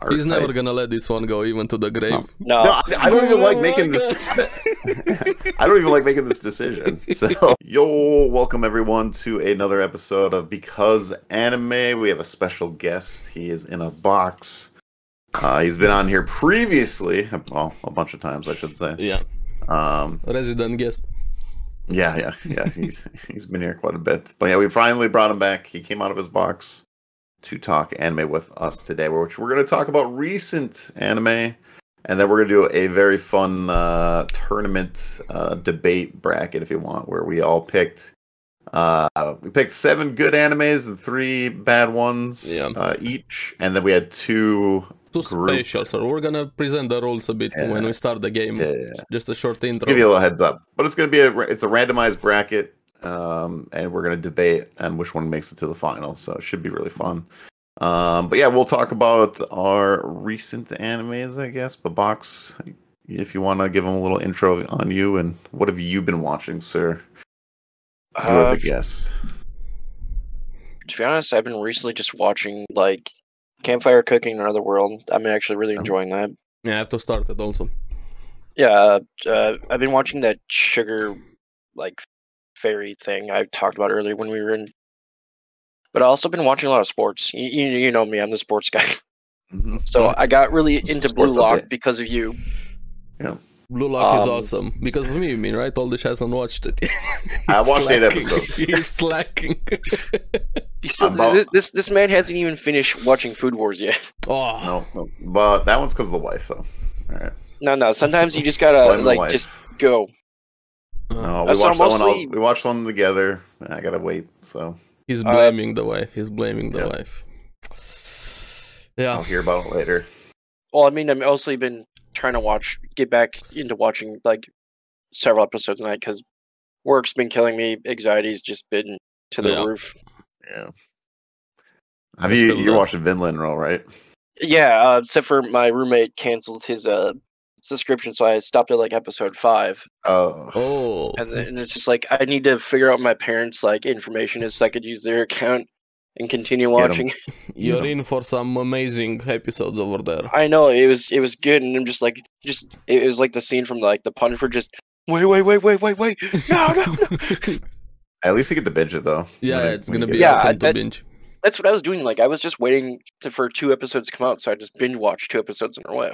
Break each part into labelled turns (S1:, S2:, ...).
S1: Or,
S2: He's never
S1: I-
S2: gonna let this one go even to the grave.
S3: No, um,
S1: no, I, I don't even like making this. I don't even like making this decision. So, yo, welcome everyone to another episode of Because Anime. We have a special guest. He is in a box. Uh, he's been on here previously, well, a bunch of times, I should say.
S2: Yeah,
S1: Um,
S2: resident guest.
S1: yeah, yeah, yeah. He's he's been here quite a bit, but yeah, we finally brought him back. He came out of his box to talk anime with us today, which we're going to talk about recent anime, and then we're going to do a very fun uh, tournament uh, debate bracket, if you want, where we all picked. Uh, we picked seven good animes and three bad ones
S2: Yeah.
S1: uh, each, and then we had two.
S2: Too
S1: Group.
S2: special, so we're gonna present the rules a bit
S1: Yeah.
S2: when we start the game.
S1: Yeah, yeah,
S2: Just a short
S1: Just
S2: intro.
S1: give you a little heads up. But it's going to be a ra- it's a randomized bracket, um, and we're going to debate on which one makes it to the final. So it should be really fun. Um, but yeah, we'll talk about our recent animes, I guess. But box, if you want to give them a little intro on you and what have you been watching, sir? You are
S3: uh,
S1: the guest.
S3: to be honest, I've been recently just watching like Campfire Cooking in Another World. I'm actually really
S1: Oh.
S3: enjoying that.
S2: Yeah, I have to start it also.
S3: Yeah, uh, I've been watching that sugar like fairy thing I talked about earlier when we were in. But I also been watching a lot of sports. You, you, you know me, I'm the sports guy.
S1: Mm-hmm.
S3: So I got really
S1: It's a
S3: into Blue
S1: Mm. sports
S3: Lock
S1: update.
S3: because of you.
S2: Blue Lock is
S3: Um,
S2: awesome because of me, you mean, right? Aldish hasn't watched it. yet.
S1: I
S2: He's
S1: watched eight
S2: slacking.
S1: episodes.
S2: He's slacking.
S3: You still-
S1: I'm about-
S3: this, this this man hasn't even finished watching Food Wars yet.
S2: oh,
S1: No, no, but that one's because of the wife, though. All right,
S3: No, no. Sometimes you just
S1: Blame
S3: gotta
S1: the
S3: Uh, like
S1: wife.
S3: just go.
S1: No, we
S3: That's
S1: watched
S3: what
S1: that one.
S3: I'm mostly-
S1: All, we watched one together. and I gotta wait. So
S2: he's
S3: Uh,
S2: blaming the wife. He's blaming the
S1: yeah.
S2: wife. Yeah.
S1: I'll hear about it later.
S3: Well, I mean, I've mostly been trying to watch, get back into watching like several episodes a night because work's been killing me. Anxiety's just been to the
S2: Yeah.
S3: roof.
S1: Yeah. Have
S2: I
S1: you
S2: feel
S1: you're
S2: that.
S1: watching Vinland Roll, right?
S3: Yeah, uh, except for my roommate canceled his uh subscription, so I stopped at like episode five,
S1: Oh,
S2: Oh.
S3: and then and it's just like I need to figure out my parents' like information is so I could use their account and continue
S1: Get 'em.
S3: watching.
S2: You're
S1: Yeah.
S2: in for some amazing episodes over there.
S3: I know it was it was good, and I'm just like just it was like the scene from like the Punisher, just wait, wait, wait, wait, wait, wait, no, no, no.
S1: at least you get the binge it though.
S2: yeah,
S1: When you-
S2: it's
S1: when you
S2: gonna
S1: get
S2: be
S3: Yeah,
S1: it.
S2: awesome to
S3: that-
S2: binge.
S3: that's what I was doing. Like I was just waiting to, for two episodes to come out, so I just binge watched two episodes in a row.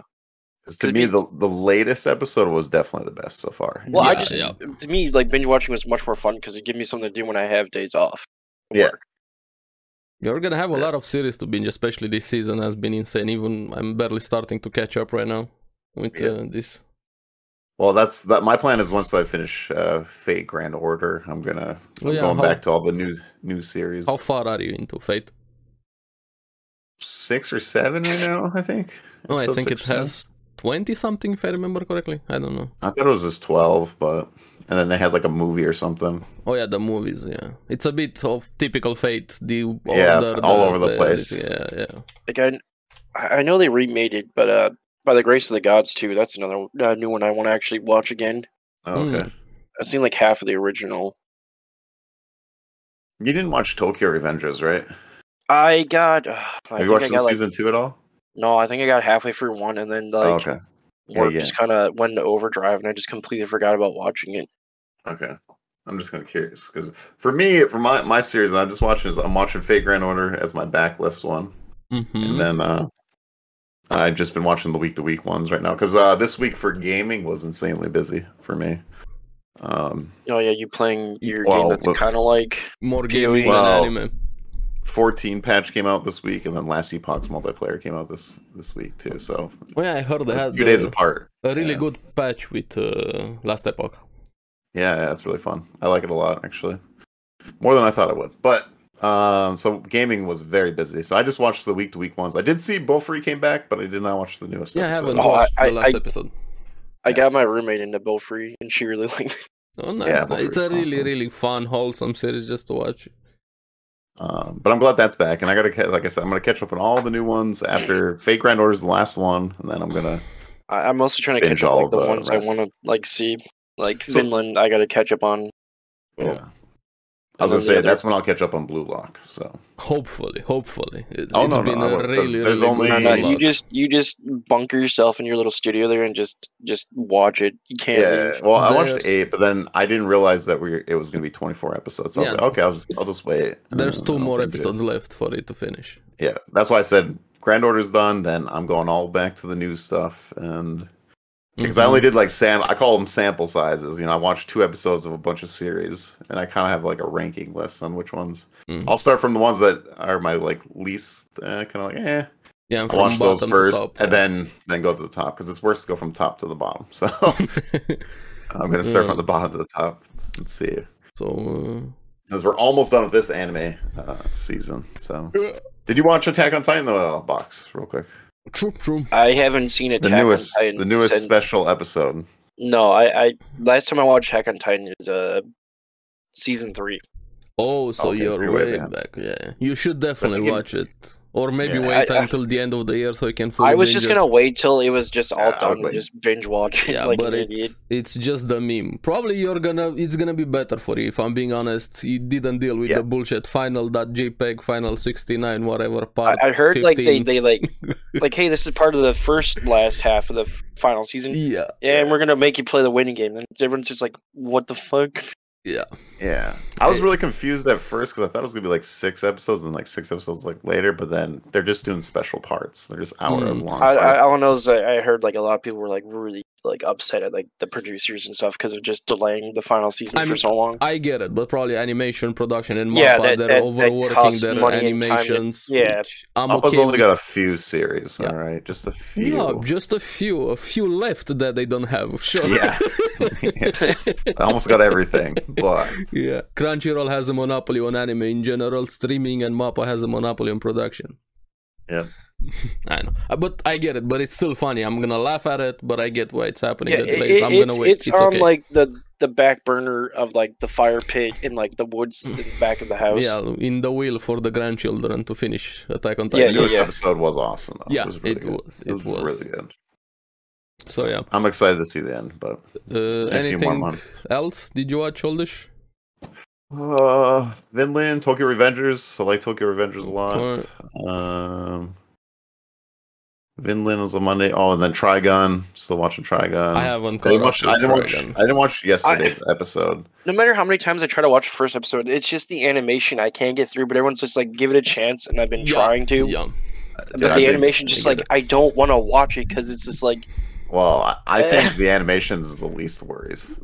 S1: 'Cause
S3: could
S1: to me,
S3: be-
S1: the the latest episode was definitely the best so far.
S3: Well, I
S2: Yeah,
S3: just
S2: yeah.
S3: to me like binge watching was much more fun because it gave me something to do when I have days off. from
S1: Yeah.
S3: work.
S2: You're gonna have a
S1: Yeah.
S2: lot of series to binge, especially this season has been insane. Even I'm barely starting to catch up right now with
S1: Yeah.
S2: uh, this.
S1: Well, that's that. My plan is once I finish uh, Fate Grand Order, I'm gonna I'm
S2: Oh, yeah,
S1: going
S2: how-
S1: back to all the new new series.
S2: How far are you into Fate?
S1: Six or seven right now, I think.
S2: Oh, I
S1: Episode
S2: think it
S1: six or seven?
S2: has twenty something, if I remember correctly. I don't know.
S1: I thought it was just twelve, but and then they had like a movie or something.
S2: Oh yeah, the movies. Yeah, it's a bit of typical Fate. The
S1: Yeah,
S2: order,
S1: all over the place.
S2: Yeah, yeah.
S3: Like I, I I know they remade it, but uh, by the grace of the gods too. That's another uh, new one I want to actually watch again.
S1: Oh,
S2: Hmm.
S1: okay.
S3: I've seen like half of the original.
S2: Hmm.
S1: You didn't watch Tokyo Revengers, right?
S3: I got. Uh, I
S1: Have you
S3: think
S1: watched
S3: I
S1: the
S3: got like
S1: season two at all?
S3: no. I think I got halfway through one, and then like
S1: oh, okay. Yeah,
S3: work
S1: yeah.
S3: just kind of went into overdrive, and I just completely forgot about watching it.
S1: Okay. I'm just kind of curious because for me, for my, my series, what I'm just watching is I'm watching Fate Grand Order as my backlist one,
S2: Mhm.
S1: and then uh, I've just been watching the week to week ones right now because uh, this week for gaming was insanely busy for me. Um,
S3: Oh yeah, you playing your
S1: Well,
S3: game that's
S1: look-
S3: kind of like
S2: More
S3: POE.
S2: gaming
S1: E, Wow.
S2: than anime.
S1: 14 patch came out this week, and then Last Epoch's multiplayer came out this this week too. So
S2: Oh yeah, I heard they
S1: it's
S2: had
S1: a few days
S2: uh,
S1: apart.
S2: a really
S1: yeah.
S2: good patch with uh, Last Epoch.
S1: Yeah, yeah, it's really fun. I like it a lot, actually. More than I thought I would. But um, so gaming was very busy. So I just watched the week to week ones. I did see Bullfree came back, but I did not watch the newest.
S2: Yeah, I
S1: episode.
S2: haven't
S3: Oh, I-
S2: watched
S3: I-
S2: the last
S3: I-
S2: episode.
S3: I
S1: Yeah.
S3: got my roommate into Belfry, and she really liked it.
S2: Oh, nice.
S1: Yeah,
S2: nice.
S1: Buffy
S2: it's
S1: is
S2: a really,
S1: awesome.
S2: really fun, wholesome series just to watch.
S1: Um, but I'm glad that's back, and I gotta ca- like I said, I'm gonna catch up on all the new ones after Fake Grand Order is the last one, and then I'm gonna
S3: I, I'm also trying to
S1: Binge
S3: catch up
S1: all
S3: like the
S1: the
S3: ones
S1: rest.
S3: I want to like see, like
S1: So-
S3: Finland. I got to catch up on.
S1: yeah. I was
S3: And
S1: gonna
S3: then the
S1: say
S3: other-
S1: that's when I'll catch up on Blue Lock. So
S2: Hopefully, hopefully. It,
S1: Oh,
S2: has
S1: no, no,
S2: been
S1: I
S2: a
S1: won't, 'cause
S2: really,
S1: there's
S2: really
S1: only-
S2: good
S3: No, no,
S1: Hey.
S3: you
S2: luck.
S3: just you just bunker yourself in your little studio there and just just watch it. You can't
S1: yeah,
S3: leave.
S1: well, I watched
S2: There's-
S1: eight, but then I didn't realize that we it was gonna be 24 episodes. So I was
S2: Yeah.
S1: like, okay, I'll just I'll just wait.
S2: There's
S1: Uh,
S2: two
S1: I'll
S2: more
S1: binge it.
S2: episodes left for it to finish.
S1: Yeah, that's why I said Grand Order's done. Then I'm going all back to the new stuff, and because I
S2: Mhm.
S1: only did like sam, I call them sample sizes. You know, I watched two episodes of a bunch of series, and I kind of have like a ranking list on which ones.
S2: Mm.
S1: I'll start from the ones that are my like least uh, kind of like eh.
S2: yeah, and
S1: I watch
S2: from
S1: those
S2: bottom to
S1: first,
S2: top,
S1: and
S2: yeah.
S1: then then go to the top because it's worse to go from top to the bottom. So I'm gonna start
S2: Yeah.
S1: from the bottom to the top. Let's see.
S2: so
S1: Since we're almost done with this anime uh, season, so
S2: uh,
S1: did you watch Attack on Titan though? uh, Box real quick.
S2: true, true.
S3: I haven't seen
S1: the
S3: Attack
S1: newest
S3: on Titan.
S1: the newest
S3: since-
S1: special episode.
S3: no, I, I last time I watched Attack on Titan is uh season three.
S2: Oh, so
S1: Okay, so
S2: you're
S1: you're way
S2: way
S1: behind.
S2: back. Yeah, you should definitely
S1: thinking-
S2: watch it, or maybe
S1: Yeah,
S2: wait
S3: I- I-
S2: until the end of the year so you can.
S3: I
S2: fully
S3: was just
S2: binge it.
S3: gonna wait till it was just all
S1: Yeah, I would
S3: done and
S1: wait.
S3: just binge watch it
S2: Yeah,
S3: like
S2: but
S3: an idiot.
S2: it's it's just the meme. Probably you're gonna it's gonna be better for you if I'm being honest. You didn't deal with
S1: Yeah.
S2: the bullshit final.jpg, final 69, whatever
S3: I,
S2: part.
S3: I heard like they
S2: 15.
S3: they like like hey, this is part of the first last half of the f- final season.
S2: Yeah,
S3: Yeah, and we're gonna make you play the winning game. And everyone's just like, "What the fuck?"
S1: Yeah, I was
S2: Hey.
S1: really confused at first because I thought it was gonna be like six episodes and like six episodes like later, but then they're just doing special parts. They're just hour
S2: Mm.
S1: long.
S3: I, I
S1: parts.
S3: all I know is I, I heard like a lot of people were like really like upset at like the producers and stuff because they're just delaying the final season
S2: I
S3: for
S2: mean,
S3: so long.
S2: I get it, but probably animation production and
S3: Yeah,
S2: MAPPA,
S3: that-
S2: they're
S3: that- that
S2: overworking
S3: costs
S2: their
S3: money and time and-
S2: animations.
S3: yeah.
S2: which I'm
S1: Appa's
S2: okay.
S1: only
S2: with.
S1: got a few series,
S2: Yeah.
S1: all right, just a few.
S2: No, just a few, a few left that they don't have. Sure.
S1: Yeah. I almost got everything, but
S2: yeah. Crunchyroll has a monopoly on anime in general. Streaming and MAPPA has a monopoly on production.
S1: Yeah.
S2: I know, Uh, but I get it. But it's still funny. I'm gonna laugh at it, but I get why it's happening.
S3: Yeah,
S2: at
S3: it-
S2: place.
S3: it-
S2: I'm
S3: it's,
S2: gonna wait.
S3: it's on
S2: okay.
S3: like the the back burner of like the fire pit and like the woods in the back of the
S2: Mm.
S3: house.
S2: yeah, in the wheel for the grandchildren to finish Attack on
S1: the
S2: Titan.
S1: newest
S3: yeah.
S1: episode was awesome. though.
S2: Yeah,
S1: it was really
S2: it
S1: good.
S2: was, it was.
S1: really good.
S2: So yeah.
S1: I'm excited to see the end, but in a
S2: Uh,
S1: few more
S2: anything
S1: months.
S2: else? Did you watch all this?
S1: Uh, Vinland, Tokyo Revengers. I like Tokyo Revengers a lot.
S2: Alright.
S1: Um, Vinland was on Monday. Oh, and then Trigon. Still watching Trigon.
S2: I haven't
S1: I
S2: caught
S1: didn't
S2: up
S1: watch.
S2: with
S1: Um, I didn't watch,
S2: Dragon.
S1: I didn't watch yesterday's episode.
S3: No matter how many times I try to watch the first episode, it's just the animation I can't get through. But everyone's just like, "Give it a chance," and I've been
S2: Yeah,
S3: trying to.
S2: Yeah.
S3: But
S1: Yeah, I
S3: the
S1: didn't
S3: animation just
S1: get
S3: like
S1: it.
S3: I don't want to watch it because it's just like
S1: Well, I, I
S3: Eh.
S1: think the animation is the least worries.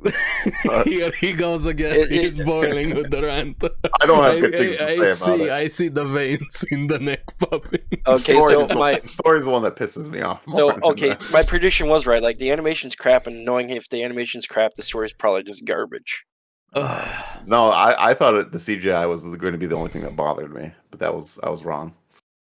S1: Uh,
S2: Here he goes again.
S3: It- it-
S2: He's boiling with the rant.
S1: I don't have good things to say about
S2: see,
S1: it.
S2: I see the veins in the neck popping.
S1: The
S3: okay,
S1: story
S3: so
S1: is the,
S3: my
S1: the story is the one that pisses me off. More
S3: So
S1: than
S3: okay,
S1: that.
S3: my prediction was right. Like the animation's crap, and knowing if the animation's crap, the story's probably just garbage.
S2: Ugh.
S1: No, I, I thought it, the CGI was going to be the only thing that bothered me, but that was I was wrong.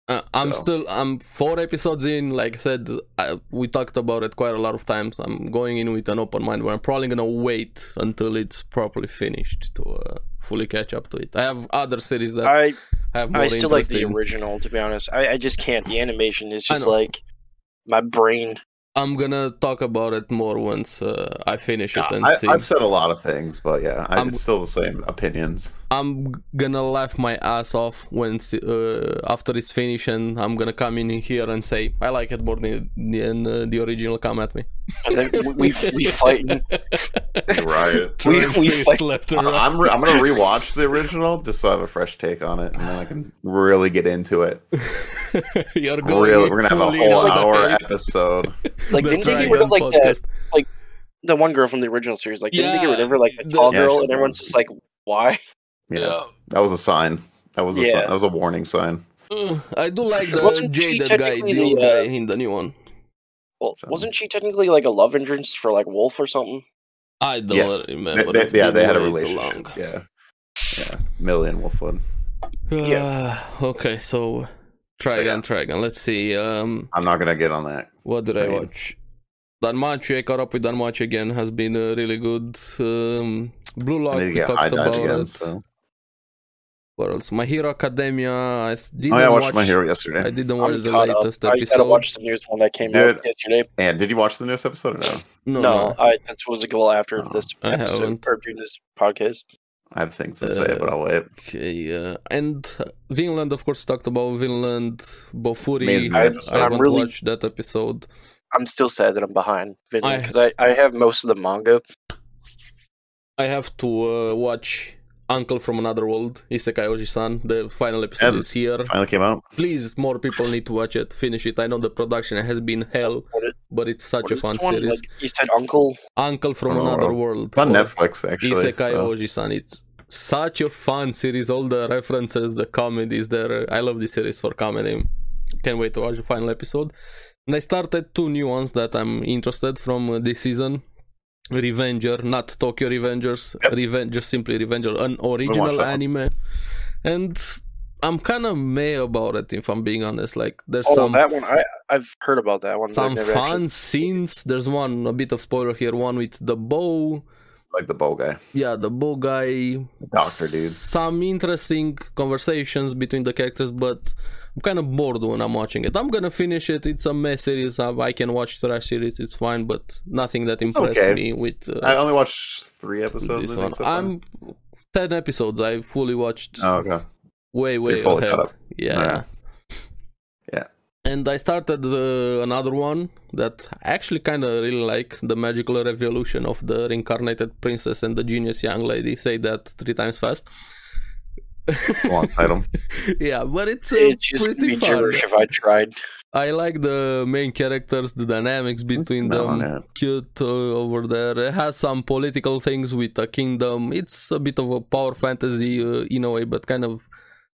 S2: Uh, I'm
S1: So.
S2: still I'm four episodes in. Like I said, I, we talked about it quite a lot of times. I'm going in with an open mind, but I'm probably gonna wait until it's properly finished to uh, fully catch up to it. I have other series that I,
S3: I
S2: have more
S3: I still like
S2: interest
S3: the
S2: in.
S3: original, to be honest. I, I just can't. The animation is
S2: I
S3: just
S2: know.
S3: like my brain.
S2: I'm gonna talk about it more once uh, I finish it and
S1: I,
S2: see.
S1: I've said a lot of things, but yeah, I,
S2: I'm-
S1: it's still the same opinions.
S2: I'm gonna laugh my ass off when s- uh, after it's finished, and I'm gonna come in here and say I like it more than, than uh, the original. Come at me.
S3: And then we we, we fighting.
S1: Right.
S3: We-
S2: Trying
S3: we uh,
S2: to
S3: fight-
S2: slept around.
S1: I'm re- I'm gonna rewatch the original just so I have a fresh take on it, and then I can really get into it.
S2: You're going
S1: Really,
S2: in
S1: we're gonna have a
S2: fully
S1: whole
S2: like-
S1: hour episode.
S3: Like
S2: The
S3: didn't they get rid
S2: Dragon
S3: of like the,
S2: podcast.
S3: the one girl from the original series? Like didn't they get rid of her like the
S2: Yeah,
S3: tall
S1: the-
S3: girl?
S1: Yeah,
S3: And everyone's just like, why?
S1: Yeah, that was a sign. That was a
S3: Yeah.
S1: sign. that was a warning sign.
S2: Ugh, Mm, I do like the
S3: Wasn't she
S2: jaded guy,
S3: technically
S2: the old
S3: the, uh,
S2: guy in the new one.
S3: Well,
S1: So-
S3: wasn't she technically like a love interest for like Wolf or something?
S2: I don't
S1: Yes. They,
S2: remember.
S1: they-
S2: it's
S1: yeah,
S2: been
S1: they had a
S2: way too
S1: relationship.
S2: long.
S1: Yeah, yeah. Millie and Wolfwood.
S2: Uh, okay, so try
S1: So, yeah.
S2: again, try again. Let's see. Um,
S1: I'm not gonna get on that.
S2: What did I
S1: Right.
S2: watch? Dan Machi, I caught up with Dan Machi again, has been uh, really good. Um, Blue Lock,
S1: I need to
S2: we
S1: get
S2: talked
S1: I died
S2: about
S1: again.
S2: it.
S1: So Oh,
S2: What else? My Hero Academia, I th- didn't
S1: oh yeah, I watched
S2: watch
S1: my hero
S2: I
S1: yesterday.
S2: didn't watch
S3: I'm
S2: the
S3: caught up.
S2: latest
S3: I
S2: episode.
S3: gotta watch the newest one that came out
S1: Dude.
S3: yesterday.
S1: And did you watch the newest episode or no?
S2: No, Oh,
S3: No, I, this was a little after
S1: No,
S3: this
S2: I
S3: episode
S2: haven't.
S3: or during this podcast.
S1: I have things to
S2: Uh,
S1: say, but I'll wait.
S2: Okay, uh, and Vinland, of course, talked about Vinland. Bofuri,
S1: Amazing
S2: I,
S1: episode.
S2: haven't
S3: I'm really-
S2: watched that episode.
S3: I'm still sad that I'm behind
S2: I-
S3: because I, I have most of the manga.
S2: I have to uh, watch Uncle from Another World, Isekai Oji-san. The final episode
S1: Yeah,
S2: is here.
S1: Finally came out.
S2: Please, more people need to watch it, finish it. I know the production has been hell,
S3: What is-
S2: but it's such
S3: What
S2: a
S3: is Oh,
S2: fun
S3: this one?
S2: series.
S3: Like, you said Uncle.
S2: Uncle from
S1: From Another
S2: Another World.
S1: It's on
S2: or
S1: Netflix actually.
S2: Isekai
S1: so-
S2: Oji-san. e It's such a fun series. All the references, the comedies there. I love this series for comedy. Can't wait to watch the final episode. And I started two new ones that I'm interested from uh, this season. Revenger, not Tokyo Revengers.
S1: Yep.
S2: Reven- just simply Revenger, an
S1: that
S2: original
S1: one.
S2: anime. And I'm kind of meh about it, if I'm being honest. Like, there's
S3: Oh,
S2: some
S3: that one. I I've heard about that one. but I've
S2: some
S3: never actually-
S2: fun scenes. There's one, a bit of spoiler here, one with the bow.
S1: like the bow guy,
S2: Yeah, the bow guy
S1: doctor dude.
S2: some interesting conversations between the characters, but I'm kind of bored when I'm watching it. I'm gonna finish it. It's a mess series. I I can watch trash series. It's fine, but nothing that impressed
S1: okay.
S2: me with uh,
S1: I only watched three episodes.
S2: this
S1: I
S2: one.
S1: think, so far.
S2: I'm ten episodes. I fully watched
S1: Oh, okay.
S2: way
S1: So you're
S2: way
S1: fully
S2: ahead.
S1: caught up.
S2: Yeah.
S1: Alright. Yeah.
S2: And I started uh, another one that I actually kind of really like the magical revolution of the reincarnated princess and the genius young lady. Say that three times fast.
S1: Long title.
S2: yeah, but it's, uh,
S3: It's just gonna
S2: pretty
S3: be
S2: fun.
S3: gibberish if I tried.
S2: I like the main characters, the dynamics between
S1: That
S2: them.
S1: one, yeah.
S2: Cute uh, over there. It has some political things with a kingdom. It's a bit of a power fantasy uh, in a way, but kind of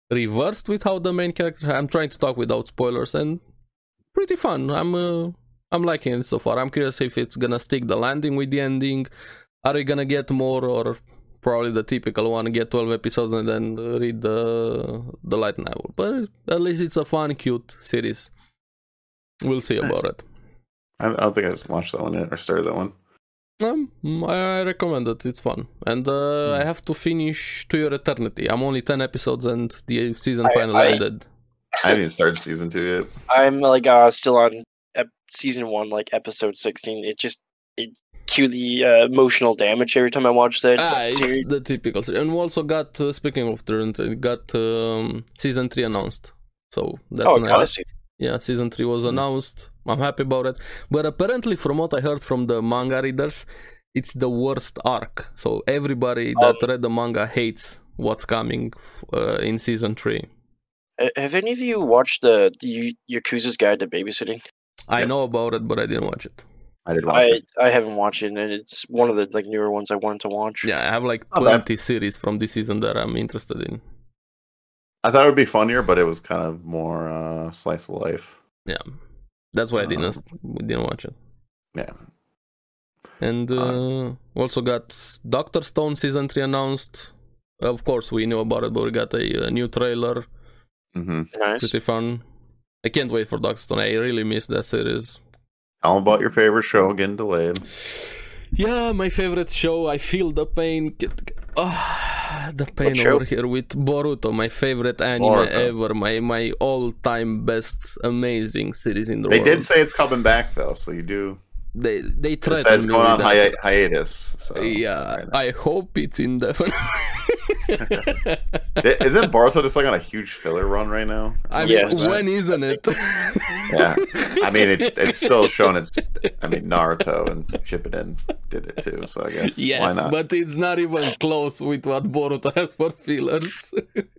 S2: reversed with how the main character. I'm trying to talk without spoilers, and pretty fun. I'm uh, I'm liking it so far. I'm curious if it's gonna stick the landing with the ending. Are we gonna get more or? Probably the typical one, get 12 episodes and then uh, read the the light novel. But at least it's a fun, cute series. We'll see
S1: Nice.
S2: about it.
S1: I I don't think I just watched that one yet or started that one.
S2: Um, I I recommend it. It's fun, and uh, I have to finish to your eternity. I'm only ten episodes, and the season
S3: I-
S2: finally
S3: I-
S2: ended.
S1: I haven't even started season two yet.
S3: I'm like uh, still on ep- season one, like episode sixteen. It just it cue the uh, emotional damage every time I watch that
S2: Ah,
S3: series.
S2: it's the typical. se- And we also got uh, speaking of eternity, got um, season three announced. So that's
S3: oh,
S2: nice.
S3: God, see.
S2: Yeah, season three was
S1: Mm.
S2: announced. I'm happy about it. But apparently, from what I heard from the manga readers, it's the worst arc. So everybody
S3: Oh.
S2: that read the manga hates what's coming f- uh, in season three.
S3: Uh, Have any of you watched the, the Yu- Yakuza's Guide to Babysitting?
S2: I
S1: Yep.
S2: know about it, but I didn't watch it.
S1: I did watch
S3: I,
S1: it.
S3: I haven't watched it, and it's one of the like newer ones I wanted to watch.
S2: Yeah, I have like
S1: Not bad.
S2: 20 series from this season that I'm interested in.
S1: I thought it would be funnier, but it was kind of more uh, slice of life.
S2: Yeah, that's why I didn't
S1: Um,
S2: didn't watch it.
S1: Yeah.
S2: And uh, also got Doctor Stone season three announced. Of course, we knew about it, but we got a, uh new trailer.
S1: Mm-hmm.
S3: Nice.
S2: Pretty fun. I can't wait for Doctor Stone. I really miss that series.
S1: Tell 'em about your favorite show getting delayed.
S2: Yeah, my favorite show. I feel the pain. Get- get- Ah, the pain
S3: show?
S2: over here with Boruto, my favorite anime
S1: Boruto.
S2: ever, my my all-time best, amazing series in the
S1: They
S2: world.
S1: did say it's coming back though, so you do.
S2: they they
S1: It says
S2: threatened
S1: it's
S2: me
S1: going
S2: with
S1: on
S2: that.
S1: hi- hiatus. So.
S2: Yeah, I hope it's indefinite.
S1: I- Isn't Barso just like on a huge filler run right now?
S2: I mean,
S3: Yes.
S2: when isn't it?
S1: Yeah. I mean, it, it's still shown. It's I mean Naruto and Shippuden did it too. So I guess why
S2: Yes,
S1: not?
S2: but it's not even close with what Boruto has for fillers.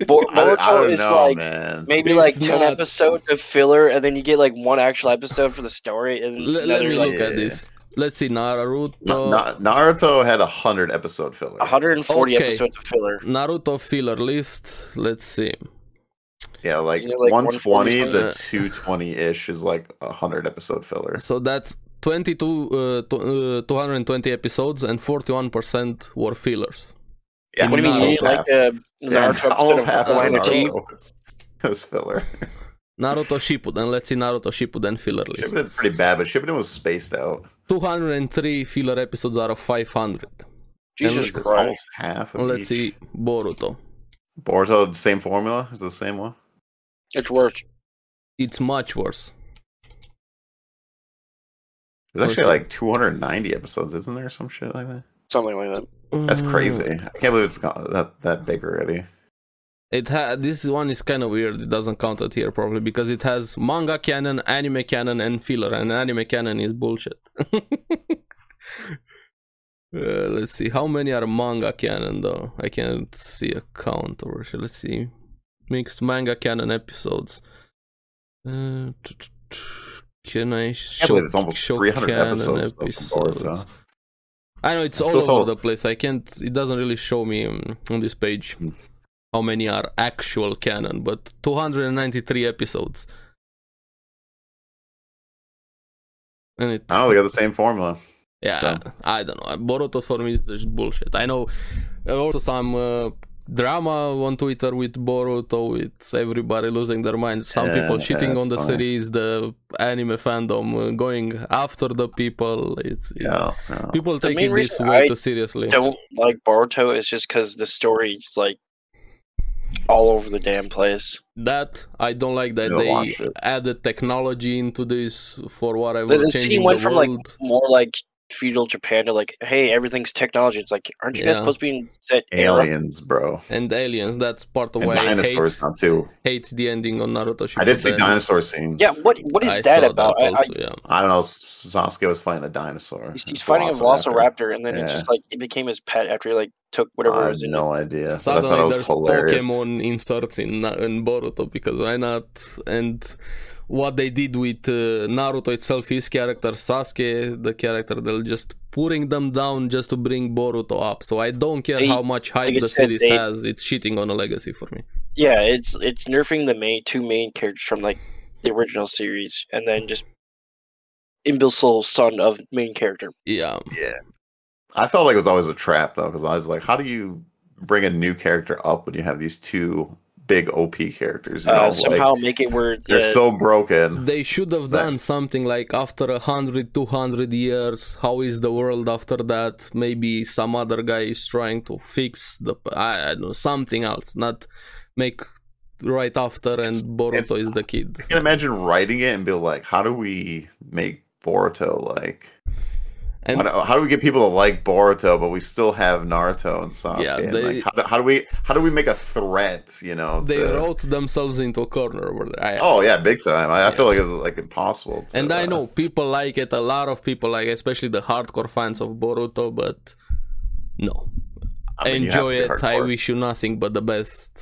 S3: Bo-
S1: I, don't- I
S3: Boruto
S1: don't
S3: is
S1: know,
S3: like
S1: man.
S3: maybe
S2: It's
S3: like ten
S2: not.
S3: episodes of filler, and then you get like one actual episode for the story, and
S2: Let, let
S3: another
S2: me
S3: like
S2: look at this. Let's see, Naruto.
S1: Na- Na- Naruto had a hundred episode filler.
S3: 140
S2: Okay.
S3: episodes of filler.
S2: Naruto filler list. Let's see.
S1: Yeah, like,
S3: Isn't it like
S1: 120 to
S2: Uh,
S1: 220 ish is like a 100 episode filler.
S2: So that's 22, uh, to, uh, 220 episodes, and 41% were fillers.
S1: Yeah,
S3: What do you mean? You
S1: almost
S3: need like
S1: half.
S3: the
S1: Yeah,
S3: Naruto
S1: almost
S3: episode of
S1: half of
S3: Liner T?
S1: Naruto was- was filler.
S2: Naruto Shippuden. Let's see Naruto Shippuden filler list.
S1: Shippuden's pretty bad, but Shippuden was spaced out.
S2: 203 filler episodes out of 500.
S1: It's
S3: Jesus
S2: Endless.
S3: Christ!
S1: almost half. Of
S2: Let's
S1: each.
S2: see Boruto.
S1: Boruto, same formula? Is it the same one?
S3: It's worse.
S2: It's much worse.
S1: There's
S2: Let's
S1: actually
S2: see.
S1: like 290 episodes, isn't there? Some shit like that.
S3: something like that.
S1: That's crazy. I can't believe it's gone that that big already.
S2: It ha- this one is kind of weird. It doesn't count out here probably because it has manga canon, anime canon, and filler. And anime canon is bullshit. uh, let's see how many are manga canon though. I can't see a count over here. Let's see mixed manga canon episodes. Uh, t- t- t- can I?
S1: I can't
S2: Show,
S1: believe it's almost
S2: show
S1: 300
S2: canon
S1: episodes. though, from Boruto.
S2: episodes. I know it's
S1: I
S2: all
S1: still
S2: over
S1: thought-
S2: the place. I can't. It doesn't really show me um, on this page
S1: Hmm.
S2: how many are actual canon, but 293 episodes. And it,
S1: I don't know. They got the same formula.
S2: yeah,
S1: so-
S2: I don't know. Boruto's for me is just bullshit. I know. uh, Also, some uh, drama on Twitter with Boruto, with everybody losing their minds. Some
S1: Yeah,
S2: people
S1: yeah,
S2: cheating
S1: that's
S2: on the
S1: funny.
S2: series, the anime fandom uh, going after the people. It's, it's
S1: Yeah. yeah.
S2: people
S3: The
S2: taking
S3: main
S2: this
S3: reason
S2: way
S3: I
S2: too seriously.
S3: Don't like Boruto is just because the story's like all over the damn place.
S2: That I don't like that
S1: Yeah, watch
S2: they
S1: it.
S2: added technology into this for whatever
S3: The, the
S2: changing
S3: scene went
S2: the
S3: from like
S2: world.
S3: more like feudal Japan to like, hey, everything's technology. It's like, aren't you
S2: Yeah.
S3: guys supposed to be in set era?
S1: Aliens, bro.
S2: and aliens. That's part of
S1: And
S2: why I hate,
S1: dinosaurs now too.
S2: hate the ending on Naruto Shippuden.
S1: I did see dinosaur scenes.
S3: Yeah, what what is
S2: I
S3: that
S2: saw
S3: about? I, I,
S2: also, yeah.
S1: I don't know. S- Sasuke was fighting a dinosaur.
S3: he's, he's fighting a Velociraptor, and then it's just like it became his pet after he like took whatever
S1: I have
S3: was in
S1: no idea. But I
S2: Suddenly
S1: thought it was
S2: there's
S1: hilarious.
S2: Pokemon inserts in, Na- in Boruto because why not? And what they did with uh, Naruto itself, his character Sasuke, the character, they're just putting them down just to bring Boruto up. So I don't care
S3: They-
S2: how much hype
S3: like I
S2: the
S3: said,
S2: series
S3: they-
S2: has; it's cheating on a legacy for me.
S3: Yeah, it's it's nerfing the main two main characters from like the original series, and then just imbecile son of main character.
S2: Yeah,
S1: I felt like it was always a trap though, because I was like, how do you bring a new character up when you have these two big OP characters? You know,
S3: Uh,
S1: like,
S3: somehow make it where
S1: they're
S3: the-
S1: so broken.
S2: they should have
S1: That-
S2: done something like after 100 200 years how is the world after that maybe some other guy is trying to fix the i, I don't know something else not make right after and
S1: It's-
S2: boruto is the kid
S1: I can imagine writing it and be like, how do we make Boruto like?
S2: and
S1: how, do, how do we get people to like Boruto, but we still have Naruto and Sasuke?
S2: Yeah,
S1: and,
S2: they-
S1: like, how, do, how do we how do we make a threat? You know,
S2: they
S1: to-
S2: wrote themselves into a corner over there I,
S1: Oh yeah, big time. I, I feel like it was like impossible. To,
S2: and i
S1: uh,
S2: know people like it a lot of people like especially the hardcore fans of boruto but no
S1: I mean, you have
S2: enjoy
S1: to be
S2: it. I
S1: hardcore.
S2: wish you nothing but the best.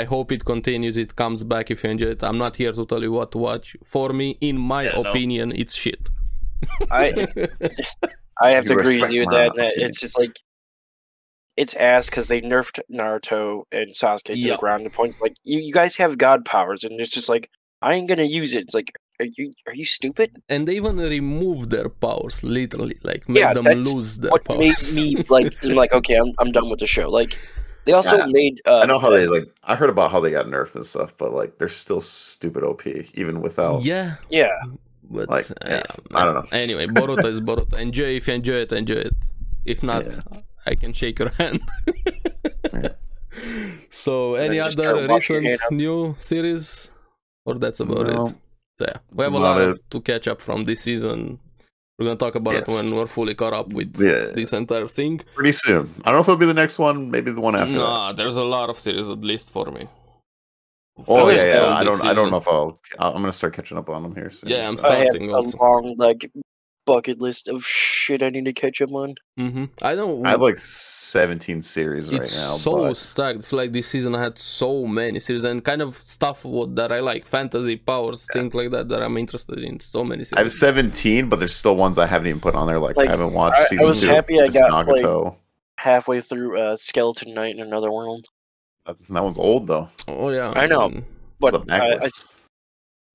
S2: I hope it continues. It comes back if you enjoy it. I'm not here to tell you what to watch. For me, in my
S1: Yeah, no.
S2: opinion, it's shit.
S3: I I have to
S1: You
S3: agree with
S1: respect
S3: you with
S1: my
S3: that. that
S1: opinion.
S3: it's just like it's ass because they nerfed Naruto and Sasuke to
S2: Yeah.
S3: the ground. The points like you, you guys have god powers, and it's just like I ain't gonna use it. It's like are you are you stupid?
S2: and they even removed their powers, literally. Like, made
S3: Yeah,
S2: them
S3: that's
S2: lose their
S3: what made
S2: powers.
S3: me like I'm like okay, I'm I'm done with the show. Like they also
S1: Yeah.
S3: made uh,
S1: I know how they like. I heard about how they got nerfed and stuff, but like they're still stupid OP even without.
S2: yeah,
S3: yeah
S2: but
S1: Like,
S2: uh,
S1: yeah, I don't know.
S2: Anyway, Boruto is Boruto. Enjoy if you enjoy it, enjoy it. If not, I can shake your hand.
S1: Yeah.
S2: So,
S3: then
S2: any
S3: just
S2: other
S3: start washing your
S2: recent
S3: hand
S2: new series, or that's about
S1: No.
S2: it? So, yeah, we
S1: That's
S2: have a
S1: about
S2: lot of, to catch up from this season. We're gonna talk about it when
S1: Yes.
S2: we're fully caught up with
S1: Yeah.
S2: this entire thing.
S1: Pretty soon. I don't know if it'll be the next one. Maybe the one after. that.
S2: Nah, there's a lot of series at least for me.
S1: Oh
S2: First
S1: yeah, yeah.
S2: of all,
S1: I
S2: this
S1: don't. I don't
S2: season-
S1: know if I'll. I'm gonna start catching up on them here soon.
S2: Yeah, I'm
S1: so.
S3: I have
S2: Starting
S3: a
S2: also.
S3: long like bucket list of shit I need to catch up on.
S2: Mhm. I don't.
S1: I have like 17 series right
S2: it's
S1: now.
S2: so
S1: but-
S2: stacked. It's like this season I had so many series and kind of stuff what, that I like, fantasy powers, things like that that I'm interested in. So many series.
S1: I have 17, but there's still ones I haven't even put on there. Like,
S3: Like,
S1: I haven't watched
S3: I- I
S1: season
S3: was
S1: two.
S3: happy I
S1: Miss
S3: got,
S1: Nagato.
S3: Halfway through uh, Skeleton Knight in Another World,
S1: That one's old though.
S2: Oh yeah,
S3: I know.
S2: mean,
S1: It's
S3: but
S1: a
S3: I, I,
S1: backlist.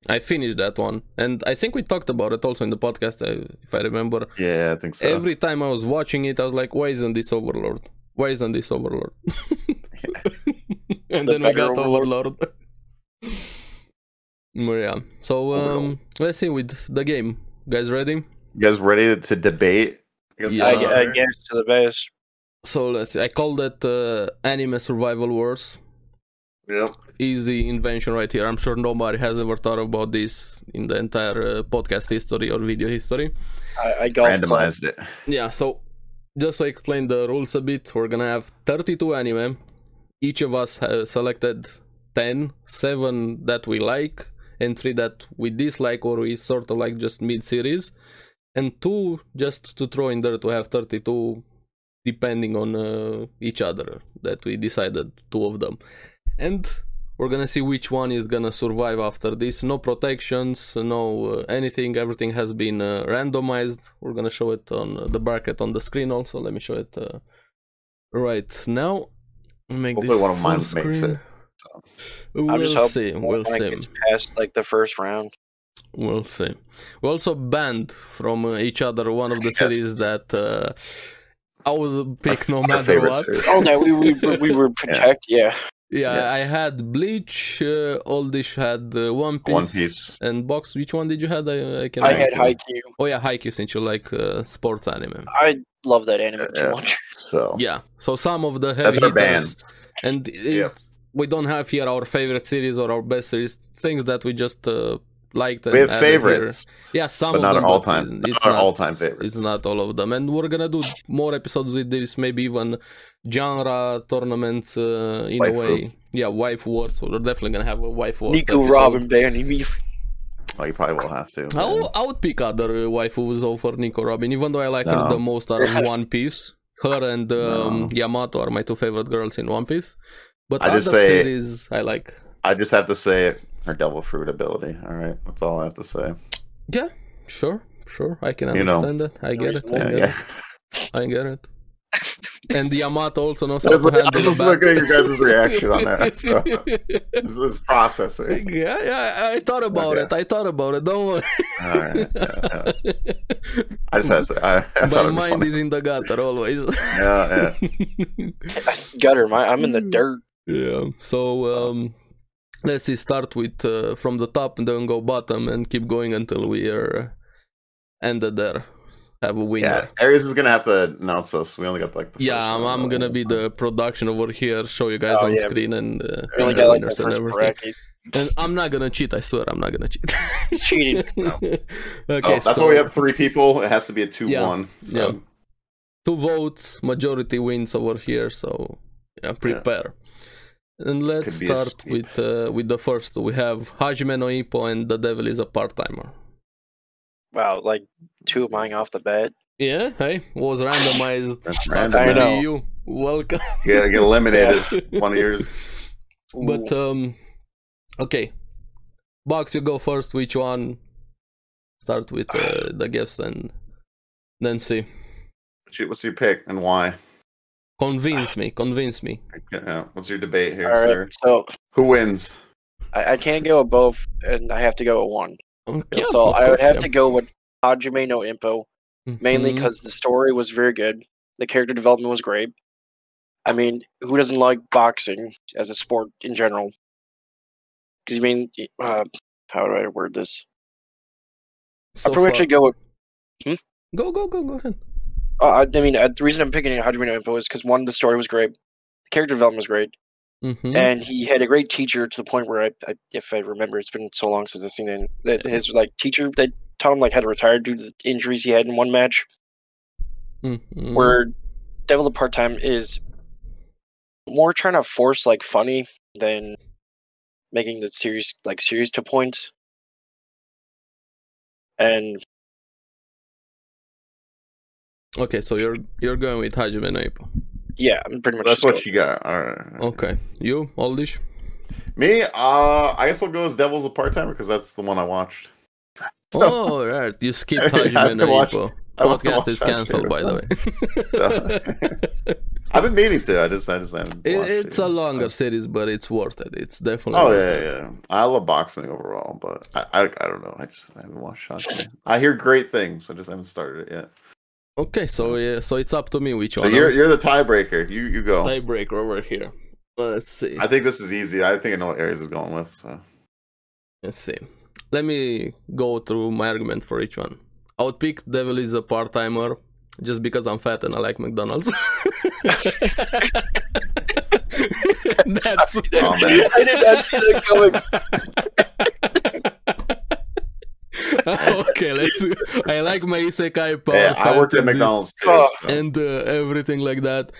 S2: I finished that one, and I think we talked about it also in the podcast, I- if I remember.
S1: yeah, I think so.
S2: Every time I was watching it, I was like, "Why isn't this Overlord? Why isn't this Overlord?" and
S3: The
S2: then we
S3: better
S2: got Overlord. Well, yeah. So um,
S1: Overlord.
S2: let's see with the game. Guys, ready?
S1: you guys ready to debate? guess
S2: Yeah.
S3: I,
S1: we're
S3: I
S1: there.
S3: guess to the best.
S2: So let's. See. I call that uh, anime survival wars.
S1: Yep.
S2: Easy invention right here. I'm sure nobody has ever thought about this in the entire uh, podcast history or video history.
S3: I, I golf club.
S1: Randomized it.
S2: Yeah, so just to explain the rules a bit, we're gonna have 32 anime. Each of us has selected 10, 7 that we like, and 3 that we dislike or we sort of like just mid series, and 2 just to throw in there to have 32 depending on uh, each other that we decided, two of them. And we're gonna see which one is gonna survive after this. No protections, no uh, anything. Everything has been uh, randomized. We're gonna show it on uh, the bracket on the screen. Also, let me show it uh, right now. Make
S1: Hopefully
S2: this
S1: one of mine
S2: full
S1: makes
S2: screen.
S1: it.
S3: I'm just
S2: We'll
S3: hoping
S2: see. We'll
S3: Like,
S2: see.
S3: it's past like the first round.
S2: We'll see. We also banned from uh, each other one of the
S3: Yes.
S2: series that uh, I would pick no
S1: Our
S2: matter
S1: favorite
S2: what.
S1: series.
S3: Oh no, we we, we- we were protect. Yeah.
S2: Yeah,
S1: Yes.
S2: I had Bleach. Uh, Oldish had uh, One Piece.
S1: One Piece.
S2: And box, which one did you had? I, I can.
S3: I had
S1: Haikyuu.
S3: Haikyuu.
S2: Oh yeah, Haikyuu since you like uh, sports anime.
S3: I love that anime too
S1: Yeah.
S3: much.
S1: So
S2: Yeah. So some of the heavy
S1: that's our band.
S2: hitters, and it,
S1: Yeah.
S2: we don't have here our favorite series or our best series. Things that we just uh, liked. And
S1: We have
S2: added here.
S1: favorites.
S2: Yeah, some
S1: but
S2: of
S1: not
S2: them,
S1: our
S2: but
S1: all-time-
S2: it's
S1: not our all-time favorites.
S2: It's not all of them, and we're gonna do more episodes with this. Maybe even genre tournaments uh, in a
S1: Waifu.
S2: way. Yeah, wife wars. We're definitely gonna have a wife wars.
S3: Nico,
S2: episode.
S3: Robin, Danny, me.
S1: Oh, you probably will have to.
S2: I
S1: man.
S2: would, I would pick other uh, waifus over Nico Robin, even though I like her
S1: No.
S2: the most out of One Piece. Her and um,
S1: No.
S2: Yamato are my two favorite girls in One Piece. But
S1: I
S2: other
S1: just say-
S2: series I like.
S1: I just have to say it. Her devil fruit ability. All right, that's all I have to say.
S2: Yeah, sure, sure. I can
S1: You know.
S2: understand that. I get it. I
S1: Yeah,
S2: get
S1: yeah.
S2: it. I get it. And Yamato also knows
S1: I
S2: how to
S1: was, look- I
S2: handle
S1: was just
S2: the
S1: looking
S2: bat.
S1: at your guys' reaction on that. So, this is processing.
S2: yeah, yeah, I thought about
S1: Okay.
S2: it. I thought about it. Don't worry.
S1: All right. yeah, yeah. I just had to say. I, I thought
S2: My
S1: it'd be
S2: mind
S1: funny.
S2: is in the gutter always.
S1: Yeah,
S3: Gutter, my, I'm in
S2: Mm.
S3: the dirt.
S2: Yeah. So um, let's see. Start with uh, from the top, and then go bottom, and keep going until we are ended there. Have
S1: yeah. yeah.
S2: a winner.
S1: Aries is gonna have to announce us. We only got like. The
S2: Yeah, I'm,
S1: one,
S2: I'm
S1: uh,
S2: gonna be the production over here. Show you guys
S3: Oh,
S2: on
S3: yeah.
S2: screen and uh,
S3: We
S2: pick the
S3: only got like the
S2: winners and
S3: first
S2: everything.
S3: bracket.
S2: And I'm not gonna cheat. I swear, I'm not gonna cheat.
S3: He's cheating.
S1: No.
S2: okay.
S1: Oh, that's
S2: so
S1: why we have three people. It has to be a two-one. so.
S2: yeah. two votes, majority wins over here. So yeah, prepare. And let's
S1: Could be a
S2: start
S1: sweep.
S2: with uh, with the first. We have Hajime no Ippo and the Devil is a part timer.
S3: Wow, like two of mine off the bat.
S2: Yeah, hey, was randomized.
S1: That's
S2: Sucks
S1: random.
S2: to
S3: I know.
S2: be you. Welcome.
S1: You gotta get eliminated. One of yours.
S2: But um, okay, box, you go first. Which one? Start with
S1: Ah.
S2: uh, the gifts and then see.
S1: Shoot, What's your pick and why?
S2: Convince me. Convince me.
S1: Yeah, What's your debate here,
S3: all right,
S1: sir?
S3: so
S1: Who wins?
S3: I, I can't go with both, and I have to go with one.
S2: Okay.
S3: so
S2: of
S3: I would
S2: course,
S3: have
S2: yeah.
S3: to go with Hajime no Impo, mainly
S2: Mhm.
S3: because the story was very good. The character development was great. I mean, who doesn't like boxing as a sport in general? Because, I mean, uh, how do I word this?
S2: So
S3: I'll probably actually
S2: far-
S3: go with.
S2: Go go go go ahead.
S3: Uh, I I mean, uh, the reason I'm picking Hajime no Ippo is because one, the story was great, the character development was great,
S2: Mm-hmm.
S3: and he had a great teacher to the point where I, I if I remember, it's been so long since I've seen it. That his like teacher that taught him like how to retire due to the injuries he had in one match.
S2: Mm-hmm.
S3: Where Devil the Part Time is more trying to force like funny than making the series like serious to point. And
S2: Okay, so you're you're going with Hajime no Ippo.
S3: yeah, I'm pretty much
S1: That's
S3: just
S1: what
S3: going-
S1: you got. All right.
S2: Okay, you Oldish.
S1: Me, uh, I guess I'll go as Devil's a part timer because that's the one I watched. So-
S2: oh, right, you skipped
S1: I
S2: Hajime no
S1: watched-
S2: Ippo.
S1: I watched- I
S2: Podcast
S1: watched
S2: is
S1: that
S2: cancelled,
S1: shit.
S2: by the way.
S1: I've been meaning to. I just, I just haven't.
S2: It-
S1: watched
S2: it's
S1: it.
S2: a longer series, but it's worth it. It's definitely.
S1: Oh
S2: worth
S1: yeah,
S2: it.
S1: yeah. I love boxing overall, but I, I, I don't know. I just I haven't watched Shotgun. I hear great things. I just haven't started it yet.
S2: Okay, so yeah, so it's up to me which
S1: So
S2: one.
S1: you're
S2: You're,
S1: you're the tiebreaker. You you go.
S2: Tiebreaker over here. Let's see.
S1: I think this is easy. I think I know what Aries is going with. So
S2: Let's see. Let me go through my argument for each one. I would pick Devil is a part timer just because I'm fat and I like McDonald's. That's
S1: Oh, man.
S3: I did not see that coming.
S2: okay, let's. I like my isekai power.
S1: Yeah, I worked at
S2: fantasy
S1: McDonald's too.
S3: Oh.
S1: so-
S2: And uh, everything like that.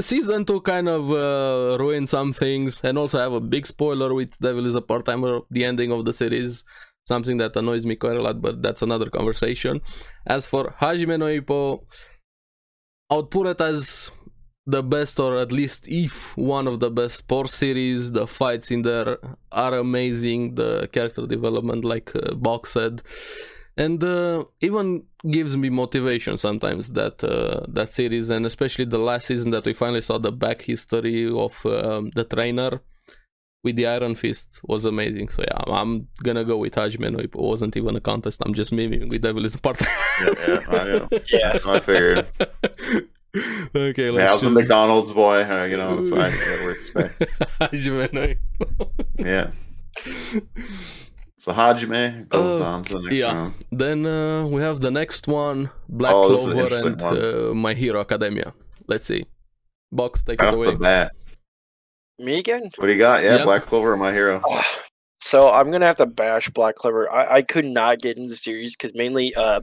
S2: Season 2 kind of uh, ruined some things, and also I have a big spoiler with Devil is a Part Timer, the ending of the series, something that annoys me quite a lot, but that's another conversation. As for Hajime no Ippo, I would put it as the best, or at least if one of the best sports series. The fights in there are amazing. The character development, like uh, Bok said, and uh, even gives me motivation sometimes that uh, that series, and especially the last season that we finally saw the back history of um, the trainer with the Iron Fist was amazing. So yeah, I'm- I'm gonna go with Hajime. no Ippo. It wasn't even a contest. I'm just miming with Devil is a part.
S1: Yeah, yeah, I know.
S3: Yeah.
S1: That's what I figured.
S2: okay,
S1: Yeah, I
S2: let's
S1: was a
S2: choose.
S1: McDonald's boy, uh, you know, so I I respect.
S2: Hajime no Ippo.
S1: Yeah. So Hajime goes
S2: Oh,
S1: on to the next
S2: yeah.
S1: round.
S2: Then uh, we have the next one, Black
S1: Oh, this is an
S2: Clover
S1: interesting
S2: and uh, My Hero Academia. Let's see. Box, take
S1: Right
S2: it
S1: off
S2: away.
S1: the bat.
S3: Me again?
S1: What do you got? Yeah,
S2: Yeah.
S1: Black Clover, my hero.
S3: Ugh. So I'm gonna have to bash Black Clover. I, I could not get into the series because mainly uh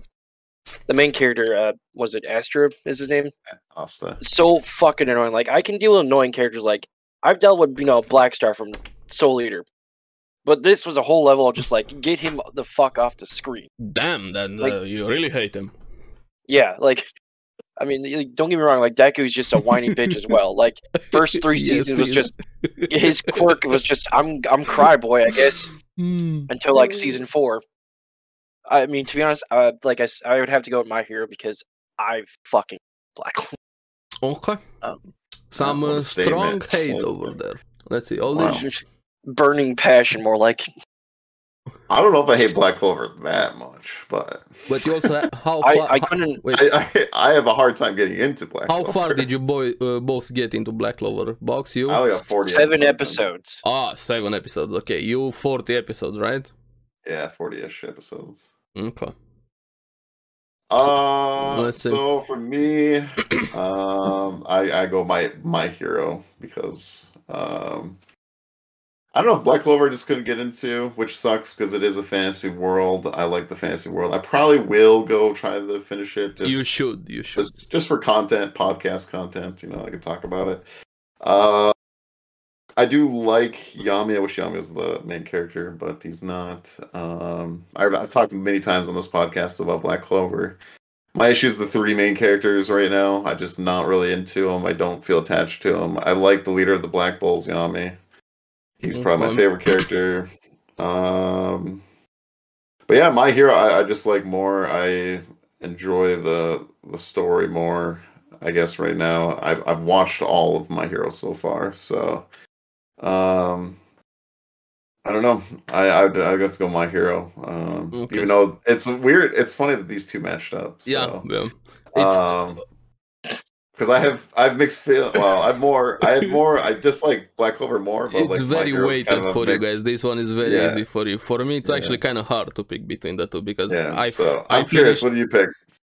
S3: the main character uh was it Astro is his name?
S1: Asta.
S3: So fucking annoying. Like I can deal with annoying characters like I've dealt with, you know, Black Star from Soul Eater. But this was a whole level of just like get him the fuck off the screen.
S2: Damn, then
S3: Like-
S2: uh, you really hate him.
S3: Yeah, like I mean, like, don't get me wrong. Like Deku's just a whiny bitch as well. Like first three
S2: Yes,
S3: seasons was
S2: he
S3: just his quirk was just I'm I'm cry boy, I guess.
S2: Hmm.
S3: until like
S2: Mm.
S3: season four. I mean, to be honest, uh, like I, s- I would have to go with my hero because I fucking black.
S2: Okay.
S3: Um,
S2: Some
S1: what a
S2: uh, strong
S1: statement.
S2: hate
S1: Yes.
S2: over there. Let's see. All
S1: Wow.
S2: these.
S3: burning passion, more like
S1: I don't know if I hate Black Clover that much, but
S2: But you also ha- how
S3: I,
S2: far?
S3: I couldn't.
S2: wait,
S1: I, I, I have a hard time getting into Black
S2: how
S1: Clover.
S2: far did you boy, uh, both get into Black Clover? Box you?
S1: I only got 40
S3: Seven
S1: episodes. in.
S3: episodes.
S2: Ah, seven episodes. Okay, you forty episodes, right?
S1: Yeah, 40 ish episodes.
S2: Okay.
S1: Uh,
S2: let's see.
S1: so for me, um, I, I go my my hero because um, I don't know Black Clover I just couldn't get into, which sucks because it is a fantasy world. I like the fantasy world. I probably will go try to finish it. Just,
S2: you should. You should.
S1: just just for content, podcast content. You know, I can talk about it. Uh, I do like Yami. I wish Yami was the main character, but he's not. Um, I, I've talked many times on this podcast about Black Clover. My issue is the three main characters right now. I'm just not really into them. I don't feel attached to them. I like the leader of the Black Bulls, Yami. He's probably my
S2: Okay.
S1: favorite character. Um, but yeah, my hero, I, I just like more. I enjoy the the story more. I guess right now I've I've watched all of my heroes so far, so um, I don't know. I I I have to go my hero. Um,
S2: Mm, Okay.
S1: even though it's weird, it's funny that these two matched up. So,
S2: yeah. yeah. It's,
S1: um, because I have I have mixed feel. Well, I've more. I have more. I dislike Black Clover more, but
S2: it's
S1: like, my
S2: very
S1: hero's
S2: weighted
S1: kind of a
S2: for you
S1: mix.
S2: guys. This one is very
S1: Yeah.
S2: easy for you. For me, it's actually kind of hard to pick between the two because
S1: Yeah,
S2: I,
S1: so
S2: I
S1: I'm curious.
S2: finished-
S1: What do you pick?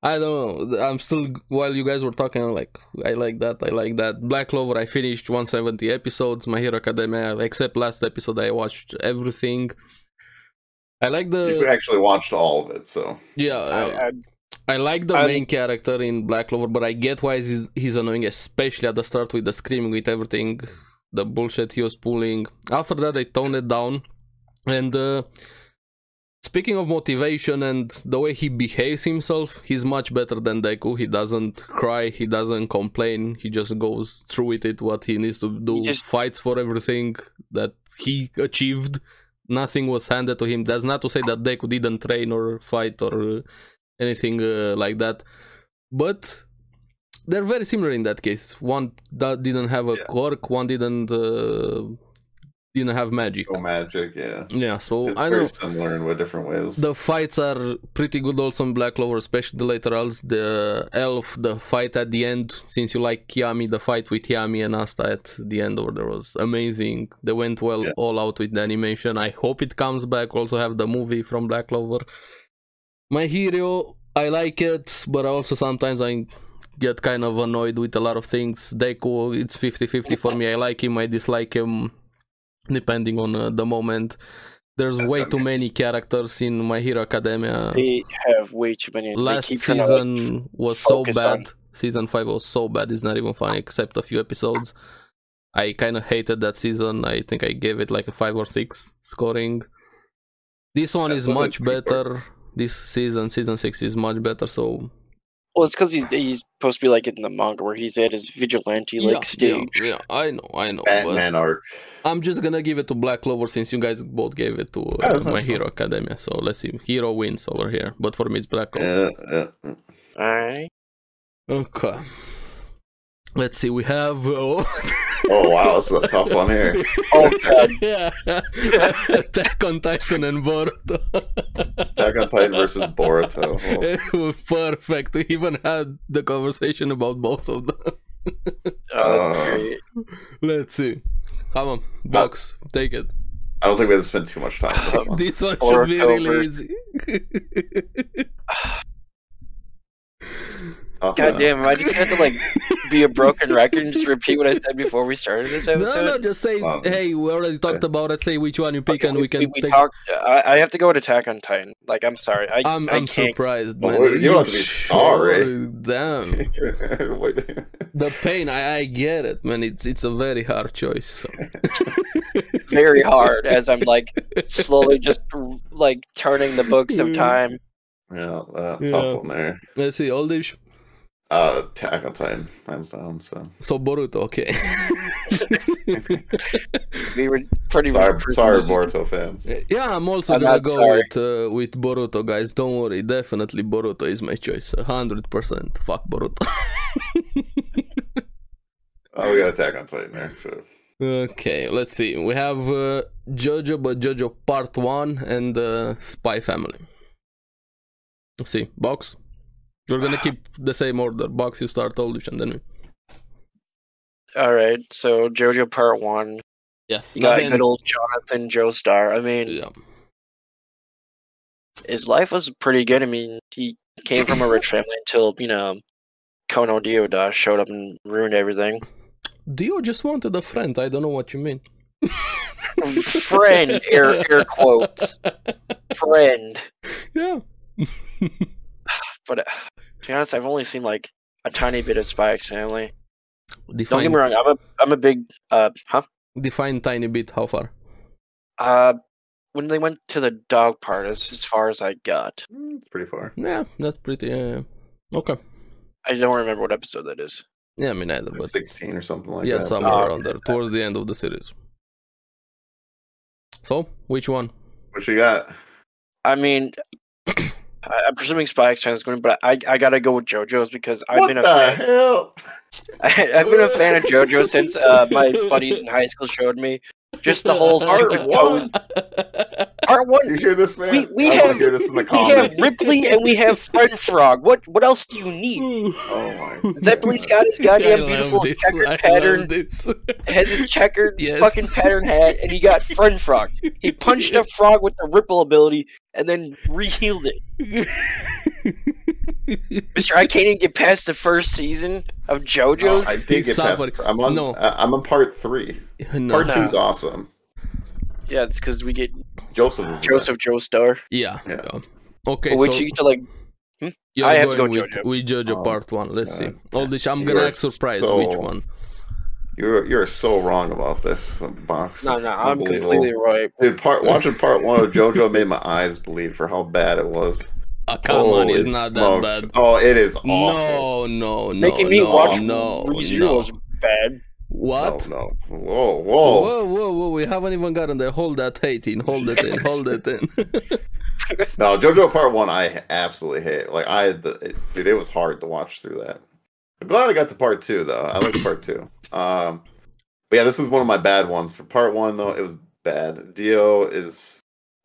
S2: I don't know. I'm still while you guys were talking, I'm like I like that, I like that. Black Clover, I finished 170 episodes. My Hero Academia, except last episode, I watched everything. I like
S1: you
S2: the
S1: actually watched all of it, so
S2: yeah. uh,
S3: I, I,
S2: I like the
S3: I'm-
S2: main character in Black Clover, but I get why he's, he's annoying, especially at the start with the screaming, with everything, the bullshit he was pulling. After that, I toned it down. And uh, speaking of motivation and the way he behaves himself, he's much better than Deku. He doesn't cry, he doesn't complain, he just goes through with it, what he needs to do,
S3: just-
S2: fights for everything that he achieved. Nothing was handed to him. That's not to say that Deku didn't train or fight or uh, anything uh, like that. But they're very similar in that case. One that didn't have a
S1: Yeah.
S2: quirk, one didn't uh, didn't have magic.
S1: no magic. Yeah,
S2: Yeah, so
S1: Oh, it's
S2: I
S1: very
S2: know
S1: similar in different ways.
S2: the fights are pretty good also in Black Clover, especially the laterals, the elf, the fight at the end. Since you like Kiami, the fight with Kiami and Asta at the end over there was amazing. They went well
S1: Yeah.
S2: all out with the animation. I hope it comes back. Also have the movie from Black Clover. My hero, I like it, but also sometimes I get kind of annoyed with a lot of things. Deku, it's 50-50 for me. I like him, I dislike him, depending on uh, the moment. There's
S1: That's
S2: way
S1: not
S2: too
S1: nice.
S2: many characters in My Hero Academia.
S3: They have way too many. they
S2: Last
S3: keep trying to, like,
S2: season was so
S3: focus
S2: bad.
S3: on-
S2: Season five was so bad. It's not even funny except a few episodes. I kind of hated that season. I think I gave it like a five or six scoring. This one
S1: That's
S2: is
S1: not a
S2: much
S1: good score.
S2: better. This season, season six, is much better. So
S3: Well, it's because he's, he's supposed to be like in the manga where he's at his vigilante like
S2: yeah,
S3: stage.
S2: yeah, I know, I know. but-
S1: Batman arc.
S2: I'm just gonna give it to Black Clover since you guys both gave it to
S1: Yeah,
S2: uh,
S1: that's
S2: My
S1: nice.
S2: Hero Academia. So let's see. Hero wins over here. But for me, it's Black Clover.
S1: Uh, uh, uh.
S3: All right.
S2: Okay. Let's see. We have. Uh,
S1: oh wow, this is a tough one here.
S3: Oh god.
S2: yeah.
S3: Oh,
S2: Attack on Titan and
S1: Oh.
S2: Boruto.
S1: Attack on Titan versus Boruto. Oh,
S2: It was perfect. We even had the conversation about both of them.
S3: Oh, that's
S1: Uh.
S3: great.
S2: Let's see. Come on, box, take it.
S1: I don't think we had to spend too much time. Oh. on This one.
S2: This one should be
S3: Boruto
S2: really
S3: versus-
S2: easy.
S1: Tough
S3: God
S1: one.
S3: damn, am I just gonna have to like be a broken record and just repeat what I said before we started this
S2: No,
S3: episode?
S2: no, just say,
S1: Um,
S2: hey, we already talked about it. Say which one you pick,
S3: Okay,
S2: and we, can
S3: we
S2: take.
S3: talked. uh, I, I have to go with Attack on Titan. Like, I'm sorry. I,
S2: I'm,
S3: I
S2: I'm
S3: can't.
S2: surprised,
S1: Oh, Well,
S2: man.
S1: you don't have to be sorry.
S2: sure- Damn,
S1: Wait.
S2: the pain. I, I get it, man. It's it's a very hard choice. so.
S3: Very hard as I'm like slowly just like turning the books
S2: Mm.
S3: of time.
S1: yeah, uh, tough
S2: Yeah.
S1: one there.
S2: Let's see, oldish.
S1: Uh, Attack on Titan, hands down. So
S2: So Boruto, okay.
S3: We were pretty.
S1: sorry,
S3: pretty-
S1: sorry, Boruto fans.
S2: yeah, I'm also
S3: I'm
S2: gonna
S3: not
S2: go
S3: sorry.
S2: with uh, with Boruto, guys. Don't worry, definitely Boruto is my choice, hundred percent. Fuck Boruto.
S1: Oh, we got Attack on Titan there. So
S2: Okay, let's see. We have uh, JoJo, but JoJo Part One and uh, Spy Family. Let's see, box. We're gonna keep the same order. Box, you start oldish, and then me.
S3: All right, so JoJo Part One.
S2: Yes.
S3: You got
S2: I mean,
S3: good old Jonathan Joestar. I mean,
S2: yeah.
S3: his life was pretty good. I mean, he came from a rich family until you know, Kono Dioda showed up and ruined everything.
S2: Dio just wanted a friend. I don't know what you mean.
S3: Friend, air air quotes. Friend.
S2: Yeah.
S3: But uh, to be honest, I've only seen like a tiny bit of Spy X Family. Don't
S2: Define,
S3: get me wrong. I'm a I'm a big uh huh
S2: define tiny bit. How far?
S3: uh when they went to the dog part as as far as I got.
S1: mm, it's pretty far.
S2: Yeah, that's pretty. Uh, okay.
S3: I don't remember what episode that is.
S2: Yeah, I mean either, but
S1: Sixteen or something like
S2: yeah,
S1: that. Uh,
S2: somewhere
S3: Ah,
S2: around there, towards the end of the series. So, which one?
S1: What you got?
S3: I mean. I- I'm presuming Spy X Family is going, but I I gotta go with JoJo's because I've
S1: what
S3: been
S1: the
S3: a fan.
S1: hell?
S3: I, I've been a fan of JoJo since uh, my buddies in high school showed me just the whole
S1: Part
S3: stupid
S1: one.
S3: pose. Part
S1: You
S3: one,
S1: hear this, man?
S3: We- we
S1: I wanna
S3: have-
S1: hear this in the
S3: we
S1: comments.
S3: have Ripley and we have Fred Frog. What what else do you need?
S1: Oh my.
S3: Zeppelin's got his
S2: I
S3: goddamn
S2: love
S3: beautiful
S2: this,
S3: checkered
S2: I love
S3: pattern.
S2: this.
S3: Has his checkered
S2: Yes.
S3: fucking pattern hat, and he got Fred Frog. He punched a frog with the ripple ability and then rehealed it. Mister, I can't even get past the first season of
S1: Oh,
S3: JoJo's.
S1: I did get past.
S2: Somebody-
S1: I'm on.
S2: No.
S1: I- I'm on part three.
S2: no.
S1: Part two is awesome.
S3: Yeah, it's because we get
S1: Joseph is in
S3: Joseph Joestar,
S2: Yeah.
S1: Yeah.
S2: yeah. Okay,
S3: which
S2: so
S3: you get to like.
S2: you're
S3: I have to
S2: going
S3: go
S2: with,
S3: JoJo.
S2: with JoJo
S1: Oh,
S2: Part One. Let's see. All this, I'm
S1: You
S2: gonna
S1: are
S2: act surprised
S1: so-
S2: which one.
S1: there. You're you're so wrong about this box.
S3: No,
S1: It's
S3: no, I'm
S1: unbelievable.
S3: completely right.
S1: Dude, part watching part one of JoJo made my eyes bleed for how bad it was.
S2: Ah, come on,
S1: Holy
S2: it's not
S1: smokes.
S2: that bad.
S1: Oh, it is awful.
S2: No, no, no,
S3: Making me
S2: no,
S3: watch
S2: no,
S3: ReZero
S2: no.
S3: was bad.
S2: What?
S1: No, no. Whoa,
S3: Oh.
S1: whoa.
S2: Whoa, whoa, whoa! We haven't even gotten there. Hold that hate in. Hold it in. Hold it in.
S1: No, JoJo Part One, I absolutely hate. Like I had the it, dude, it was hard to watch through that. I'm glad I got to Part Two though. I liked Part Two. Um, but yeah, this is one of my bad ones. For Part One though, it was bad. Dio is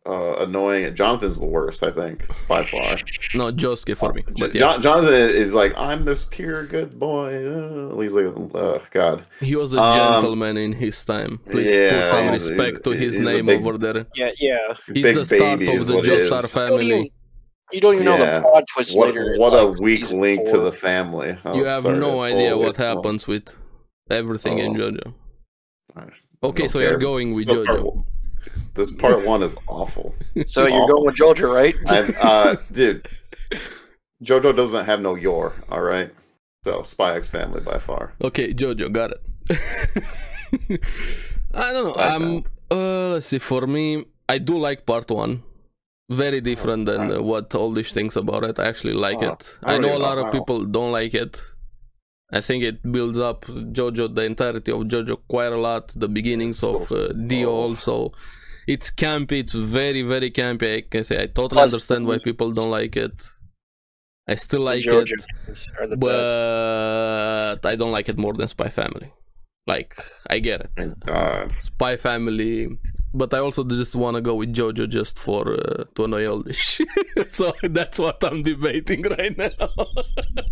S1: uh, annoying. Jonathan's the worst, I think, by far. Uh,
S2: no, Josuke for me.
S1: Oh, J-
S2: But yeah,
S1: Jon- Jonathan is like, I'm this pure good boy. Uh, He's like, oh God.
S2: he was a
S1: Um,
S2: gentleman in his time. Please
S1: yeah,
S2: put some
S1: he's-
S2: respect
S1: he's-
S2: to his
S1: he's a
S2: name
S1: big-
S2: over there.
S3: Yeah, yeah.
S2: He's
S1: Big
S2: the start
S1: baby
S2: of
S1: is
S2: the
S1: what he
S2: Joestar
S1: is.
S3: You don't even,
S2: family.
S3: you don't even know
S1: Yeah.
S3: the plot twist
S1: What,
S3: later. in,
S1: what a
S3: like,
S1: weak
S3: season
S1: link to
S3: four.
S1: the family.
S3: Oh,
S1: how
S2: you
S1: it
S2: have no
S1: started.
S2: idea
S1: Holy
S2: what
S1: smoke.
S2: happens with everything in
S1: Oh.
S2: JoJo.
S1: I
S2: Okay,
S1: don't
S2: so
S1: care.
S2: you're going with
S1: Still part
S2: JoJo.
S1: one. This part one is awful.
S3: So you're
S1: Awful.
S3: going with Jojo, right?
S1: I've, uh, dude, JoJo doesn't have no your. All right, so Spy X Family by far.
S2: Okay, Jojo, got it. I don't know.
S1: That's
S2: um, uh, let's see. For me, I do like part one. Very different than uh, what all these things about it. I actually like
S1: Oh,
S2: it.
S1: I
S2: I know
S1: really
S2: a lot
S1: love
S2: of
S1: that.
S2: people don't like it. I think it builds up Jojo, the entirety of Jojo, quite a lot. The beginnings
S1: So-
S2: of uh, Dio
S1: oh.
S2: also. It's campy. It's very, very campy. I can say I totally
S3: Plus-
S2: understand why people don't like it. I still like
S3: Jojo
S2: it
S3: are the best.
S2: but I don't like it more than Spy Family. Like I get it,
S1: Thank God.
S2: Spy Family, but I also just want to go with JoJo just for uh, to annoy Eldish. so that's what I'm debating right now.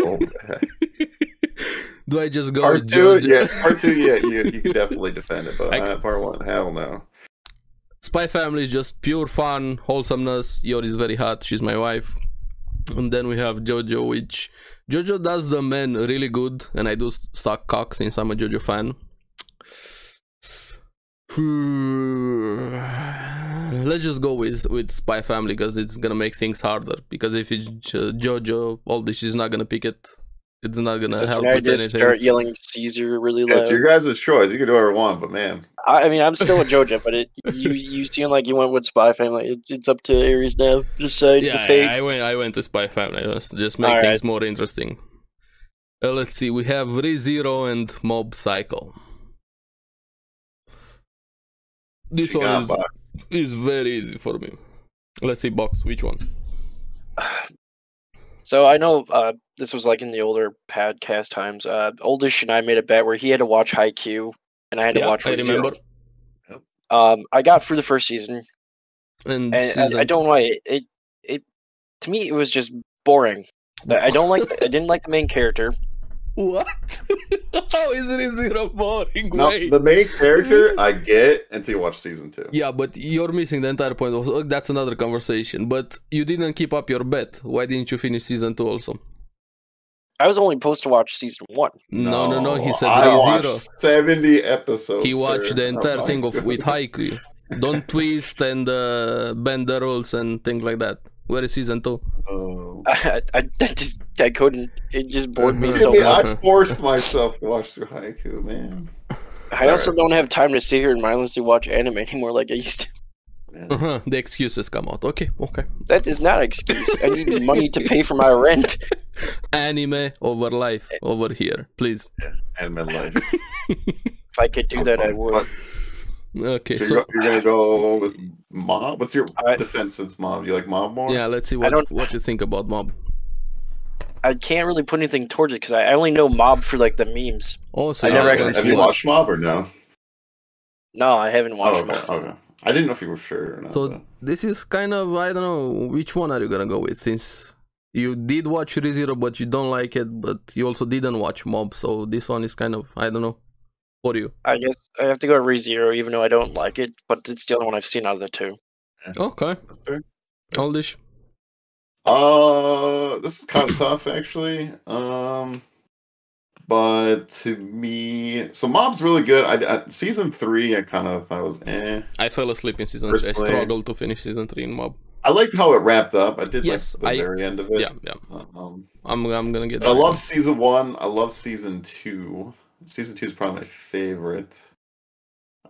S1: Oh, heck.
S2: Do I just go
S1: part
S2: with
S1: two,
S2: JoJo?
S1: yeah, part two, yeah, you you can definitely defend it, but
S2: I-
S1: uh, part one, hell no.
S2: Spy Family is just pure fun, wholesomeness. Yori is very hot. She's my wife. And then we have Jojo, which Jojo does the men really good, and I do s- suck cock since I'm a Jojo fan. Hmm. Let's just go with with Spy Family because it's gonna make things harder. Because if it's Jo- Jojo, all this is not gonna pick it. It's not gonna
S3: So
S2: help
S3: when I
S2: with
S3: just
S2: anything.
S3: start yelling Caesar really loud.
S1: It's your guys' choice. You can do whatever you want, but man,
S3: I I mean, I'm still with Jojo, but it, you you seem like you went with Spy Family. It's it's up to Aries now. Decide the
S2: yeah,
S3: fate.
S2: I, I went. I went to Spy Family. Let's just make
S3: All
S2: things more interesting. Uh, let's see. We have ReZero and Mob Psycho. This
S1: she got
S2: one
S1: by.
S2: is, is very easy for me. Let's see, box. Which one?
S3: So I know uh, this was like in the older podcast times. Uh, Oldish and I made a bet where he had to watch Haikyuu and I had to
S2: Yeah,
S3: watch
S2: I
S3: ReZero.
S2: remember.
S3: Um, I got through the first season,
S2: And,
S3: and I, I
S2: season-
S3: don't know why it, it it to me it was just boring. I I don't like I didn't like the main character.
S2: What? How is ReZero boring?
S1: No,
S2: Wait.
S1: the main character I get until you watch season two.
S2: Yeah, but you're missing the entire point. Of, that's another conversation. But you didn't keep up your bet. Why didn't you finish season two also?
S3: I was only supposed to watch season one.
S2: No, no, no. he said
S1: I
S2: ReZero.
S1: watched seventy episodes.
S2: he watched
S1: sir.
S2: the entire
S1: Oh my
S2: thing of
S1: God.
S2: with Haiku. Don't twist and uh, bend the rules and things like that. Where is season two?
S1: Oh.
S3: I, I, I just I couldn't. It just bored me
S2: Mhm.
S1: I
S3: so
S1: mean,
S3: much.
S1: I forced myself to watch through Haiku, man.
S3: I also don't have time to sit here and mindlessly watch anime anymore like I used to.
S1: Yeah.
S2: Uh-huh. The excuses come out. Okay, okay.
S3: That is not an excuse. I need money to pay for my rent.
S2: Anime over life over here, please.
S1: And men life.
S3: If I could do that, I would.
S2: Okay,
S1: so you're,
S2: so
S1: go- you're gonna go with mob. What's your
S3: I-
S1: defense since mob? Do you like mob more?
S2: yeah, let's see
S3: I
S2: what
S3: don't-
S2: what you think about mob.
S3: I can't really put anything towards it because I I only know Mob for like the memes.
S2: Oh, so
S3: I
S2: you
S3: never
S2: don't
S3: actually
S1: Have you watched
S2: watch.
S1: mob or no?
S3: No, I haven't watched
S1: Oh, okay,
S3: Mob.
S1: okay. I didn't know if you were sure or not.
S2: So
S1: but-
S2: this is kind of I don't know which one are you gonna go with since you did watch ReZero but you don't like it, but you also didn't watch Mob. So this one is kind of I don't know for you.
S3: I guess I have to go to ReZero even though I don't like it, but it's the only one I've seen out of the two.
S2: Okay,
S1: That's fair.
S2: oldish.
S1: Uh, this is kind of tough actually. Um, but to me, so mob's really good. I, I season three, I kind of thought was eh.
S2: I fell asleep in season three. I
S1: Personally-
S2: struggled to finish season three in Mob.
S1: I liked how it wrapped up. I did
S2: Yes,
S1: like the
S2: I-
S1: very end of it.
S2: Yeah, yeah.
S1: Um,
S2: I'm I'm gonna get.
S1: but I
S2: that.
S1: love season one. I love season two. Season two is probably my favorite.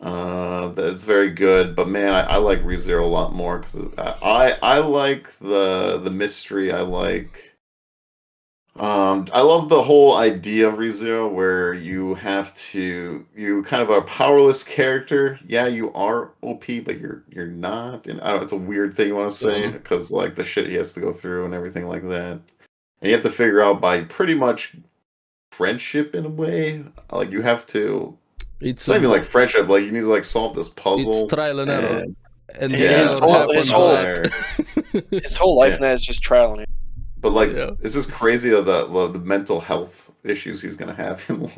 S1: Uh, that's very good. But man, I, I like ReZero a lot more because I, I I like the the mystery. I like. Um, I love the whole idea of ReZero where you have to you kind of are a powerless character. Yeah, you are OP, but you're you're not. And I don't, it's a weird thing you want to say
S2: Mhm.
S1: because like the shit he has to go through and everything like that. And you have to figure out by pretty much friendship in a way. Like you have to
S2: It's
S1: it's not
S2: a-
S1: even like friendship. Like you need to like solve this puzzle.
S2: it's trial and error.
S1: and-
S2: And
S3: Yeah,
S2: the
S1: yeah,
S3: it's
S2: error
S3: all-
S2: happens
S3: it's
S2: a
S3: all
S2: lot.
S1: there.
S3: His whole life
S1: Yeah.
S3: now is just trial and error.
S1: But like,
S2: Yeah.
S1: it's just crazy that the, the the mental health issues he's gonna have in life.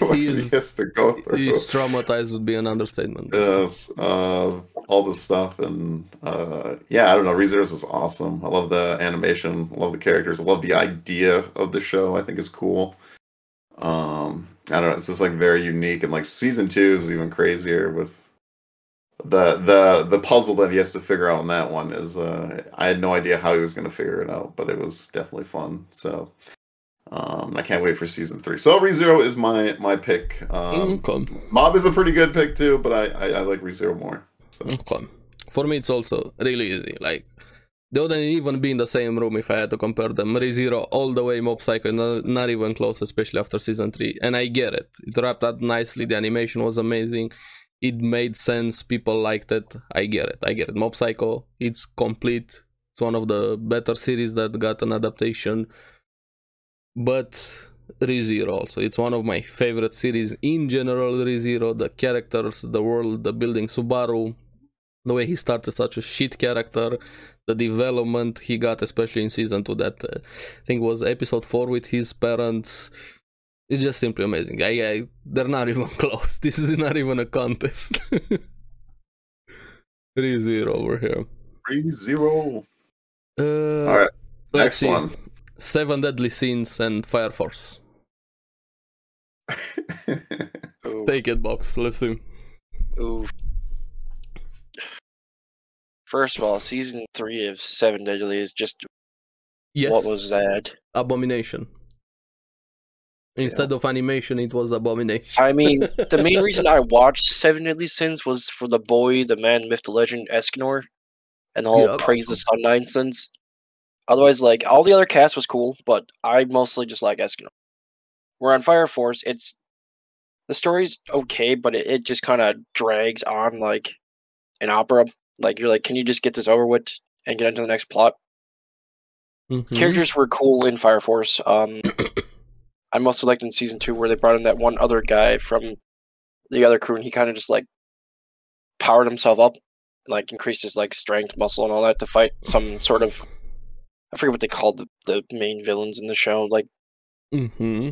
S1: what he
S2: He's-
S1: has to go through.
S2: He's traumatized would be an understatement.
S1: Yes, uh, all this stuff, and uh, yeah, I don't know. ReZero's is awesome. I love the animation, I love the characters, I love the idea of the show. I think is cool. Um, I don't know. It's just like very unique, and like season two is even crazier with the the the puzzle that he has to figure out in that one is uh I had no idea how he was gonna figure it out, but it was definitely fun. So um I can't wait for season three. So ReZero is my my pick. Um
S2: Okay.
S1: Mob is a pretty good pick too, but I I, I like ReZero more. So
S2: Okay. For me, it's also really easy. Like, they wouldn't even be in the same room if I had to compare them. ReZero all the way, Mob Psycho, no- not even close, especially after season 3. And I get it. It wrapped up nicely. The animation was amazing. It made sense. People liked it. I get it. I get it. Mob Psycho, it's complete. It's one of the better series that got an adaptation. But ReZero also. It's one of my favorite series in general. ReZero, the characters, the world, the building, Subaru, the way he started such a shit character, the development he got, especially in season two, that uh, I think was episode four with his parents. It's just simply amazing. I, I they're not even close. This is not even a contest. Three zero over here.
S1: ReZero.
S2: Uh,
S1: All right,
S2: let's
S1: next
S2: see.
S1: one.
S2: Seven Deadly Sins and Fire Force.
S3: Ooh,
S2: Take it, box. Let's see.
S3: ooh. First of all, season three of Seven Deadly is just
S2: Yes.
S3: what was that?
S2: Abomination? Instead of animation, it was abomination.
S3: I mean, the main reason I watched Seven Deadly Sins was for the boy, the man, myth, the legend, Escanor, and the whole
S2: Yup.
S3: praise the sun nonsense. Otherwise, like all the other cast was cool, but I mostly just like Escanor. We're on Fire Force. It's the story's okay, but it, it just kind of drags on like an opera. Like you're like, can you just get this over with and get into the next plot?
S1: Mm-hmm.
S2: Mhm.
S3: characters were cool in Fire Force. Um, I mostly liked in season two where they brought in that one other guy from the other crew, and he kind of just like powered himself up, like increased his like strength, muscle, and all that to fight some sort of I forget what they called the, the main villains in the show. Like,
S2: Mm-hmm.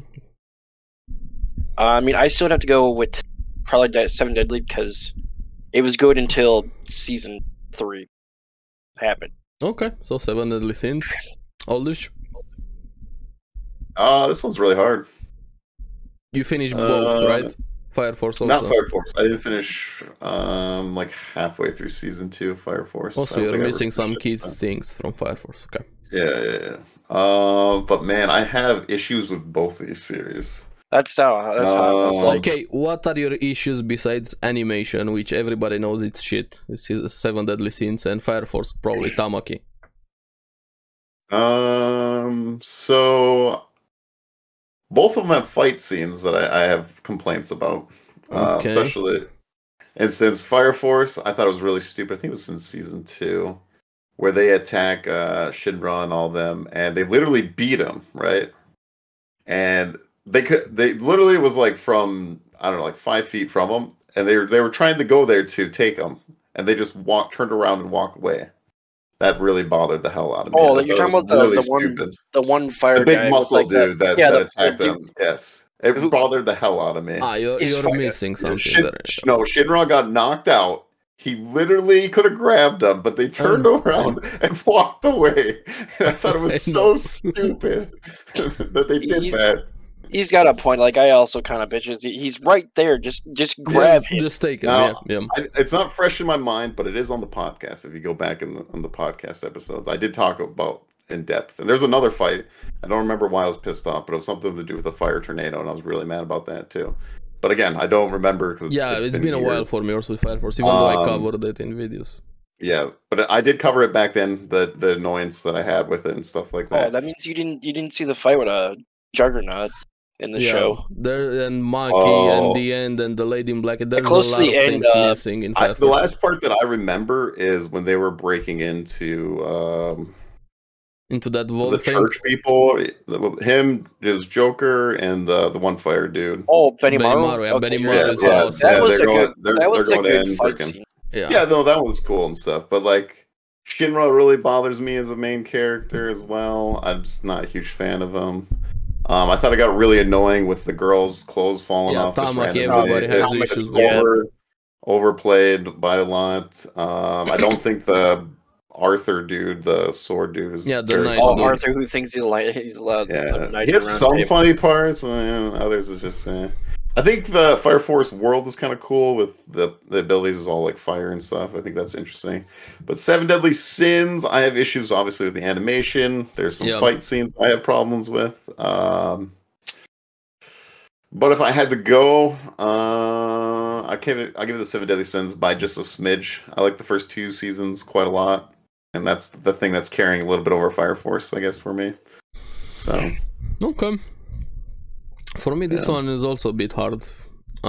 S3: uh, I mean, I still would have to go with probably De- Seven Deadly because it was good until season three happened.
S2: Okay, so seven deadly sins. Aldish,
S1: Uh this one's really hard.
S2: you finished
S1: Uh,
S2: both, right? Fire Force also.
S1: Not Fire Force. I didn't finish um like halfway through season two of Fire Force. I
S2: also,
S1: don't
S2: Oh, you're
S1: think I ever
S2: missing some
S1: finished
S2: key
S1: it, so.
S2: things from Fire Force. Okay.
S1: Yeah, yeah, yeah. Um, but man, I have issues with both these series.
S3: That's how. That's how. I felt.
S1: Uh, Like-
S2: okay, what are your issues besides animation, which everybody knows it's shit? It's his Seven Deadly Sins and Fire Force, probably Tamaki.
S1: Um, so both of them have fight scenes that I, I have complaints about. Uh,
S2: Okay.
S1: especially, and since Fire Force, I thought it was really stupid. I think it was in season two, where they attack uh, Shinra and all them, and they literally beat them, right? And they could, they literally was like from I don't know, like five feet from them, and they were they were trying to go there to take them, and they just walk turned around and walked away. That really bothered the hell out of me.
S3: Oh,
S1: I
S3: that you're
S1: thought it
S3: talking
S1: was
S3: about the-
S1: really
S3: the one-
S1: stupid.
S3: the one fire
S1: the big
S3: guy was
S1: muscle
S3: like that-
S1: dude that,
S3: yeah,
S1: that
S3: the-
S1: attacked
S3: the dude-
S1: them. Yes, it
S3: Who-
S1: bothered the hell out of me.
S2: Ah, you're,
S3: It's
S2: you're
S3: fire.
S2: missing
S1: Yeah,
S2: something
S1: Shin-
S2: there.
S1: Sh- no, Shinra got knocked out. He literally could have grabbed them, but they turned
S2: Oh,
S1: around and walked away. And I thought it was
S2: I
S1: so
S2: know.
S1: stupid that they did
S3: He's-
S1: that.
S3: He's got a point. Like I also kind of bitches. He, he's right there. Just just grab
S2: Yes,
S3: him.
S2: just take it.
S1: No.
S2: Yeah, yeah.
S1: I, it's not fresh in my mind, but it is on the podcast. If you go back in the, on the podcast episodes, I did talk about in depth. And there's another fight. I don't remember why I was pissed off, but it was something to do with a fire tornado, and I was really mad about that too. But again, I don't remember. Cause
S2: Yeah, it's been, a while
S1: years.
S2: for me also with Fire Force, even though I
S1: Um,
S2: covered it in videos.
S1: Yeah, but I did cover it back then. The the annoyance that I had with it and stuff like
S3: Oh,
S1: that.
S3: that means you didn't you didn't see the fight with a juggernaut in the
S2: yeah,
S3: show.
S2: There and Maki
S1: Oh.
S2: and the end and the Lady in Black. There's a
S3: close
S2: lot
S3: to
S2: of
S3: the end,
S2: things
S3: uh,
S2: missing in
S1: I,
S2: Fire
S1: the
S2: Force.
S1: last part that I remember is when they were breaking into um,
S2: into that wall
S1: the
S2: thing.
S1: church people. Him, his Joker, and the the one fire dude.
S3: Oh, Benny
S2: Benimaru,
S3: Maru.
S2: yeah, Benimaru
S1: Yeah,
S2: is
S1: yeah,
S2: awesome.
S1: yeah,
S3: that was
S1: they're
S3: a
S1: going-
S3: good.
S1: they're-
S3: that was
S1: they're
S3: a
S1: going
S3: good
S1: in
S3: fight
S1: freaking-
S3: scene.
S2: Yeah.
S1: yeah, no, that was cool and stuff. But like, Shinra really bothers me as a main character as well. I'm just not a huge fan of him. Um, I thought it got really annoying with the girls' clothes falling
S2: Yeah,
S1: off. just
S2: Tamaki,
S1: randomly.
S2: everybody
S1: It-
S2: has
S1: it's
S2: issues
S3: with that.
S1: over, overplayed by a lot. Um, I don't think the Arthur dude, the sword dude, is
S2: Yeah, the
S1: very
S2: knight
S1: funny.
S3: Oh,
S2: dude.
S3: Arthur, who thinks he's a light, he's allowed.
S1: Yeah, he has some funny parts, and others is just. Eh. I think the Fire Force world is kind of cool with the, the abilities is all like fire and stuff. I think that's interesting. But Seven Deadly Sins, I have issues obviously with the animation. There's some
S2: Yeah.
S1: fight scenes I have problems with. Um, but if I had to go, uh, I give it I give it the Seven Deadly Sins by just a smidge. I like the first two seasons quite a lot, and that's the thing that's carrying a little bit over Fire Force, I guess, for me. So
S2: Okay. For me, this
S1: Yeah.
S2: one is also a bit hard.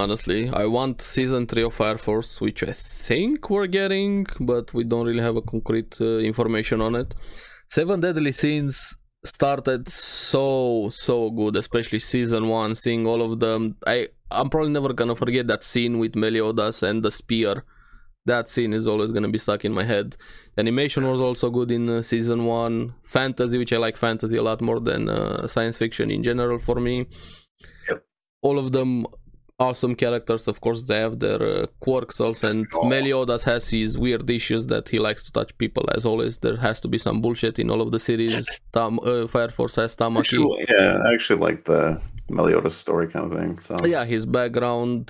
S2: Honestly, I want season three of Fire Force, which I think we're getting, but we don't really have a concrete uh, information on it. Seven Deadly Sins started so so good, especially season one. Seeing all of them, I I'm probably never gonna forget that scene with Meliodas and the spear. That scene is always gonna be stuck in my head. Animation was also good in uh, season one. Fantasy, which I like fantasy a lot more than uh, science fiction in general for me.
S1: Yep.
S2: All of them awesome characters. Of course, they have their uh, quirks also. And
S1: Oh.
S2: Meliodas has his weird issues that he likes to touch people. As always, there has to be some bullshit in all of the series. Tam- uh, Fire Force has Tamaki.
S1: actually, yeah, I actually like the Meliodas story kind of thing. So
S2: Oh, Yeah, his background.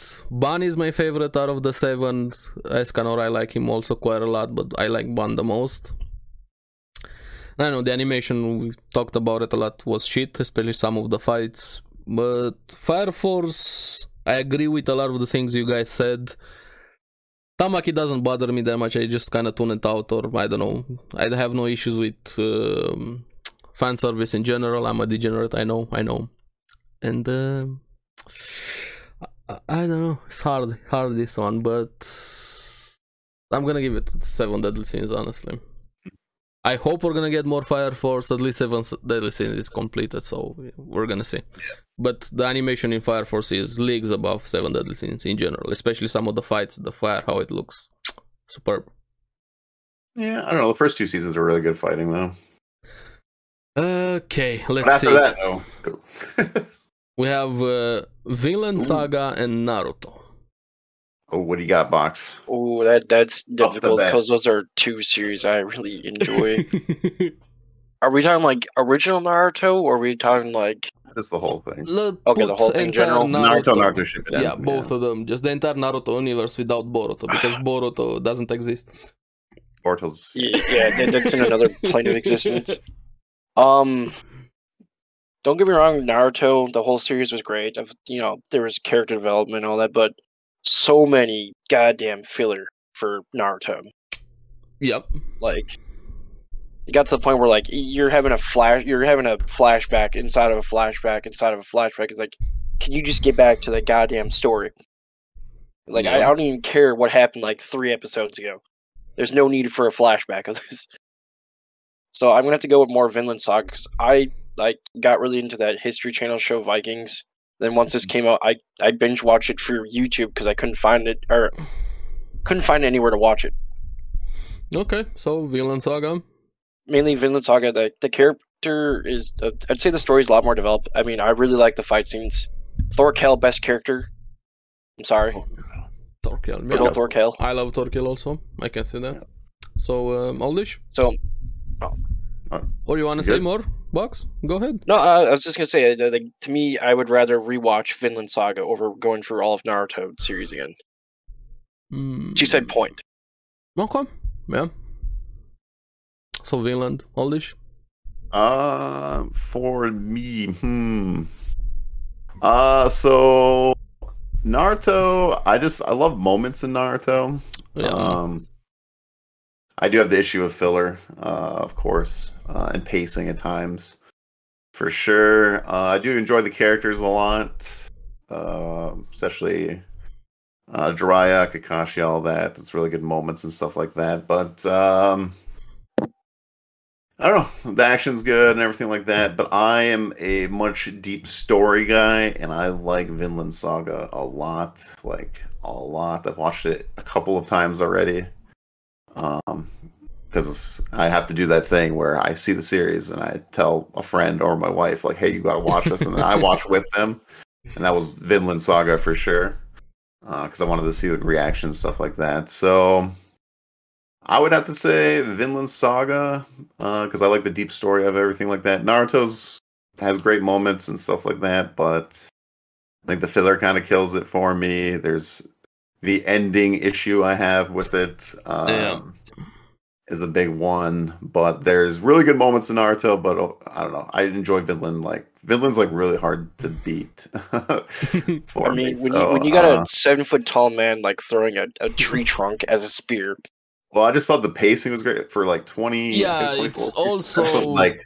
S2: Ban is my favorite out of the seven. Escanor, I like him also quite a lot, but I like Ban the most. I know the animation we talked about it a lot was shit, especially some of the fights. But Fire Force, I agree with a lot of the things you guys said. Tamaki doesn't bother me that much. I just kind of tune it out, or I don't know. I have no issues with um, fan service in general. I'm a degenerate. I know. I know. And um I, I don't know. It's hard. Hard this one, but I'm gonna give it seven deadly sins. Honestly, I hope we're gonna get more Fire Force. At least seven s- deadly sins is completed, so we're gonna see. But the animation in Fire Force is leagues above seven deadly sins in general, especially some of the fights, the fire, how it looks, superb.
S1: Yeah, I don't know. The first two seasons are really good fighting, though.
S2: Okay,
S1: But
S2: let's
S1: after
S2: see.
S1: that, though,
S2: We have uh, Villain
S1: Ooh.
S2: Saga and Naruto.
S1: oh, what do you got, box?
S3: Oh, that that's
S1: the
S3: difficult
S1: bat.
S3: because those are two series I really enjoy. are we talking like original Naruto, or are we talking like
S1: Just the whole thing.
S2: Let-
S3: Okay, the
S2: put
S3: whole thing in
S2: entire
S3: general.
S1: Naruto, Naruto, Shippuden.
S2: Yeah, both of them. Just the entire Naruto universe without Boruto, because Boruto doesn't exist.
S1: Portals.
S3: y- yeah, that, that's in another plane of existence? Um, don't get me wrong, Naruto, the whole series was great. Of you know, there was character development, and all that, but so many goddamn filler for Naruto.
S2: Yep.
S3: Like, it got to the point where like you're having a flash, you're having a flashback inside of a flashback inside of a flashback. It's like, can you just get back to the goddamn story? Like, I, I
S2: Yeah.
S3: don't even care what happened like three episodes ago. There's no need for a flashback of this. So I'm gonna have to go with more Vinland Saga because I like got really into that History Channel show Vikings. Then once this came out, I I binge watched it for YouTube because I couldn't find it or couldn't find anywhere to watch it.
S2: Okay, so Villain Saga.
S3: Mainly Vinland Saga. The the character is uh, I'd say the story's a lot more developed. I mean, I really like the fight scenes. Thorkel best character. I'm sorry,
S1: Oh,
S2: Torkel.
S3: yeah.
S2: Yeah.
S3: Thorkel.
S2: I love Torkel also. I can see that. So, um, Aldish,
S3: So
S2: or you want to
S1: You
S2: say
S1: good?
S2: more? Box, go ahead.
S3: no, I, I was just gonna say uh, like, to me, I would rather rewatch Vinland Saga over going through all of Naruto series again.
S2: Mm.
S3: She said point.
S2: Okay. Yeah. So, Vinland, Aldish.
S1: Uh, for me, hmm. Uh, so Naruto, I just I love moments in Naruto.
S2: Yeah.
S1: Um, I do have the issue of filler, uh, of course, uh, and pacing at times, for sure. Uh, I do enjoy the characters a lot, uh, especially uh, Jiraiya, Kakashi, all that. It's really good moments and stuff like that. But um, I don't know. The action's good and everything like that. But I am a much deep story guy, and I like Vinland Saga a lot. Like a lot. I've watched it a couple of times already. Um, because I have to do that thing where I see the series and I tell a friend or my wife, like, "Hey, you got to watch this," and then I watch with them. And that was Vinland Saga for sure, because I wanted to see the reaction stuff like that. So. I would have to say Vinland Saga because uh, I like the deep story of everything like that. Naruto's has great moments and stuff like that, but Like the filler kind of kills it for me. There's the ending issue I have with it. Um,
S2: Yeah.
S1: Is a big one, but there's really good moments in Naruto. But oh, I don't know. I enjoy Vinland. Like Vinland's like really hard to beat.
S3: I
S1: for
S3: mean,
S1: me,
S3: when,
S1: so,
S3: you, when you got
S1: uh,
S3: a seven foot tall man like throwing a, a tree trunk as a spear,
S1: Well, I just thought the pacing was great for like 20.
S2: Yeah,
S1: 24
S2: it's
S1: episodes,
S2: also-
S1: like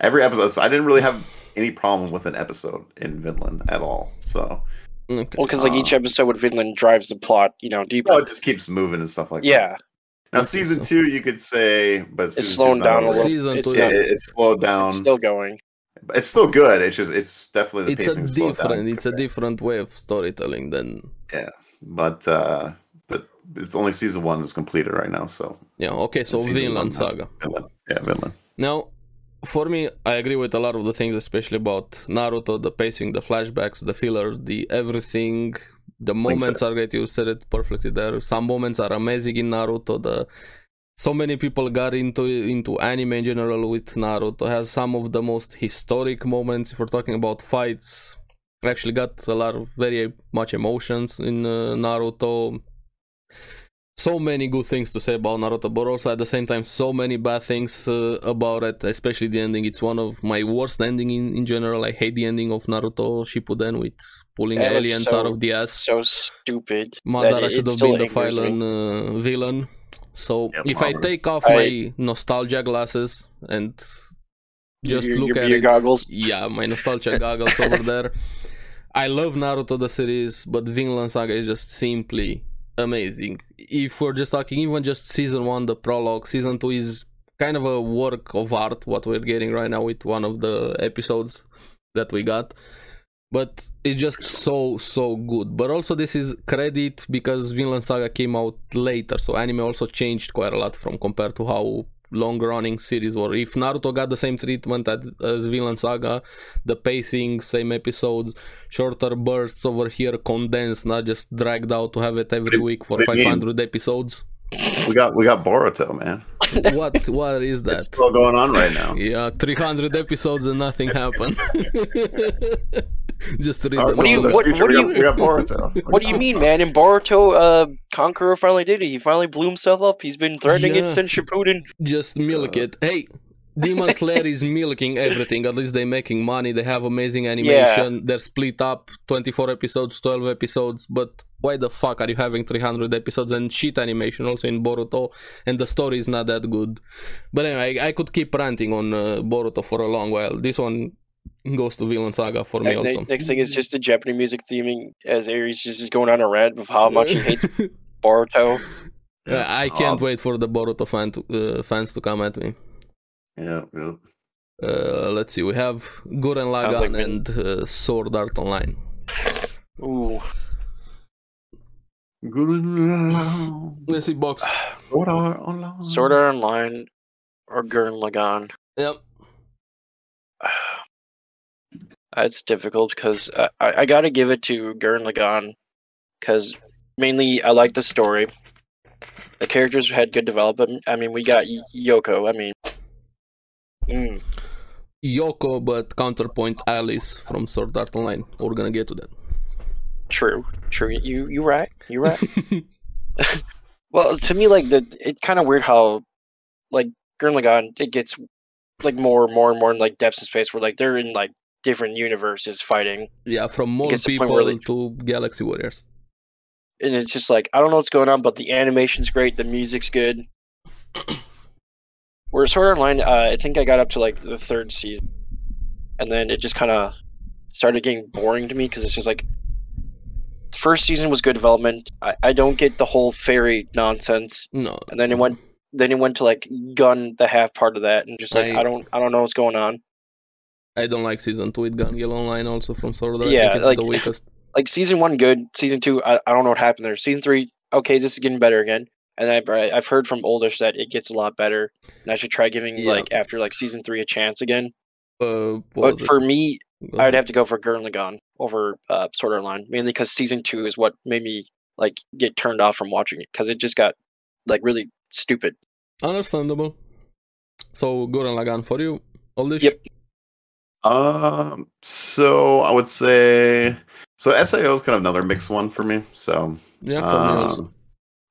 S1: every episode. So I didn't really have any problem with an episode in Vinland at all. So
S2: Okay.
S3: well, because
S1: Uh-huh.
S3: like each episode with Vinland drives the plot, you know, deeper.
S1: no, it just keeps moving and stuff like that.
S3: yeah,
S1: Now,
S2: Okay,
S1: season
S2: so-
S1: two, you could say, but season two's
S3: slowing
S1: not
S3: down a
S1: really-
S3: little.
S2: Season
S3: it's
S2: two,
S1: Yeah,
S3: not-
S1: it, um, it's slowed down.
S3: it's still going.
S1: It's still good. It's just, it's definitely the
S2: it's a
S1: pacing slowed down.
S2: different it's a different way of storytelling than
S1: But, uh, but it's only season one is completed right now. So,
S2: yeah okay so
S1: Season one,
S2: Vinland
S1: huh?
S2: Saga
S1: Vinland. Yeah, Vinland.
S2: now for me I agree with a lot of the things especially about Naruto the pacing the flashbacks the filler the everything the
S1: Like
S2: moments are great you said it perfectly there some moments are amazing in Naruto the so many people got into into anime in general with Naruto has some of the most historic moments if we're talking about fights actually got a lot of very much emotions in uh, Naruto so many good things to say about Naruto but also at the same time so many bad things uh, about it especially the ending it's one of my worst ending in, in general I hate the ending of Naruto Shippuden with pulling
S3: That was
S2: aliens
S3: so-
S2: out of the ass
S3: So stupid. that
S2: Madara
S3: it,
S2: should
S3: it
S2: have
S3: still
S2: been the
S3: angers me.
S2: villain. Uh, villain. So
S1: Yeah,
S2: if I
S1: Madara.
S2: take off
S3: I-
S2: my nostalgia glasses and just
S3: Your-
S2: look
S3: your
S2: at
S3: beer
S2: it,
S3: goggles.
S2: yeah, my nostalgia goggles over there. I love Naruto the series, but Vinland Saga is just simply amazing. If we're just talking even just season one, the prologue, season two is kind of a work of art. What we're getting right now with one of the episodes that we got. But it's just so so good. But also this is credit because Vinland Saga came out later, so anime also changed quite a lot from compared to how long running series were. If Naruto got the same treatment that, as Vinland Saga, the pacing, same episodes, shorter bursts over here, condensed, not just dragged out to have it every week for
S1: What do you mean?
S2: 500 episodes.
S1: We got, we got Boruto, man.
S2: What what is that?
S1: It's still going on right now.
S2: Yeah, 300 episodes and nothing happened. Just to read
S1: Naruto
S2: them
S3: What do you-
S1: in the
S2: all.
S3: what-
S1: future,
S3: what
S1: we
S3: do
S1: got- we
S3: you-
S1: got Boruto.
S3: What do you mean, man? In Boruto, uh, Conqueror finally did it. He finally blew himself up. He's been threatening
S2: Yeah.
S3: it since Shippuden.
S2: just milk
S1: Uh.
S2: it. Hey, Demon Slayer is milking everything. At least they're making money. They have amazing animation. They're split up 24 episodes, 12 episodes. But why the fuck are you having 300 episodes and shit animation also in Boruto? And the story is not that good. But anyway, I, I could keep ranting on uh, Boruto for a long while. This one goes to Villain Saga for me
S3: Ne- ne-
S2: also.
S3: Next thing is just the Japanese music theming as Aries just is going on a rant of how much he hates Boruto.
S2: Uh, I can't wait for the Boruto fan to, uh, fans to come at me.
S1: Yeah, yeah.
S2: Uh, let's see. We have Gurren
S3: Sounds
S2: Lagann
S3: like me.
S2: and uh, Sword Art Online.
S3: Ooh,
S1: Good
S2: Let's see, box.
S1: Sword Art Online.
S3: Sword Art Online or Gurren Lagann.
S2: Yep.
S3: Uh, It's difficult because I, I I gotta give it to Gurren Lagann because mainly I like the story. The characters had good development. I mean, we got Y- Yoko. I mean, mm,
S2: Yoko, but counterpoint Alice from Sword Art Online. We're gonna get to that.
S3: true, true. You you right. You right. Well, to me, like the it's kind of weird how, like Gurren Lagann, it gets like more and more and more in like depths in space where like they're in like different universes fighting,
S2: yeah, from more
S3: gets to the point
S2: people
S3: where they-
S2: to Galaxy Warriors.
S3: and it's just like I don't know what's going on, but the animation's great, the music's good. Where Sword Art Online, uh, I think I got up to like the third season, and then it just kind of started getting boring to me because it's just like the first season was good development. I, I don't get the whole fairy nonsense.
S2: No,
S3: and then it went then it went to like gun the half part of that and just like
S2: Right.
S3: I don't I don't know what's going on.
S2: I don't like season two with Gangel Online also from Sword Art. I
S3: Yeah,
S2: think it's
S3: like-
S2: the weakest.
S3: Like season one good, season two I, I don't know what happened there. Season three okay this is getting better again, and I've I- I've heard from oldish that it gets a lot better, and I should try giving
S2: Yeah.
S3: like after like season three a chance again.
S2: Uh,
S3: but for me, I'd have to go for Gurren Lagann over uh, Sword Art Online mainly because season two is what made me like get turned off from watching it because it just got like really stupid.
S2: understandable. So Gurren Lagann for you, Oldish.
S3: Yep.
S1: Um, so I would say So SAO is kind of another mixed one for me. So
S2: Yeah, for me
S1: um,
S2: also.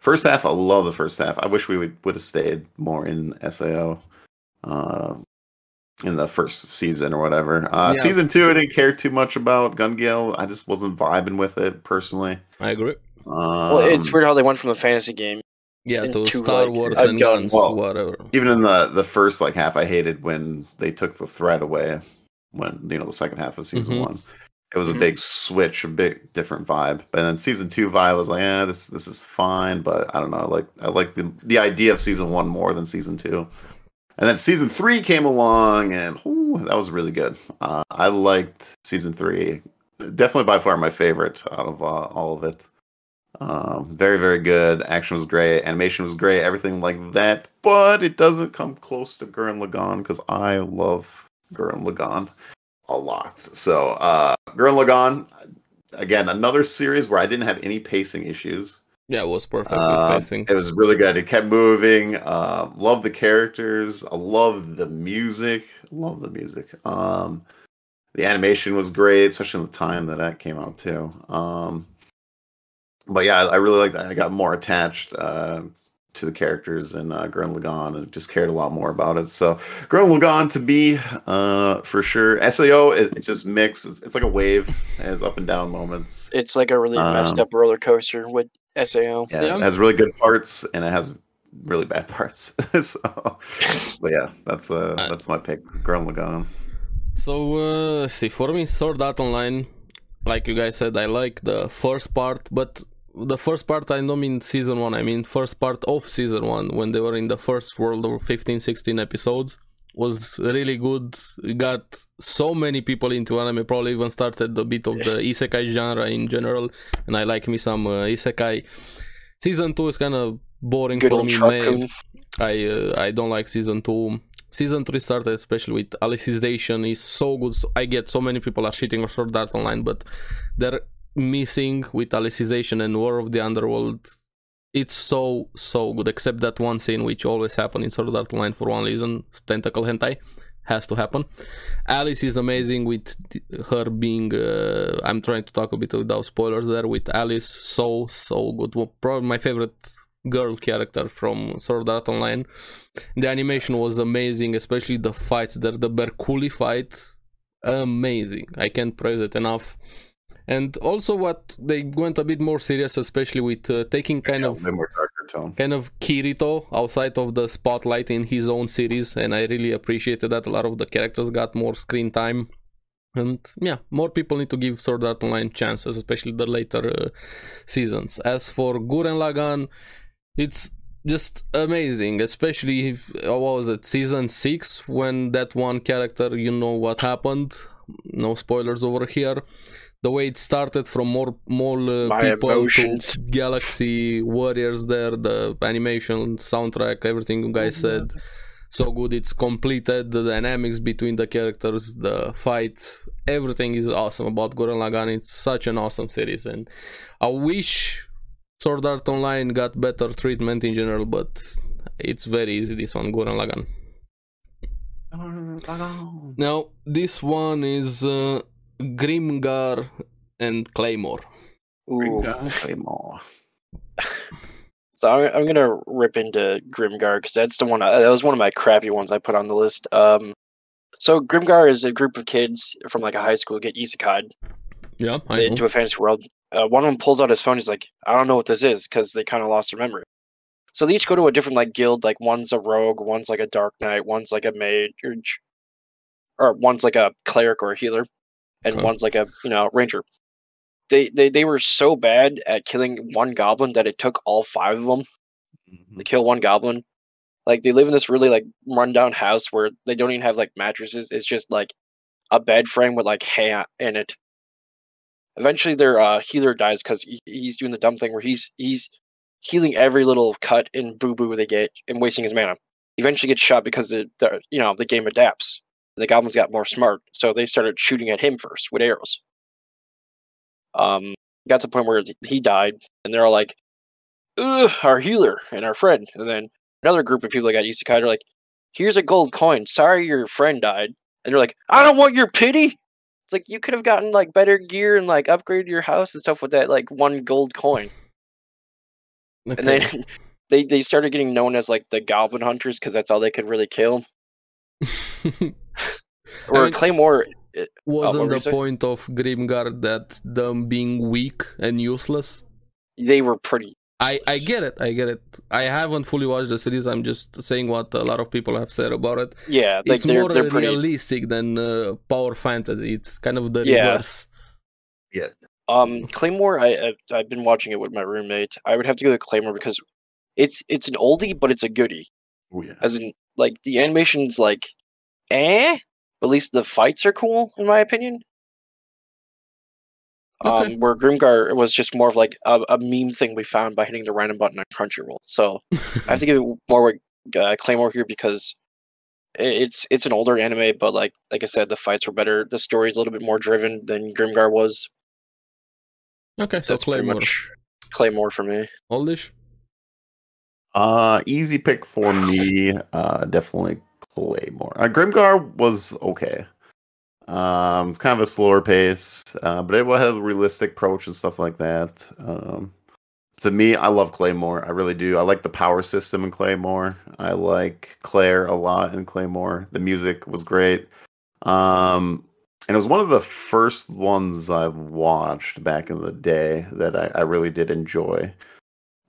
S1: first half, I love the first half. I wish we would would have stayed more in SAO uh, in the first season or whatever. Uh,
S2: Yeah.
S1: Season two, I didn't care too much about Gun Gale. I just wasn't vibing with it personally.
S2: I agree.
S1: Um,
S3: Well, it's weird how they went from a fantasy game.
S2: Yeah,
S3: And
S2: to
S3: two,
S2: Star
S3: like,
S2: Wars
S3: I've
S2: and
S3: done-
S2: guns,
S1: well,
S2: whatever.
S1: Even in the the first like half, I hated when they took the threat away. When you know the second half of season
S2: Mhm.
S1: one, it was
S3: Mhm.
S1: a big switch, a big different vibe. But then season two vibe was like, yeah, this this is fine, but I don't know. I Like I like the the idea of season one more than season two. And then season three came along, and ooh, that was really good. Uh, I liked season three, definitely by far my favorite out of uh, all of it. Um, very, very good. Action was great. Animation was great. Everything like that. But it doesn't come close to Gurren Lagann because I love Gurren Lagann a lot. So uh, Gurren Lagann, again, another series where I didn't have any pacing issues.
S2: Yeah, it was perfect
S1: Uh,
S2: with pacing.
S1: It was really good. It kept moving. Uh, love the characters. I love the music. Love the music. Um, the animation was great, especially in the time that that came out too. Um, but yeah, I, I really like that. I got more attached uh, to the characters in uh, Gurren Lagann and just cared a lot more about it. So Gurren Lagann to be uh, for sure. Sao it, it's just mixed. It's, it's like a wave. It has up and down moments.
S3: It's like a really messed
S1: Um,
S3: up roller coaster with Sao.
S1: Yeah,
S2: Yeah.
S1: it has really good parts and it has really bad parts. so, but yeah, that's uh,
S2: Uh,
S1: that's my pick, Gurren Lagann.
S2: So, uh, see, for me, Sword Art Online, like you guys said, I like the first part, but the first part, I don't mean season one, I mean first part of season one, when they were in the first world of 15, 16 episodes, was really good. It Got so many people into anime, probably even started a bit of the isekai genre in general, and I like me some uh, isekai. Season two is kind of boring
S3: Good
S2: for
S3: old
S2: me.
S3: truck
S2: mate.
S3: coon.
S2: I uh, I don't like season two. Season three started especially with Alicization is so good. So I get so many people are shitting on Sword Art Online, but they're missing with Alicization and War of the Underworld. It's so so good, except that one scene which always happen in Sword Art Online for one reason: tentacle hentai has to happen. Alice is amazing with th- her being. Uh, I'm trying to talk a bit without spoilers there. With Alice, so so good. Well, Probably my favorite girl character from Sword Art Online. The animation was amazing, especially the fights. There, the Berkuli fight, amazing. I can't praise it enough. And also, what they went a bit more serious, especially with uh, taking kind
S1: Yeah,
S2: of
S1: a bit more darker tone.
S2: kind of Kirito outside of the spotlight in his own series, and I really appreciated that. A lot of the characters got more screen time, and yeah, more people need to give Sword Art Online chances, especially the later uh, seasons. As for Gurren Lagann, it's just amazing, especially if uh, what was it season six when that one character, you know what happened. No spoilers over here. The way it started from more more uh,
S3: My
S2: people
S3: emotions.
S2: to Galaxy Warriors there, the animation, soundtrack, everything you guys said. So good, it's completed. The dynamics between the characters, the fights, everything is awesome about Gurren Lagann. It's such an awesome series, and I wish Sword Art Online got better treatment in general, but it's very easy this one, Gurren Lagann. Now, this one is uh, Grimgar and Claymore.
S3: Ooh.
S1: Claymore.
S3: So I'm, I'm gonna rip into Grimgar because that's the one. I, that was one of my crappy ones I put on the list. Um, so Grimgar is a group of kids from like a high school get isekai
S2: Yeah, I know.
S3: into a fantasy world. Uh, one of them pulls out his phone. He's like, I don't know what this is because they kind of lost their memory. So they each go to a different like guild. Like one's a rogue, one's like a dark knight, one's like a mage, or, j- or one's like a cleric or a healer, and
S2: Okay.
S3: one's like a you know ranger. They, they they were so bad at killing one goblin that it took all five of them they kill one goblin. Like they live in this really like rundown house where they don't even have like mattresses. It's just like a bed frame with like hay on- in it. Eventually, their uh, healer dies because he, he's doing the dumb thing where he's he's healing every little cut and boo boo they get and wasting his mana. Eventually, gets shot because the, the you know the game adapts. The goblins got more smart, so they started shooting at him first with arrows. Um, got to the point where he died, and they're all like, Ugh, our healer and our friend. And then another group of people that got isekai are like, here's a gold coin. Sorry your friend died. And they're like, I don't want your pity. It's like you could have gotten like better gear and like upgraded your house and stuff with that like one gold coin. And
S2: Okay.
S3: then they they started getting known as like the goblin hunters because that's all they could really kill. Or
S2: mean-
S3: claymore.
S2: Wasn't
S3: were you
S2: the
S3: saying?
S2: point of Grimgard that them being weak and useless?
S3: They were pretty.
S2: I, I
S3: Useless.
S2: get it, I get it. I haven't fully watched the series. I'm just saying what a lot of people have said about it.
S3: Yeah, like
S2: it's
S3: they're
S2: more
S3: they're pretty.
S2: realistic than uh, power fantasy. It's kind of the
S3: Yeah.
S2: reverse.
S3: Um, Claymore, I, I I've been watching it with my roommate. I would have to go to Claymore because it's it's an oldie, but it's a goodie.
S1: Oh yeah.
S3: As in, like the animation's like, eh, but at least the fights are cool in my opinion.
S2: Okay.
S3: Um, where Grimgar was just more of like a, a meme thing we found by hitting the random button on Crunchyroll. So I have to give it more weight, uh, Claymore here because i- it's it's an older anime, but like like I said, the fights were better. The story's a little bit more driven than Grimgar was.
S2: Okay, so
S3: That's pretty
S2: Claymore.
S3: much Claymore for me.
S2: Oldish?
S1: Uh, easy pick for me. Uh, definitely Claymore. Uh, Grimgar was okay. Um, kind of a slower pace, uh, but it had a realistic approach and stuff like that. Um, to me, I love Claymore. I really do. I like the power system in Claymore. I like Claire a lot in Claymore. The music was great. Um, and it was one of the first ones I watched back in the day that I, I really did enjoy.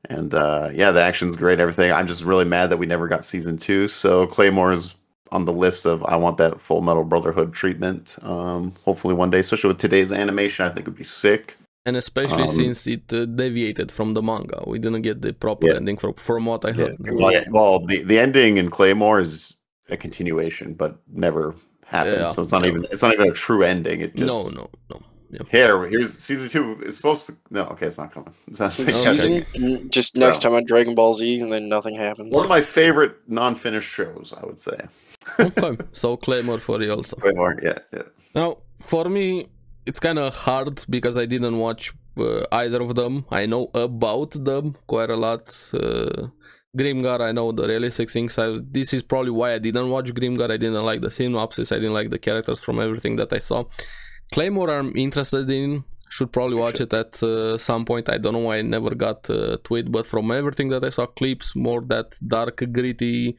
S1: And uh, yeah, the action's great, everything. I'm just really mad that we never got season two. So Claymore's on the list of I want that Full Metal Brotherhood treatment. Um, hopefully one day, especially with today's animation, I think would be sick.
S2: And especially
S1: Um,
S2: since it uh, deviated from the manga. We didn't get the proper
S1: Yeah.
S2: ending from, from what I heard.
S1: Well, yeah, well, the, the ending in Claymore is a continuation, but never happened.
S2: Yeah,
S1: so it's not
S2: yeah.
S1: even it's not even a true ending. It just
S2: No, no, no. Yeah.
S1: Here, here's season two is supposed to. No, okay, it's not coming. It's not,
S3: Season, n- just next
S1: So-
S3: time on Dragon Ball Z, and then nothing happens.
S1: One of my favorite non-finished shows, I would say.
S2: Okay, so Claymore for you also.
S1: Claymore, yeah, yeah.
S2: Now, for me, it's kind of hard because I didn't watch uh, either of them. I know about them quite a lot. Uh, Grimgar, I know the realistic things. I, this is probably why I didn't watch Grimgar. I didn't like the synopsis. I didn't like the characters from everything that I saw. Claymore, I'm interested in. Should probably watch it at uh, some point. I don't know why I never got uh, to it, but from everything that I saw, clips more that dark, gritty,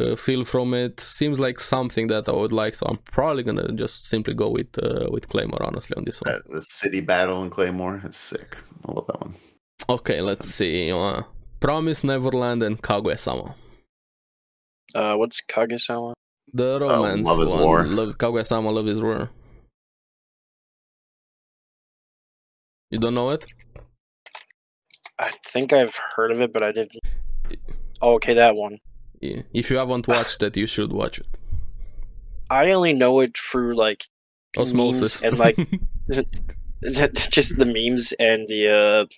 S2: uh, feel from it seems like something that I would like, so I'm probably gonna just simply go with uh, with Claymore honestly on this one.
S1: That- the city battle in Claymore. It's sick. I love that one.
S2: Okay, let's see. Uh, Promise Neverland and Kaguya-sama.
S3: Uh, what's Kaguya-sama?
S2: The romance
S1: Oh, Love is
S2: one.
S1: War.
S2: Love Kaguya-sama, Love is War. You don't know it?
S3: I think I've heard of it, but I didn't. Oh, okay, that one.
S2: Yeah. If you haven't watched it, you should watch it.
S3: I only know it through like
S2: Osmosis.
S3: memes and like just the memes and the. Uh,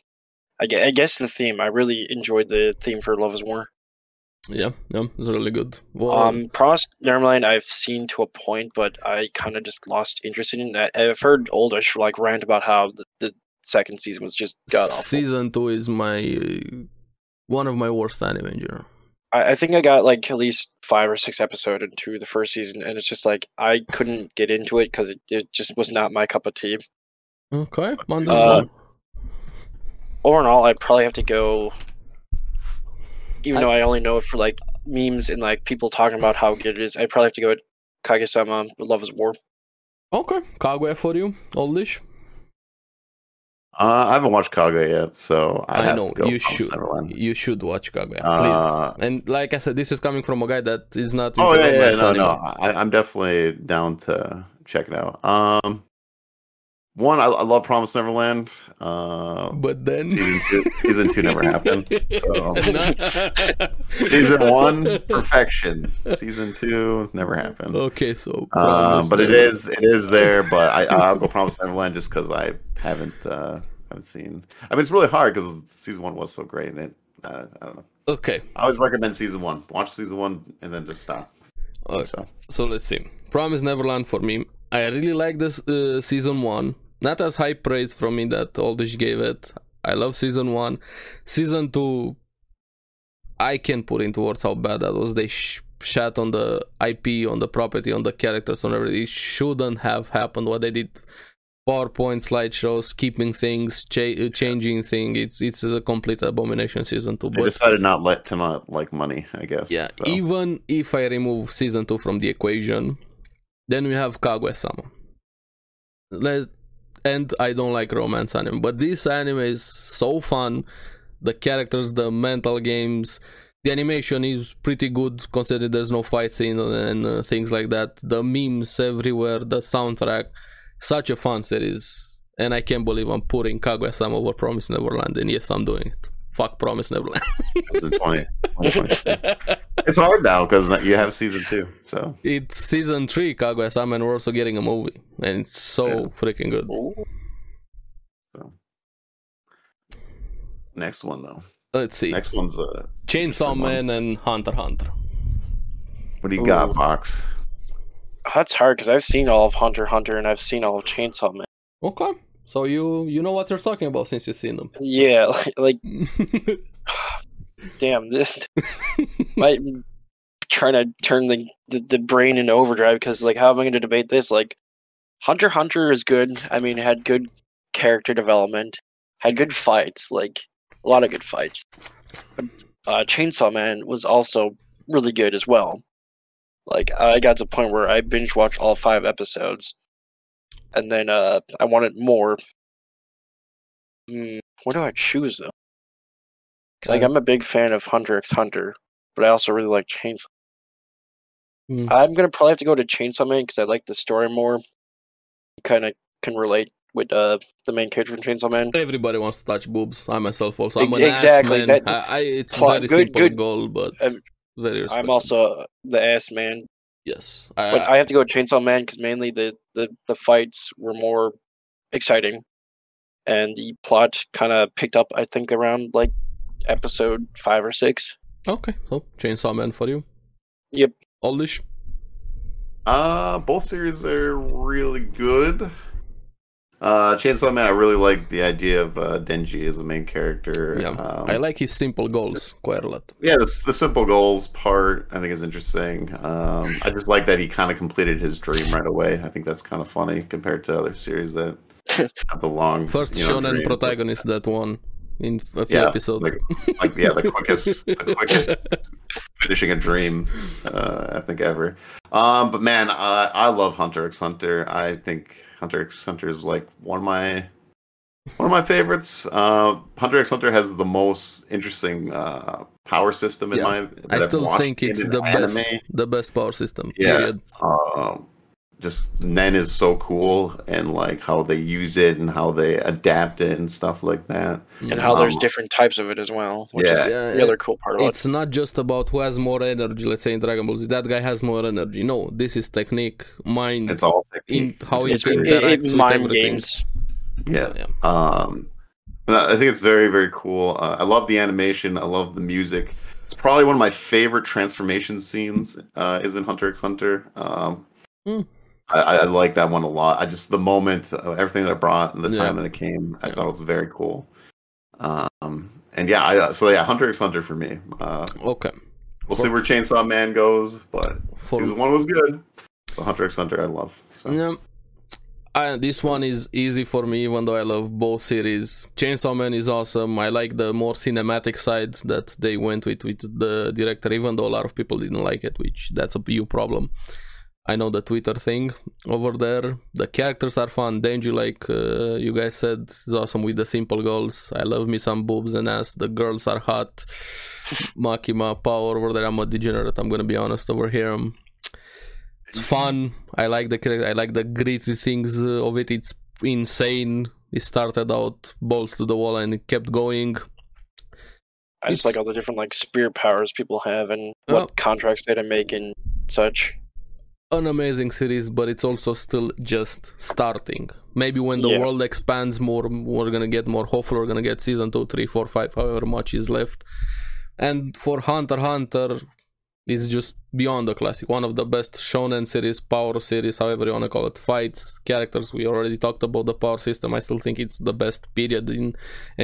S3: I gue- I guess the theme. I really enjoyed the theme for Love Is War.
S2: yeah, yeah, it's really good. Well,
S3: Um, Promised Neverland, I've seen to a point, but I kind of just lost interest in it. I, I've heard Oldish like rant about how the, the second season was just god awful.
S2: season two is my uh, one of my worst anime in general.
S3: I, I think I got like at least five or six episodes into the first season, and it's just like I couldn't get into it because it, it just was not my cup of tea.
S2: Okay,
S3: Uh,
S2: wonderful.
S3: All in all, I'd probably have to go. Even
S2: I-
S3: though I only know it for like memes and like people talking about how good it is, I'd probably have to go with Kaguya-sama, Love Is War.
S2: okay, Kaguya for you, oldish.
S1: Uh, I haven't watched Kaguya yet, so I'd
S2: I
S1: have
S2: know,
S1: to go
S2: you
S1: Promised
S2: should.
S1: Neverland.
S2: You should watch Kaguya,
S1: Uh,
S2: please. And like I said, this is coming from a guy that is not.
S1: Oh
S2: into
S1: yeah, yeah,
S2: romance
S1: no,
S2: anime.
S1: no. I, I'm definitely down to check it out. Um, one, I, I love Promised Neverland. Uh,
S2: But then
S1: season two, season two never happened. so-
S2: No.
S1: Season one, perfection. Season two never happened.
S2: okay, so.
S1: Uh,
S2: Oh, Promised
S1: but it
S2: Neverland.
S1: is it is there. But I I'll go Promise Neverland just because I haven't uh haven't seen. I mean, it's really hard because season one was so great, and it uh, I don't know.
S2: okay.
S1: I always recommend season one. Watch season one and then just stop.
S2: Okay.
S1: So
S2: So let's see. Promise Neverland for me. I really like this uh, season one. Not as high praise from me that Oldish gave it. I love season one. Season two, I can't put into words how bad that was. They sh- shat on the IP, on the property, on the characters, on everything. It shouldn't have happened. What they did, PowerPoint slideshows, skipping things, cha- changing things. It's it's a complete abomination season two.
S1: They decided not let to not like money, I guess.
S2: yeah, e-
S1: so.
S2: even if I remove season two from the equation, then we have Kaguya-sama. Let and I don't like romance anime, but this anime is so fun. The characters, the mental games, the animation is pretty good considering there's no fight scene and uh, things like that. The memes everywhere, the soundtrack, such a fun series. And I can't believe I'm putting Kaguya-sama over Promise Neverland, and yes, I'm doing it. Fuck Promise Neverland.
S1: It's in 20 2022. it's hard now because you have season two. So
S2: it's season three Kaguya-sama, and we're also getting a movie, and it's so
S1: Yeah.
S2: freaking good.
S3: Ooh.
S1: next one though.
S2: Let's see,
S1: Next one's uh,
S2: Chainsaw
S1: Next one.
S2: Man and Hunter x Hunter.
S1: what do you got,
S3: Ooh.
S1: Box?
S3: That's hard because I've seen all of Hunter x Hunter and I've seen all of Chainsaw Man.
S2: Okay, so you you know what you're talking about since you've seen them.
S3: Yeah, like, like damn, this my trying to turn the, the, the brain into overdrive because like how am I going to debate this? Like Hunter x Hunter is good. I mean, it had good character development, had good fights, like a lot of good fights. But, uh, Chainsaw Man was also really good as well. Like I got to the point where I binge watched all five episodes, and then uh, I wanted more. Mm, what do I choose though? 'Cause, like
S2: Uh,
S3: I'm a big fan of Hunter x Hunter, but I also really like Chainsaw.
S2: Hmm.
S3: I'm gonna probably have to go to Chainsaw Man because I like the story more. Kind of can relate with uh the main character from Chainsaw Man.
S2: Everybody wants to touch boobs. I myself also. I'm
S3: Ex-
S2: an
S3: exactly,
S2: Ass man.
S3: that-
S2: I, I, it's
S3: Plot-
S2: very
S3: good-
S2: simple
S3: good.
S2: goal, but
S3: Um,
S2: very.
S3: I'm
S2: respectable.
S3: also the ass man,
S2: yes. Uh, I,
S3: but I have to go with Chainsaw Man because mainly the, the the fights were more exciting, and the plot kind of picked up. I think around like episode five or six.
S2: okay. So Chainsaw Man for you.
S3: Yep.
S2: Oldish.
S1: Uh, both series are really good. Uh, Chainsaw Man, I really like the idea of uh, Denji as the main character.
S2: Yeah,
S1: um,
S2: I like his simple goals quite a lot.
S1: yeah the, the simple goals part i think is interesting um i just like that he kind of completed his dream right away i think that's kind of funny compared to other series that have the long
S2: First
S1: you know,
S2: shonen
S1: dreams.
S2: protagonist that one in f- a few
S1: Yeah,
S2: episodes.
S1: like- like yeah the quickest the quickest finishing a dream uh i think ever um but man i i love hunter x hunter i think hunter x hunter is like one of my one of my favorites uh hunter x hunter has the most interesting uh power system in
S2: Yeah.
S1: my that
S2: I
S1: I've
S2: still
S1: watched
S2: think
S1: in
S2: it's
S1: an
S2: the best,
S1: anime.
S2: the best power system.
S1: Yeah.
S2: Period.
S1: um, just Nen is so cool and like how they use it and how they adapt it and stuff like that.
S3: And
S2: Mm.
S3: how there's
S1: Um,
S3: different types of it as well, which
S1: yeah.
S3: is
S2: Yeah,
S3: the other cool part about it.
S2: it's not just about who has more energy. Let's say in Dragon Ball Z, that guy has more energy. No, this is technique, mind,
S1: It's all
S2: in how
S1: It's
S2: it,
S1: great.
S3: It-
S2: interacts
S3: it,
S2: with
S3: mind
S2: everything.
S3: games.
S1: yeah.
S2: So, yeah.
S1: Um, and I I think it's very very cool. Uh, I love the animation. I love the music. It's probably one of my favorite transformation scenes. Uh, is in Hunter x Hunter. Um,
S2: Hmm.
S1: I, I I like that one a lot. I just the moment, uh, everything that it brought, and the
S2: Yeah.
S1: time that it came, I
S2: Yeah.
S1: thought it was very cool. Um, and yeah, I, so yeah, Hunter x Hunter for me. Uh,
S2: Okay.
S1: We'll see where Chainsaw Man goes, but
S2: For
S1: season one was good. The Hunter x Hunter, I love. So.
S2: Yeah. I, this one is easy for me, even though I love both series. Chainsaw Man is awesome. I like the more cinematic side that they went with with the director, even though a lot of people didn't like it, which that's a you problem. I know the Twitter thing over there. The characters are fun. Denji, like uh, you guys said, is awesome with the simple goals. I love me some boobs and ass. The girls are hot. Makima, power over there. I'm a degenerate. I'm gonna be honest over here. i it's fun. I like the character. I like the gritty things uh, of it. It's insane. It started out balls to the wall and it kept going.
S3: I
S2: It's-
S3: just like all the different like spirit powers people have and
S2: Oh.
S3: what contracts they had to make and such.
S2: An amazing series, but it's also still just starting. Maybe when the
S3: Yeah.
S2: world expands more, we're gonna get more. Hopefully, we're gonna get season two, three, four, five, however much is left. And for Hunter x Hunter, it's just beyond the classic. One of the best shonen series, power series, however you wanna call it. Fights, characters. We already talked about the power system. I still think it's the best period in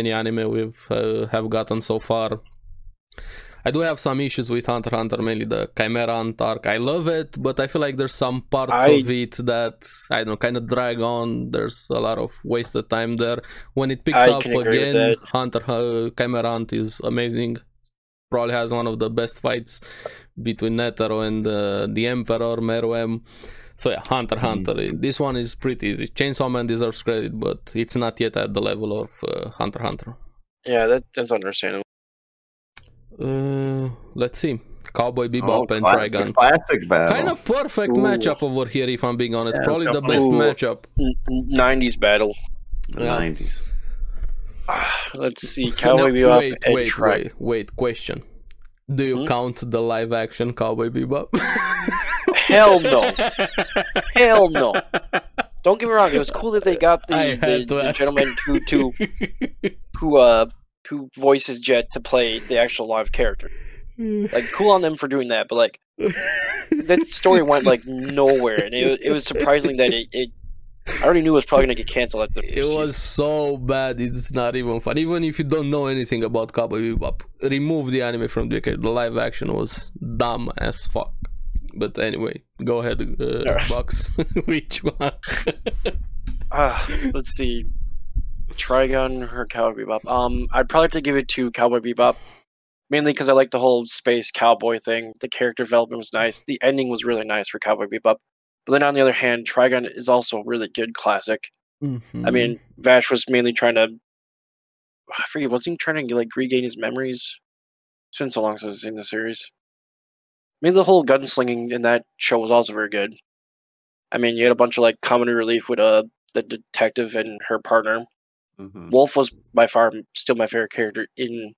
S2: any anime we've uh, have gotten so far. I do have some issues with Hunter x Hunter, mainly the Chimera Ant arc. I love it, but I feel like there's some parts
S3: I-
S2: of it that I don't know, kind of drag on. There's a lot of wasted time there. When it picks
S3: I
S2: up
S3: can agree with
S2: again, Hunter uh, Chimera Ant is amazing. Probably has one of the best fights between Netero and uh, the Emperor Meruem. So yeah, Hunter x
S1: Mhm.
S2: Hunter. This one is pretty easy. Chainsaw Man deserves credit, but it's not yet at the level of uh, Hunter x Hunter.
S3: Yeah, that, that's understandable.
S2: Uh, let's see. Cowboy
S1: Oh,
S2: Bebop and
S1: cla-
S2: Trigun.
S1: Classic battle.
S2: Kind of perfect
S3: Ooh.
S2: matchup over here, if I'm being honest.
S1: Yeah,
S2: Probably the best
S1: definitely.
S2: matchup.
S3: N- n- 90s battle.
S1: The
S2: yeah.
S1: 90s.
S3: Ah, Let's see.
S2: So
S3: Cowboy
S2: now-
S3: Bebop
S2: wait,
S3: and
S2: wait,
S3: Tri-
S2: wait, wait. Question: Do you
S3: Hmm?
S2: count the live action Cowboy Bebop?
S3: Hell no. Hell no. Don't get me wrong. It was cool that they got
S2: I
S3: the, the,
S2: had to
S3: the
S2: ask.
S3: gentleman who to, who uh who voices Jet to play the actual live character. Like, cool on them for doing that, but like that story went like nowhere, and it it was surprising that it. it I already knew it was probably gonna get canceled at the.
S2: It was so bad. It's not even fun. Even if you don't know anything about Cowboy Bebop, remove the anime from the record. The live action was dumb as fuck. But anyway, go ahead, uh,
S3: Yeah.
S2: box. Which one?
S3: Ah, let's see. Trigun or Cowboy Bebop? Um, I'd probably have to give it to Cowboy Bebop, mainly because I like the whole space cowboy thing. The character development was nice. The ending was really nice for Cowboy Bebop. But then on the other hand, Trigun is also a really good classic.
S2: Mm-hmm.
S3: I mean, Vash was mainly trying to. I forget. Wasn't he trying to like regain his memories? It's been so long since I've seen the series. I mean, the whole gunslinging in that show was also very good. I mean, you had a bunch of like comedy relief with uh the detective and her partner.
S1: Mhm.
S3: Wolf was by far m- still my favorite character in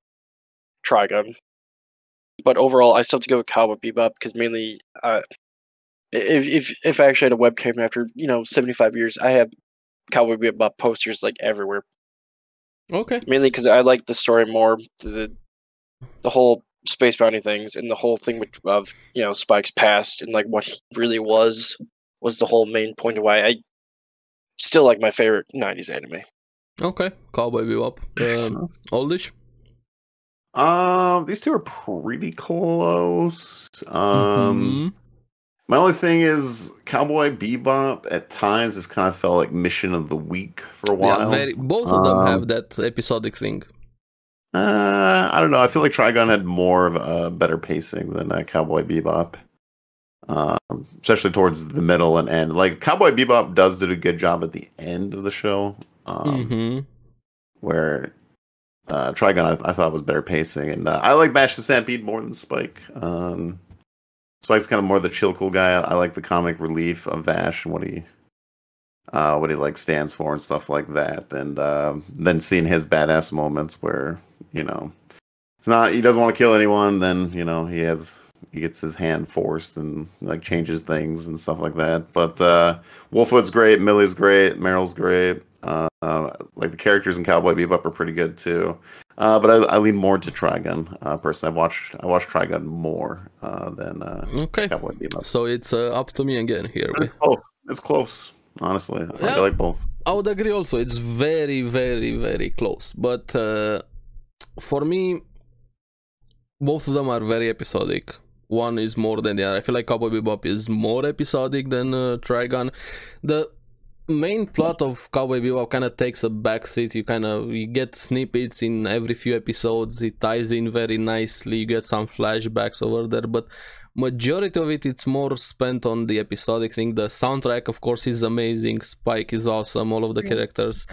S3: Trigun. But overall, I still have to go with Cowboy Bebop because mainly, uh, i- if if if I actually had a webcam after you know seventy five years, I have Cowboy Bebop posters like everywhere.
S2: okay.
S3: Mainly because I like the story more, the the whole space bounty things, and the whole thing with, of you know Spike's past and like what he really was was the whole main point of why I still like my favorite nineties anime.
S2: Okay. Cowboy Bebop. Um, oldish.
S1: Um, these two are pretty close.
S2: Mm-hmm.
S1: Um, my only thing is Cowboy Bebop at times has kind of felt like Mission of the Week for a
S2: Mhm. Yeah,
S1: while.
S2: very- both of them
S1: Um,
S2: have that episodic thing.
S1: Uh, I don't know. I feel like Trigon had more of a better pacing than uh, Cowboy Bebop, um, especially towards the middle and end. Like Cowboy Bebop does do a good job at the end of the show, um,
S2: hmm
S1: where uh, Trigon I, I thought was better pacing, and uh, I like Bash the Stampede more than Spike. Um, Spike's kind of more the chill, cool guy. I, I like the comic relief of Vash and what he. Uh, what he like stands for and stuff like that, and uh, then seeing his badass moments where you know it's not he doesn't want to kill anyone then you know he has he gets his hand forced and like changes things and stuff like that but uh wolfwood's great millie's great merrill's great uh, uh like the characters in cowboy bebop are pretty good too uh but i, I lean more to trigun uh personally i watched i watched trigun more uh than uh
S2: Okay.
S1: cowboy bebop
S2: So it's uh, up to me again here.
S1: But
S3: Hmm.
S1: it's close it's close honestly I-
S2: Yeah.
S1: i like both
S2: I would agree also. It's very, very, very close. But uh, for me, both of them are very episodic. One is more than the other. I feel like Cowboy Bebop is more episodic than uh, Trigun. The main plot of Cowboy Bebop kind of takes a backseat. You kind of you get snippets in every few episodes. It ties in very nicely. You get some flashbacks over there, but majority of it it's more spent on the episodic thing. The soundtrack, of course, is amazing. Spike is awesome. All of the characters.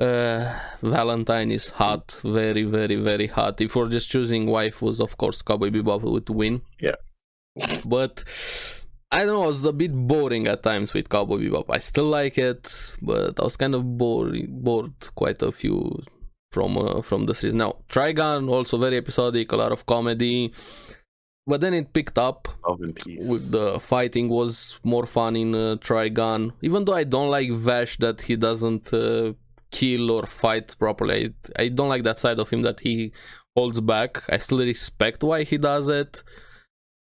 S2: Uh, Valentine is hot, very, very, very hot. If we're just choosing waifus, of course, Cowboy Bebop would win.
S1: Yeah.
S2: But I don't know, I was a bit boring at times with Cowboy Bebop. I still like it, but I was kind of bored, bored quite a few from uh, from the series. Now, Trigun also very episodic, a lot of comedy, but then it picked up
S1: Love and peace.
S2: with the fighting was more fun in uh, Trigun. Even though I don't like Vash that he doesn't uh, kill or fight properly, I, I don't like that side of him that he holds back. I still respect why he does it,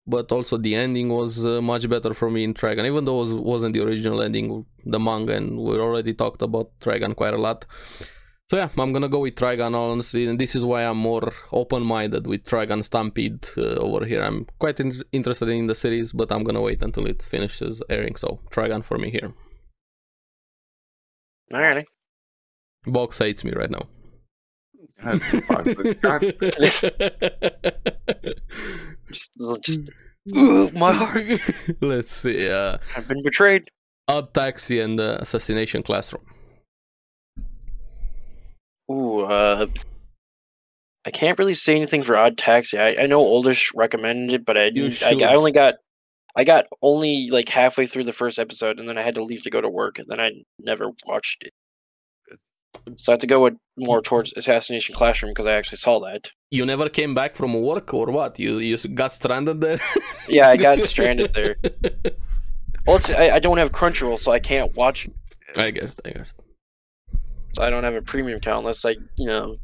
S2: but also the ending was uh, much better for me in Trigun. Even though it was, wasn't the original ending, the manga, and we already talked about Trigun quite a lot. So yeah, I'm gonna go with Trigon honestly, and this is why I'm more open-minded with Trigon Stampede uh, over here. I'm quite in- interested in the series, but I'm gonna wait until it finishes airing. So Trigon for me here.
S3: Alrighty.
S2: Box hates me right now.
S1: God, Fox, God,
S3: Just, just ooh, my heart.
S2: Let's see. Uh,
S3: I've been betrayed.
S2: Odd Taxi and uh, Assassination Classroom.
S3: Ooh, uh, I can't really say anything for Odd Taxi. I, I know Oldish recommended it, but I,
S2: You
S3: didn't- I I
S2: should.
S3: only got I got only like halfway through the first episode, and then I had to leave to go to work, and then I never watched it. So I had to go with more towards Assassination Classroom because I actually saw that.
S2: You never came back from work or what? You you s- got stranded there.
S3: Yeah, I got stranded there. Also, I, I don't have Crunchyroll, so I can't watch. it.
S2: I guess. I guess.
S3: So I don't have a premium account unless I, you know,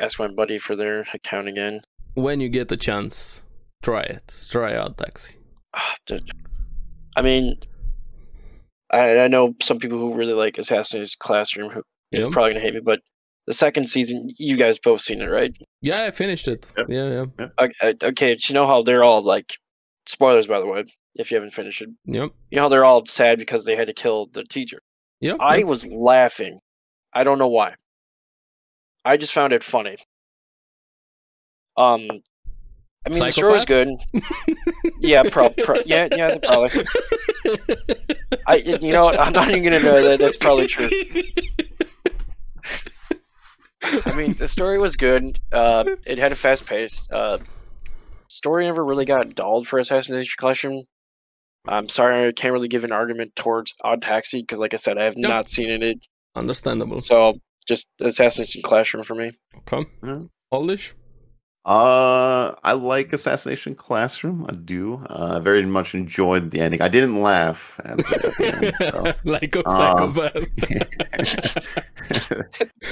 S3: ask my buddy for their account again.
S2: When you get a chance, try it. Try Odd Taxi.
S3: Ah, dude. I mean, I, I know some people who really like Assassin's Classroom who is
S2: Yeah.
S3: probably gonna hate me, but the second season, you guys both seen it, right?
S2: Yeah, I finished it.
S1: Yep.
S2: Yeah, yeah.
S3: Okay, okay, you know how they're all like spoilers, by the way, if you haven't finished it.
S2: Yep.
S3: You know how they're all sad because they had to kill the teacher.
S2: Yep.
S3: I
S2: yep.
S3: was laughing. I don't know why. I just found it funny. Um, I mean, the show is
S2: Psychopath?
S3: good. yeah, prob- pro- yeah, yeah, probably. I, you know, what, I'm not even gonna know that. That's probably true. I mean, the story was good. Uh, it had a fast pace. Uh, story never really got dulled for Assassination Collection. I'm sorry, I can't really give an argument towards Odd Taxi because, like I said, I have
S2: No.
S3: not seen it.
S2: Understandable.
S3: So just Assassination Classroom for me.
S2: Okay.
S1: Yeah.
S2: Oldish?
S1: Uh, I like Assassination Classroom. I do. Uh, I very much enjoyed the ending. I didn't laugh at the, at the
S2: like a
S1: Um,
S2: psychopath.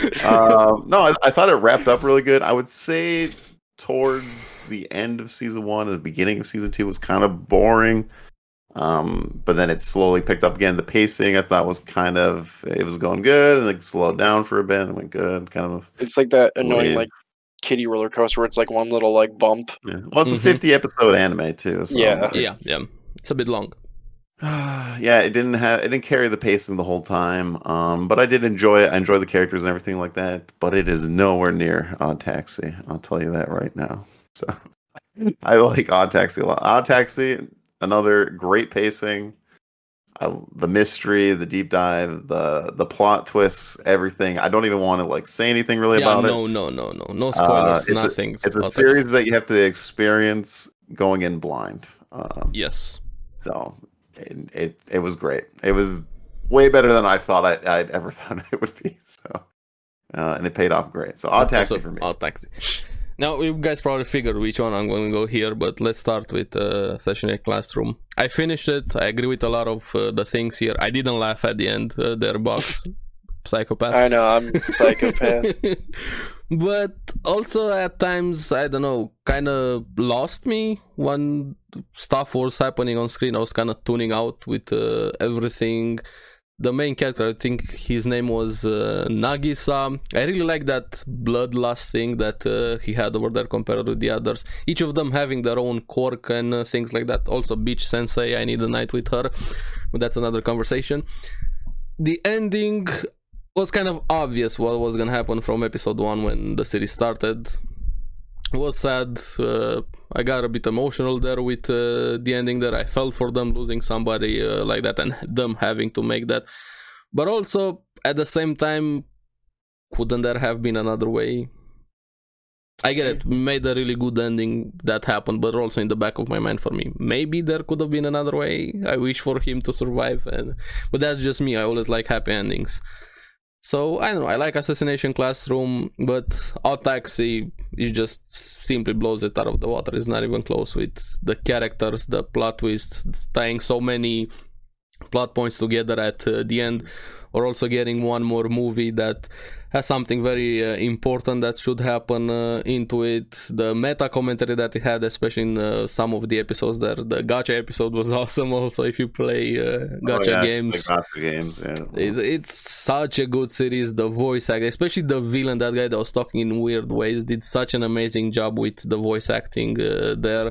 S1: end. So. um, no, I, I thought it wrapped up really good. I would say towards the end of season one and the beginning of season two was kind of boring. Um, but then it slowly picked up again. The pacing I thought was kind of it was going good and it slowed down for a bit and went good, kind of
S3: It's like that annoying
S1: Weird.
S3: like kitty roller coaster where it's like one little like bump.
S1: yeah. well it's
S2: Mhm.
S1: a fifty episode anime too. So
S3: Yeah.
S2: yeah, yeah. It's a bit long.
S1: yeah, it didn't have it didn't carry the pacing the whole time. Um, but I did enjoy it. I enjoy the characters and everything like that. But it is nowhere near Odd Taxi. I'll tell you that right now. So I like Odd Taxi a lot. Odd Taxi, another great pacing. I, the mystery, the deep dive, the the plot twists, everything. I don't even want to like say anything really
S2: yeah,
S1: about it.
S2: no, no, no, no.
S3: Uh,
S2: No spoilers,
S1: it's a-
S2: nothing.
S1: It's a
S2: Odd Taxi.
S1: series that you have to experience going in blind. Um,
S2: Yes.
S1: so it, it it was great. It was way better than I thought I, I'd ever thought it would be. So uh, and it paid off great. So odd taxi
S2: Also,
S1: for me.
S2: Odd Taxi. Now, you guys probably figured which one I'm going to go here, but let's start with uh, Session Eight Classroom. I finished it. I agree with a lot of uh, the things here. I didn't laugh at the end, uh, their box. Psychopath.
S3: I know, I'm a psychopath.
S2: but also at times i don't know kind of lost me when stuff was happening on screen i was kind of tuning out with uh, everything the main character i think his name was uh, nagisa i really like that bloodlust thing that uh, he had over there compared with the others each of them having their own quirk and uh, things like that also beach sensei i need a night with her but that's another conversation the ending was kind of obvious what was gonna happen from episode one when the series started. It was sad. Uh, I got a bit emotional there with uh, the ending there. I felt for them losing somebody uh, like that and them having to make that. But also at the same time, couldn't there have been another way? I get it. Made a really good ending that happened, but also in the back of my mind for me, maybe there could have been another way. I wish for him to survive, and but that's just me. I always like happy endings. So I don't know. I like Assassination Classroom, but Odd Taxi it just simply blows it out of the water. It's not even close with the characters, the plot twist, tying so many plot points together at uh, the end. We're also getting one more movie that has something very uh, important that should happen uh, into it. The meta commentary that it had, especially in uh, some of the episodes there, the gacha episode was awesome. Also, if you play uh,
S1: Oh,
S2: gacha
S1: yeah,
S2: games,
S1: the Gacha games. Yeah.
S2: it's, it's such a good series. The voice act, especially the villain, that guy that was talking in weird ways, did such an amazing job with the voice acting uh, there.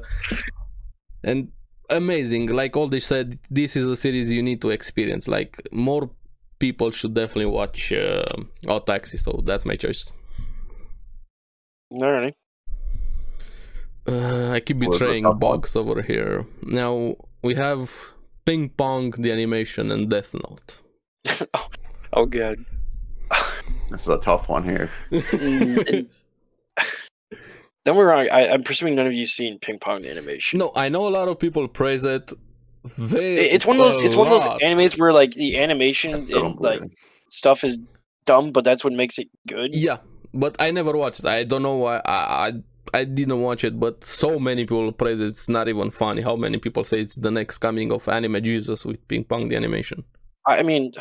S2: And amazing, like Aldish said, this is a series you need to experience. Like more people should definitely watch uh, Odd Taxi. So that's my choice.
S3: All right.
S2: Uh, I keep
S1: What was the
S2: betraying
S1: top one?
S2: bugs over here. Now we have Ping Pong, the animation, and Death Note.
S3: oh, oh, good.
S1: This is a tough one here.
S3: Mm, Don't get me wrong. I, I'm presuming none of you seen Ping Pong the animation.
S2: No, I know a lot of people praise it. Very,
S3: It- it's one of those. It's one of those
S2: animations.
S3: animes where like the animation
S1: I still
S3: and
S1: don't
S3: like
S1: believe it.
S3: stuff is dumb, but that's what makes it good.
S2: Yeah, but I never watched. it. I don't know why. I, I I didn't watch it, but so many people praise it. It's not even funny how many people say it's the next coming of anime Jesus with ping pong the animation.
S3: I I mean,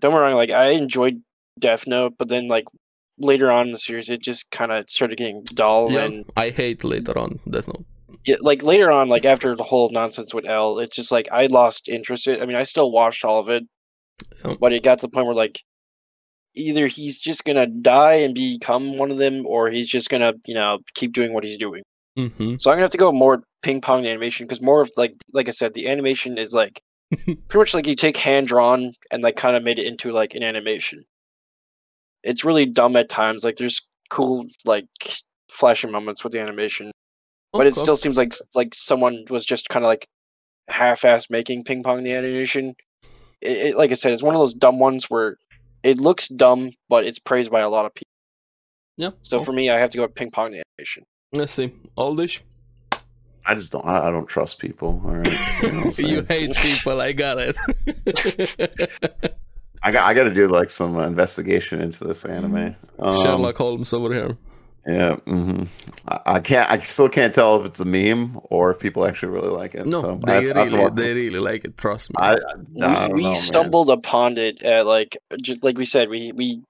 S3: don't get me wrong. Like I enjoyed Death Note, but then like later on in the series, it just kind of started getting dull
S2: yeah,
S3: Oh, and
S2: I hate later on Death Note.
S3: yeah, like later on, like after the whole nonsense with L, it's just like I lost interest. In, I mean, I still watched all of it,
S2: Yep.
S3: but it got to the point where like either he's just gonna die and become one of them, or he's just gonna you know keep doing what he's doing.
S2: Mm-hmm.
S3: So I'm gonna have to go more ping pong the animation because more of like like I said, the animation is like pretty much like you take hand drawn and like kind of made it into like an animation. It's really dumb at times. Like there's cool like flashing moments with the animation
S2: Oh,
S3: but it still seems like s- like someone was just kind of like half-ass making ping pong the animation. It, it, like I said, it's one of those dumb ones where it looks dumb, but it's praised by a lot of people.
S2: yeah. Oh,
S3: So for me, I have to go with ping pong the animation.
S2: let's see, Aldish.
S1: I just don't. I, I don't trust people. All right. You know what I'm
S2: you
S1: saying?
S2: hate people. I got it.
S1: I got. I got to do like some uh, investigation into this anime.
S2: Mm-hmm.
S1: Um,
S2: Sherlock Holmes over here.
S1: Yeah. hmm I, I can't. I still can't tell if it's a meme or if people actually really like it.
S2: No,
S1: so I
S2: they
S1: have- I have to
S2: really,
S1: watch
S2: they
S1: it.
S2: really like it. Trust me.
S1: I- No, I don't
S3: we we
S1: know, man.
S3: stumbled upon it at like just like we said, we we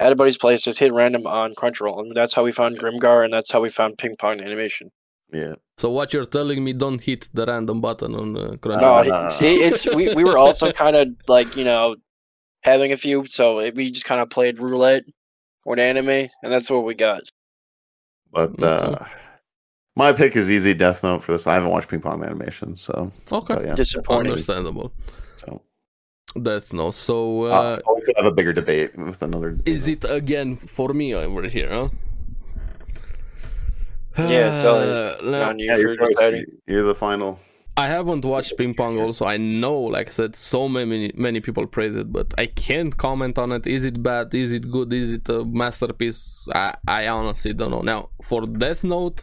S3: at a buddy's place just hit random on Crunchyroll, and that's how we found Grimgar, and that's how we found ping pong the animation.
S1: Yeah.
S2: so what you're telling me? Don't hit the random button on uh, Crunchyroll.
S3: No,
S1: Uh,
S3: it's, it- it's we, we were also kind of like you know having a few, so it, we just kind of played roulette or an anime, and that's what we got.
S1: But uh,
S2: Mm-hmm.
S1: my pick is easy. Death Note for this. I haven't watched Ping Pong animation, so
S2: okay,
S1: but yeah.
S3: Disappointing.
S2: understandable.
S1: So
S2: That's no. So uh,
S3: Ah.
S1: uh, we could have a bigger debate with another.
S2: is it again for me over here? Huh?
S3: Yeah, it's all-
S2: Uh, no,
S3: on you
S1: Yeah,
S3: for
S1: your choice.
S3: deciding.
S1: You're the final.
S2: I haven't watched ping pong. Also, I know, like I said, so many many people praise it, but I can't comment on it. Is it bad? Is it good? Is it a masterpiece? I I honestly don't know. Now for Death Note,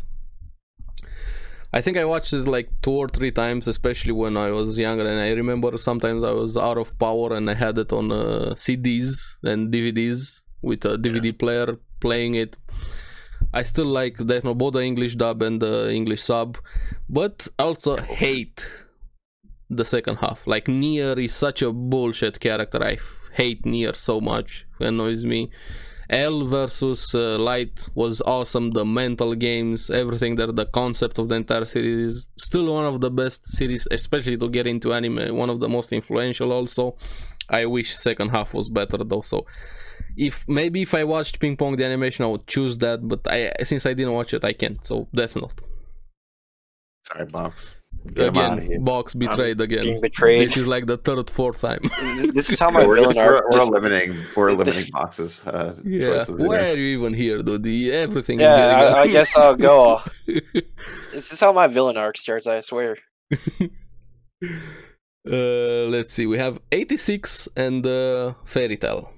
S2: I think I watched it like two or three times, especially when I was younger, and I remember sometimes I was out of power and I had it on uh, CDs and DVDs with a DVD player playing it. I still like Death Note, both the English dub and the English sub, but also hate the second half. Like Nier is such a bullshit character. I hate Nier so much. Annoys me. L versus uh, Light was awesome. The mental games, everything there, the concept of the entire series is still one of the best series, especially to get into anime. One of the most influential, also. I wish second half was better though. So, if maybe if I watched Ping Pong the animation, I would choose that. But I since I didn't watch it, I can't. So that's not
S1: Sorry, box. Get him out of here.
S2: again. Box betrayed again.
S3: Being betrayed.
S2: This is like the third, fourth time.
S3: This, this is how my
S1: we're,
S3: villain
S1: just-
S3: arc.
S1: we're- we're
S3: just-
S1: eliminating we're
S3: this-
S1: eliminating boxes uh,
S2: yeah.
S1: choices. here.
S2: Why are you even here, dude? The- Everything
S3: yeah,
S2: is getting
S3: I, I
S2: ugly.
S3: guess I'll go. this is how my villain arc starts. I swear.
S2: uh, let's see. We have 86 and uh, Fairy Tale.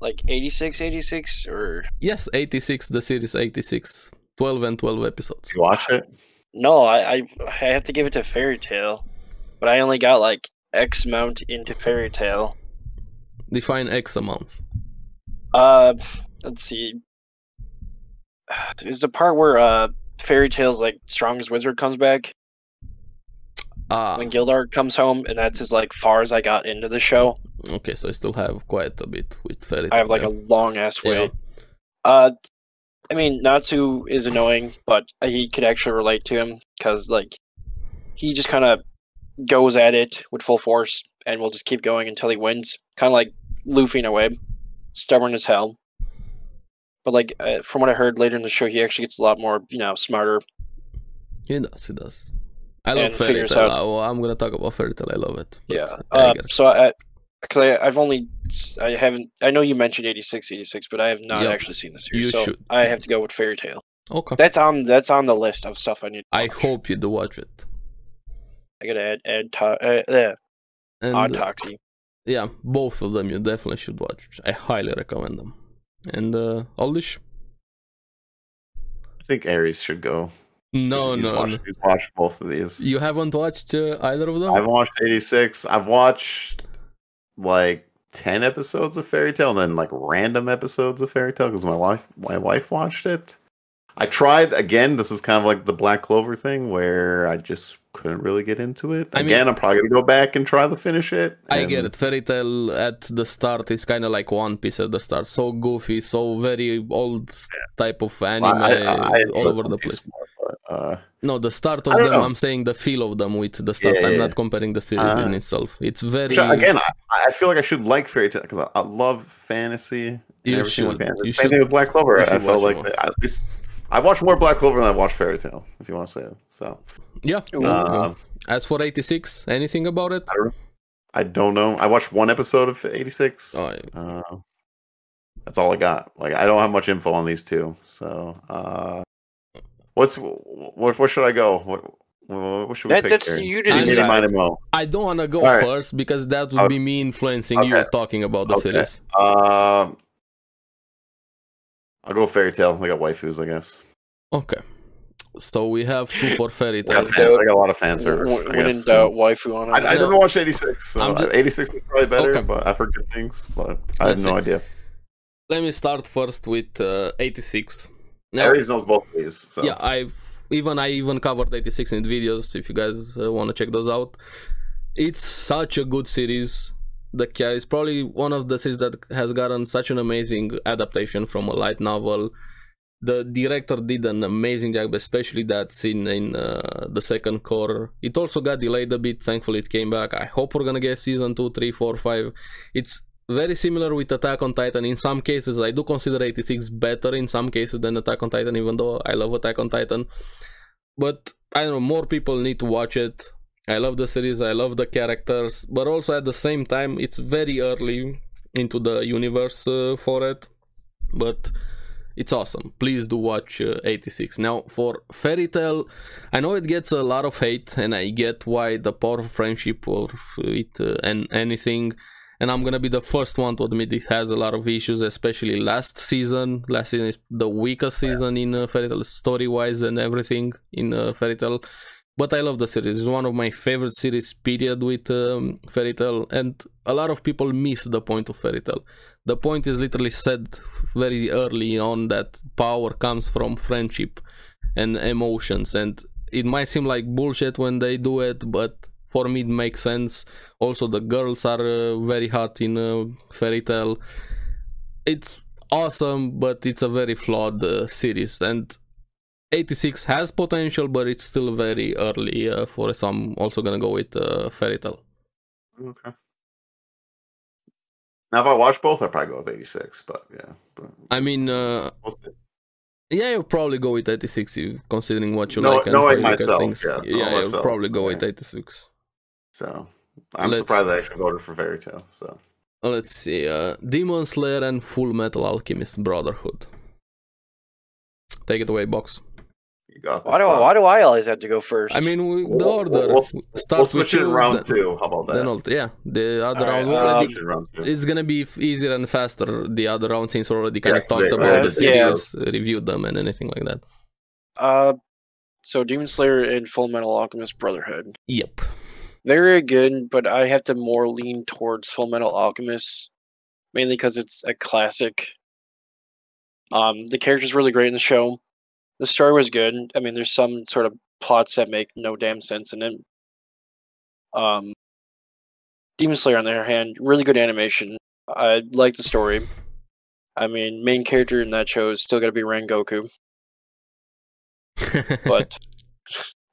S3: Like 86, 86, or
S2: Yes, 86. The series 86. 12 and 12 episodes.
S1: Did you watch it?
S3: no, I, I I have to give it to Fairy Tale, but I only got like X amount into Fairy Tale.
S2: Define X amount.
S3: Uh, let's see. Is the part where uh Fairy Tale's like strongest wizard comes back?
S2: Ah,
S3: when Gildart comes home, and that's as like far as I got into the show.
S2: okay, so I still have quite a bit with Fairy.
S3: I have like a long ass wait. Uh, I mean, Natsu is annoying, but he could actually relate to him because, like, he just kind of goes at it with full force and will just keep going until he wins. Kind of like Luffy in a way, stubborn as hell. But, like, uh, from what I heard later in the show, he actually gets a lot more, you know, smarter.
S2: He does, he does. I
S3: And
S2: love Fairy
S3: figures
S2: Tail.
S3: out-
S2: I- well, I'm gonna talk about Fairy Tail. I love it. but
S3: Yeah.
S2: I
S3: Uh,
S2: get it.
S3: so, I. Because I, I've only, I haven't, I know you mentioned 86, 86, but I have not
S2: Yep.
S3: actually seen the series.
S2: You
S3: so
S2: should.
S3: I have to go with Fairy Tale.
S2: okay.
S3: That's on, that's on the list of stuff I need. to
S2: I
S3: watch.
S2: hope you do watch it.
S3: I gotta add add to- uh, uh,
S2: And
S3: odd
S2: uh,
S3: toxy.
S2: yeah, both of them you definitely should watch. I highly recommend them. And uh, Aldish?
S1: I think Aries should go.
S2: No,
S1: he's, he's
S2: no,
S1: watched,
S2: no.
S1: He's watched both of these.
S2: You haven't watched uh, either of them?
S1: I've watched 86. I've watched like 10 episodes of Fairy Tale and then like random episodes of Fairy Tale because my wife my wife watched it. I tried again. This is kind of like the Black Clover thing where I just couldn't really get into it.
S2: I mean-
S1: Again, I'm probably gonna go back and try to finish it.
S2: I get
S1: and
S2: it. Fairy Tail at the start is kind of like One Piece at the start. So goofy, so very old type of anime
S1: enjoyed
S2: all over
S1: One
S2: the
S1: Piece
S2: place.
S1: more, but, uh,
S2: No, the start of
S1: I don't
S2: them,
S1: know.
S2: I'm saying the feel of them with the start.
S1: Yeah,
S2: I'm
S1: yeah,
S2: not comparing the series
S1: Uh,
S2: in itself. It's very.
S1: which I- again, I, I feel like I should like Fairy Tale because I, I love fantasy. and
S2: You
S1: everything like
S2: should-
S1: that.
S2: you
S1: Same
S2: should-
S1: thing with Black Clover.
S2: you
S1: I
S2: should
S1: felt
S2: watch it
S1: like
S2: more.
S1: that- at least I watched more Black Clover than I watched Fairy Tale, if you want to say it. So
S2: yeah.
S3: Ooh.
S1: uh,
S2: As for 86, anything about it?
S1: I don't know. I watched one episode of '86.
S2: Oh, yeah.
S1: Uh, that's all I got. Like I don't have much info on these two. So uh, what's what? What should I go? What what what should we
S3: That,
S1: pick?
S3: that's
S1: here?
S3: you to
S1: Give me
S2: decide.
S1: mine and Mo.
S2: I don't want to go
S1: Alright.
S2: first because that would
S1: Okay.
S2: be me influencing you
S1: Okay.
S2: talking about the
S1: Okay.
S2: series.
S1: Um, I'll go Fairy Tale. I got waifus, I guess.
S2: Okay. So we have two for Fairy
S1: I
S2: Tail.
S1: got, fan, I got a lot of fan service.
S3: W-
S1: I
S3: When
S1: got
S3: in
S1: two.
S3: doubt, waifu on
S1: I,
S3: it.
S1: I
S2: No.
S1: didn't watch 86, so
S2: I'm ju-
S1: 86 is probably better,
S2: Okay.
S1: but I've heard good things, but I
S2: Let's
S1: have no
S2: see.
S1: idea.
S2: Let me start first with uh, 86. Now-
S1: Aries knows both of these, so
S2: yeah i've even i even covered 86 in videos if you guys uh, want to check those out it's such a good series the care is probably one of the series that has gotten such an amazing adaptation from a light novel the director did an amazing job especially that scene in uh, the second core it also got delayed a bit thankfully it came back i hope we're gonna get season two, three, four, five. it's very similar with Attack on Titan. In some cases, I do consider 86 better in some cases than Attack on Titan, even though I love Attack on Titan. But I don't know, more people need to watch it. I love the series, I love the characters, but also at the same time, it's very early into the universe uh, for it. But it's awesome. Please do watch uh, 86. Now, for Fairy Tale, I know it gets a lot of hate, and I get why the power of friendship or f- it uh, and anything. And I'm gonna be the first one to admit it has a lot of issues, especially last season. Last season is the weakest season in uh, Fairy Tale story wise and everything in uh, Fairy Tale. But I love the series. It's one of my favorite series, period, with um, Fairy Tale. And a lot of people miss the point of Fairy Tale the point is literally said very early on that power comes from friendship and emotions and it might seem like bullshit when they do it but for me it makes sense also the girls are uh, very hot in uh, fairy tale it's awesome but it's a very flawed uh, series and 86 has potential but it's still very early uh, for it, so i'm also gonna go with uh, fairy tale
S1: okay. Now, if I watch both, I'd probably go with 86, but yeah. But
S2: i mean uh,
S1: we'll see.
S2: Yeah, you'll probably go with 86 if- considering what you
S1: Know-
S2: like. and
S1: knowing
S2: how you look at
S1: myself,
S2: things.
S1: yeah,
S2: yeah,
S1: know
S2: you'll
S1: myself,
S2: probably go with
S1: yeah.
S2: 86.
S1: so I'm
S2: Let's-
S1: surprised I actually voted for Fairy Tale. So
S2: Uh, Let's see. Uh, Demon Slayer and Full Metal Alchemist Brotherhood. Take it away, box.
S1: you got this.
S3: Why do,
S1: Bob.
S3: why do I always have to go 1st?
S2: I mean, we, the
S1: We'll-
S2: order.
S1: we'll-
S2: start
S1: we'll switch
S2: with
S1: it
S2: you,
S1: in round
S2: then,
S1: two. How about
S2: Then
S1: that? um,
S2: all, yeah, the other
S3: Alright,
S2: round.
S1: We'll
S3: uh,
S2: already,
S1: switch it in round two.
S2: it's gonna be f- easier and faster. The other round since we already kind
S1: Yeah,
S2: of talked
S1: exactly.
S2: about the
S3: Yeah.
S2: series, reviewed them, and anything like that.
S3: uh, so Demon Slayer and Full Metal Alchemist Brotherhood.
S2: Yep.
S3: Very good, but I have to more lean towards Full Metal Alchemist, mainly because it's a classic. Um, the character's really great in the show. The story was good. I mean, there's some sort of plots that make no damn sense in it. Um, Demon Slayer, on the other hand, really good animation. I like the story. I mean, main character in that show is still gonna be Rengoku, but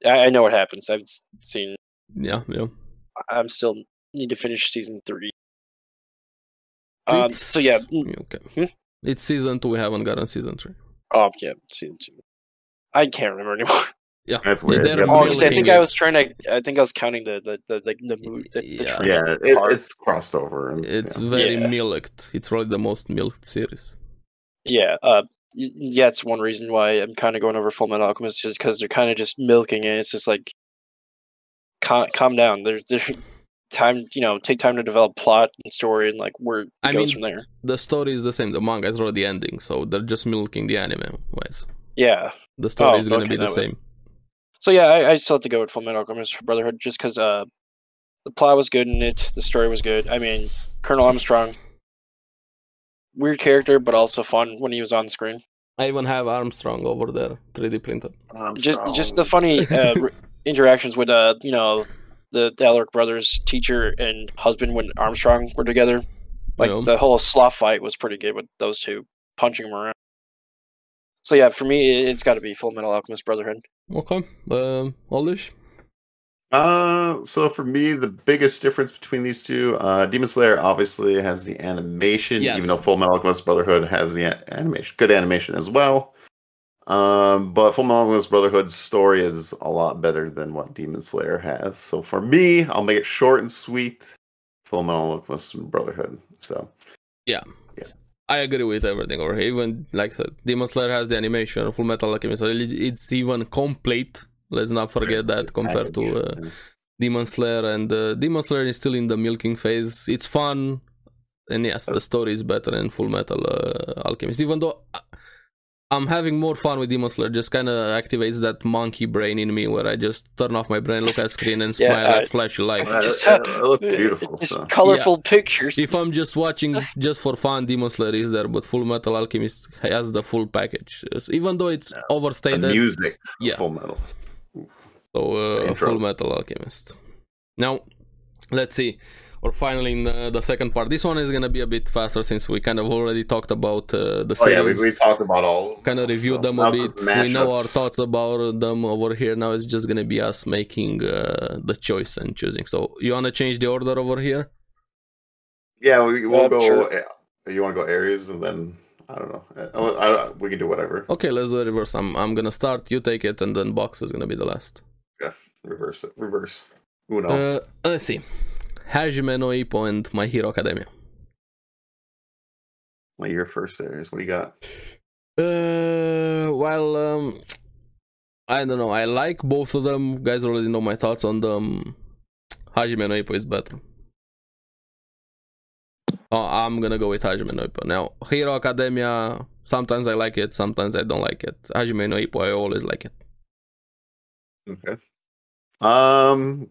S3: I, I know what happens. I've seen.
S2: yeah, yeah.
S3: I'm still need to finish season three. Um, so yeah,
S2: It's-
S3: Hmm?
S2: Okay. It's season two. We haven't gotten season three.
S3: oh yeah, season two. I can't remember anymore.
S1: That's weird.
S2: they're
S1: Yeah,
S3: Oh,
S2: really
S3: 'cause I think
S2: good.
S3: I was trying to. I think I was counting the the the the, the, mo- the, the
S2: Yeah.
S3: trailer
S1: yeah, it,
S3: part.
S1: it's crossed over. And,
S2: It's
S1: yeah.
S2: very
S3: Yeah.
S2: milked. It's probably the most milked series.
S3: Yeah, uh, y- yeah, it's one reason why I'm kind of going over Full Metal Alchemist is because they're kind of just milking it. It's just like, calm, calm down. There's there, time, you know, take time to develop plot and story and like where it
S2: I
S3: goes
S2: mean-
S3: from there.
S2: The story is the same. The manga is already ending, so they're just milking the anime wise.
S3: Yeah.
S2: The story
S3: Oh,
S2: is gonna
S3: okay,
S2: be the
S3: that way.
S2: same.
S3: So yeah, I, I still have to go with Full Metal Alchemist Brotherhood just because uh, the plot was good in it, the story was good. I mean, Colonel Armstrong, weird character, but also fun when he was on screen.
S2: I even have Armstrong over there, 3D printed.
S1: Um,
S3: just just
S1: so-
S3: the funny uh, r- interactions with uh you know the, the Alaric brothers teacher and husband when Armstrong were together like
S2: Yeah.
S3: the whole sloth fight was pretty good with those two punching them around so yeah for me it, it's got to be Full Metal Alchemist Brotherhood
S2: Okay. Um, Olish.
S1: Uh, so for me, the biggest difference between these two, uh, Demon Slayer obviously has the animation,
S2: Yes.
S1: even though Full Metal Alchemist Brotherhood has the a- animation, good animation as well. Um, but Full Metal Alchemist Brotherhood's story is a lot better than what Demon Slayer has. So for me, I'll make it short and sweet. Full Metal Alchemist Brotherhood. So
S2: I agree with everything over here. Even like I said, Demon Slayer has the animation. Full Metal Alchemist. It's even complete. Let's not forget that compared to uh,
S1: Package.
S2: Demon Slayer, and uh, Demon Slayer is still in the milking phase. It's fun, and yes, the story is better in Full Metal uh, Alchemist. Even though I- I'm having more fun with Demon Slayer, just kind of activates that monkey brain in me where I just turn off my brain, look at screen, and
S3: Yeah,
S2: smile
S3: uh,
S2: at flashy lights.
S1: Uh,
S3: just-
S1: it, it looked
S3: It-
S1: beautiful.
S3: just
S1: so.
S3: colorful pictures
S2: If I'm just watching just for fun, Demon Slayer is there, but Full Metal Alchemist has the full package. Yes, Even though it's
S1: Yeah. The
S2: overstated,
S1: music,
S2: yeah.
S1: Full Metal.
S2: So,
S1: The
S2: uh,
S1: intro.
S2: Full Metal Alchemist. Now, let's see. Or finally, in the, the second part. This one is gonna be a bit faster since we kind of already talked about uh, the
S1: Oh yeah, we,
S2: series.
S1: we talked about all.
S2: kind of review them a bit. We know our thoughts about them over here. Now it's just gonna be us making uh, the choice and choosing. So you wanna change the order over here?
S1: Yeah, we, we'll
S3: Uh,
S1: go.
S3: sure.
S1: eh, You want to go Aries, and then I don't know. Eh, oh, I, I- we can do whatever.
S2: Okay, let's do it reverse. I'm I'm gonna start. You take it, and then box is gonna be the last.
S1: Reverse it. Reverse. Uno.
S2: Uh, let's see. Hajime no Ippo and My Hero Academia.
S1: My year first Aries. What do you got?
S2: Uh, well, um, I don't know. I like both of them. You guys already know my thoughts on them. Hajime no Ippo is better. Oh, I'm gonna go with Hajime no Ippo. Now, Hero Academia, sometimes I like it, sometimes I don't like it. Hajime no Ippo, I always like it.
S1: Okay. Um,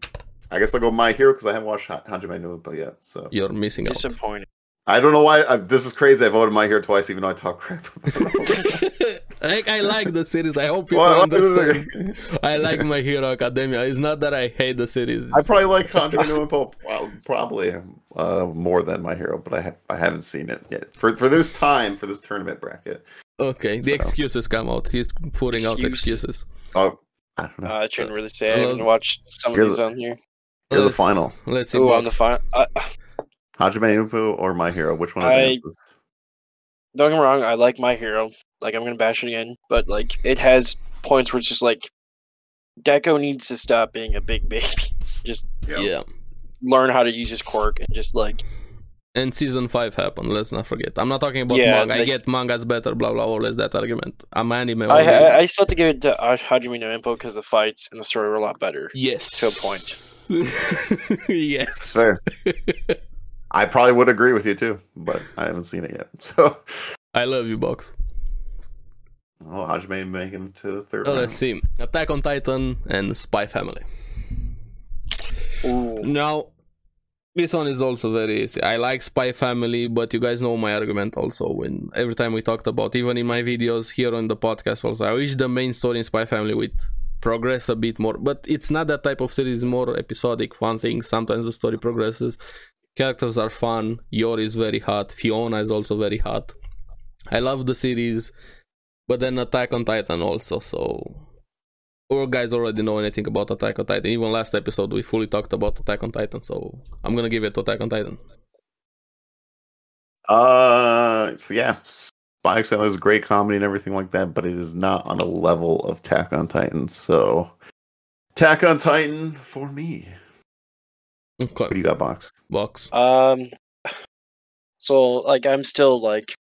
S1: I guess I'll go my hero because I haven't watched Ha- Hajime no Ippo yet. So
S2: You're missing out.
S3: disappointing
S1: I don't know why. I, this is crazy. I voted my hero twice, even though I talk crap. About it.
S2: like, I like the series. I hope people
S1: Why- why does it-
S2: understand. I like My Hero Academia. It's not that I hate the series.
S1: I probably like Hajime no Ippo well, probably uh, more than my hero, but I ha- I haven't seen it yet for for this time for this tournament bracket.
S2: Okay, the
S1: So.
S2: excuses come out. He's putting out
S3: Excuse.
S2: excuses.
S1: Oh, I don't know.
S3: uh, I shouldn't really say I haven't
S2: Hello.
S3: watched some of
S1: You're
S3: these
S1: the-
S3: on here
S1: You're the
S2: Let's-
S1: final.
S2: Let's see.
S3: oh on
S2: box.
S3: the final I, I-
S1: Hajime Ippo or My Hero? Which one? of
S3: I-
S1: these is-
S3: don't get me wrong I like My Hero like I'm gonna bash it again but like it has points where it's just like Deco needs to stop being a big baby just
S2: Yeah.
S3: learn how to use his quirk and just like
S2: And season five happened. Let's not forget. I'm not talking about
S3: Yeah,
S2: manga. I
S3: like-
S2: get mangas better. Blah blah. Always that argument. I'm anime.
S3: I,
S2: only.
S3: I I still have to give it to uh, Hajime no Ippo because the fights and the story were a lot better.
S2: yes.
S3: to a point.
S1: It's
S2: yes.
S1: fair. I probably would agree with you too, but I haven't seen it yet. So,
S2: I love you, box.
S1: well, Hajime make him to the third
S2: Oh,
S1: round.
S2: let's see. Attack on Titan and Spy Family.
S3: Ooh,
S2: Now, this one is also very easy. I like Spy Family, but you guys know my argument also. When every time we talked about, even in my videos here on the podcast, also, I wish the main story in Spy Family would progress a bit more. But it's not that type of series, more episodic, fun thing. Sometimes the story progresses. Characters are fun. Yori is very hot. Fiona is also very hot. I love the series, but then Attack on Titan also. So, or guys already know anything about Attack on Titan. Even last episode, we fully talked about Attack on Titan. So, I'm going to give it to Attack on Titan.
S1: Uh, so yeah, Spy X Family is great comedy and everything like that, but it is not on a level of Attack on Titan. So, Attack on Titan for me.
S2: Okay.
S1: What do you got, Box?
S2: Box.
S3: Um, so like I'm still like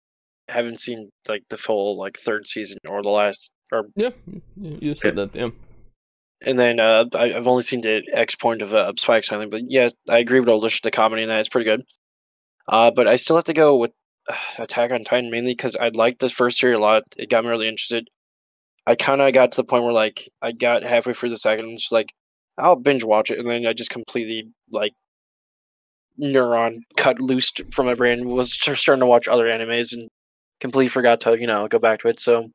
S3: haven't seen like the full like third season or the last or
S2: Yeah, you you said that. Yeah.
S3: and then uh I, I've only seen the X point of uh, Spy X Family, but yeah, I agree with Olish. The comedy in that is pretty good. Uh, but I still have to go with uh, Attack on Titan mainly because I liked this first series a lot. It got me really interested. I kind of got to the point where like I got halfway through the second, and just like I'll binge watch it, and then I just completely like neuron cut loose t- from my brain was just starting to watch other animes and completely forgot to you know go back to it. So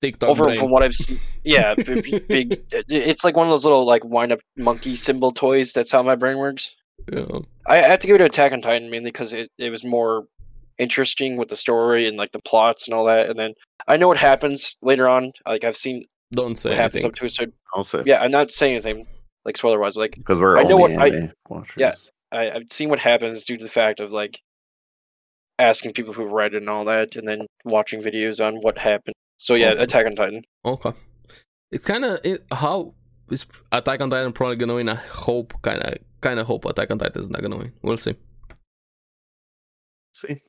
S2: TikTok
S3: over
S2: brain.
S3: from what I've seen, yeah, b- b- big. it- It's like one of those little like wind up monkey symbol toys. That's how my brain works.
S2: Yeah.
S3: I I have to give it to Attack on Titan mainly because it, it was more interesting with the story and like the plots and all that. And then I know what happens later on. Like I've seen
S2: Don't say
S3: what happens
S2: anything.
S3: up to a certain.
S1: I'll say
S3: Yeah, I'm not saying anything like spoiler wise. Like
S1: because we're
S3: I know
S1: only
S3: what I-
S1: anime watchers.
S3: yeah. I, I've seen what happens due to the fact of like asking people who read it and all that, and then watching videos on what happened. So yeah,
S2: Okay.
S3: Attack on Titan.
S2: Okay. It's kind of it, how is Attack on Titan probably gonna win? I hope, kind of, kind of hope Attack on Titan is not gonna win. We'll see.
S1: See,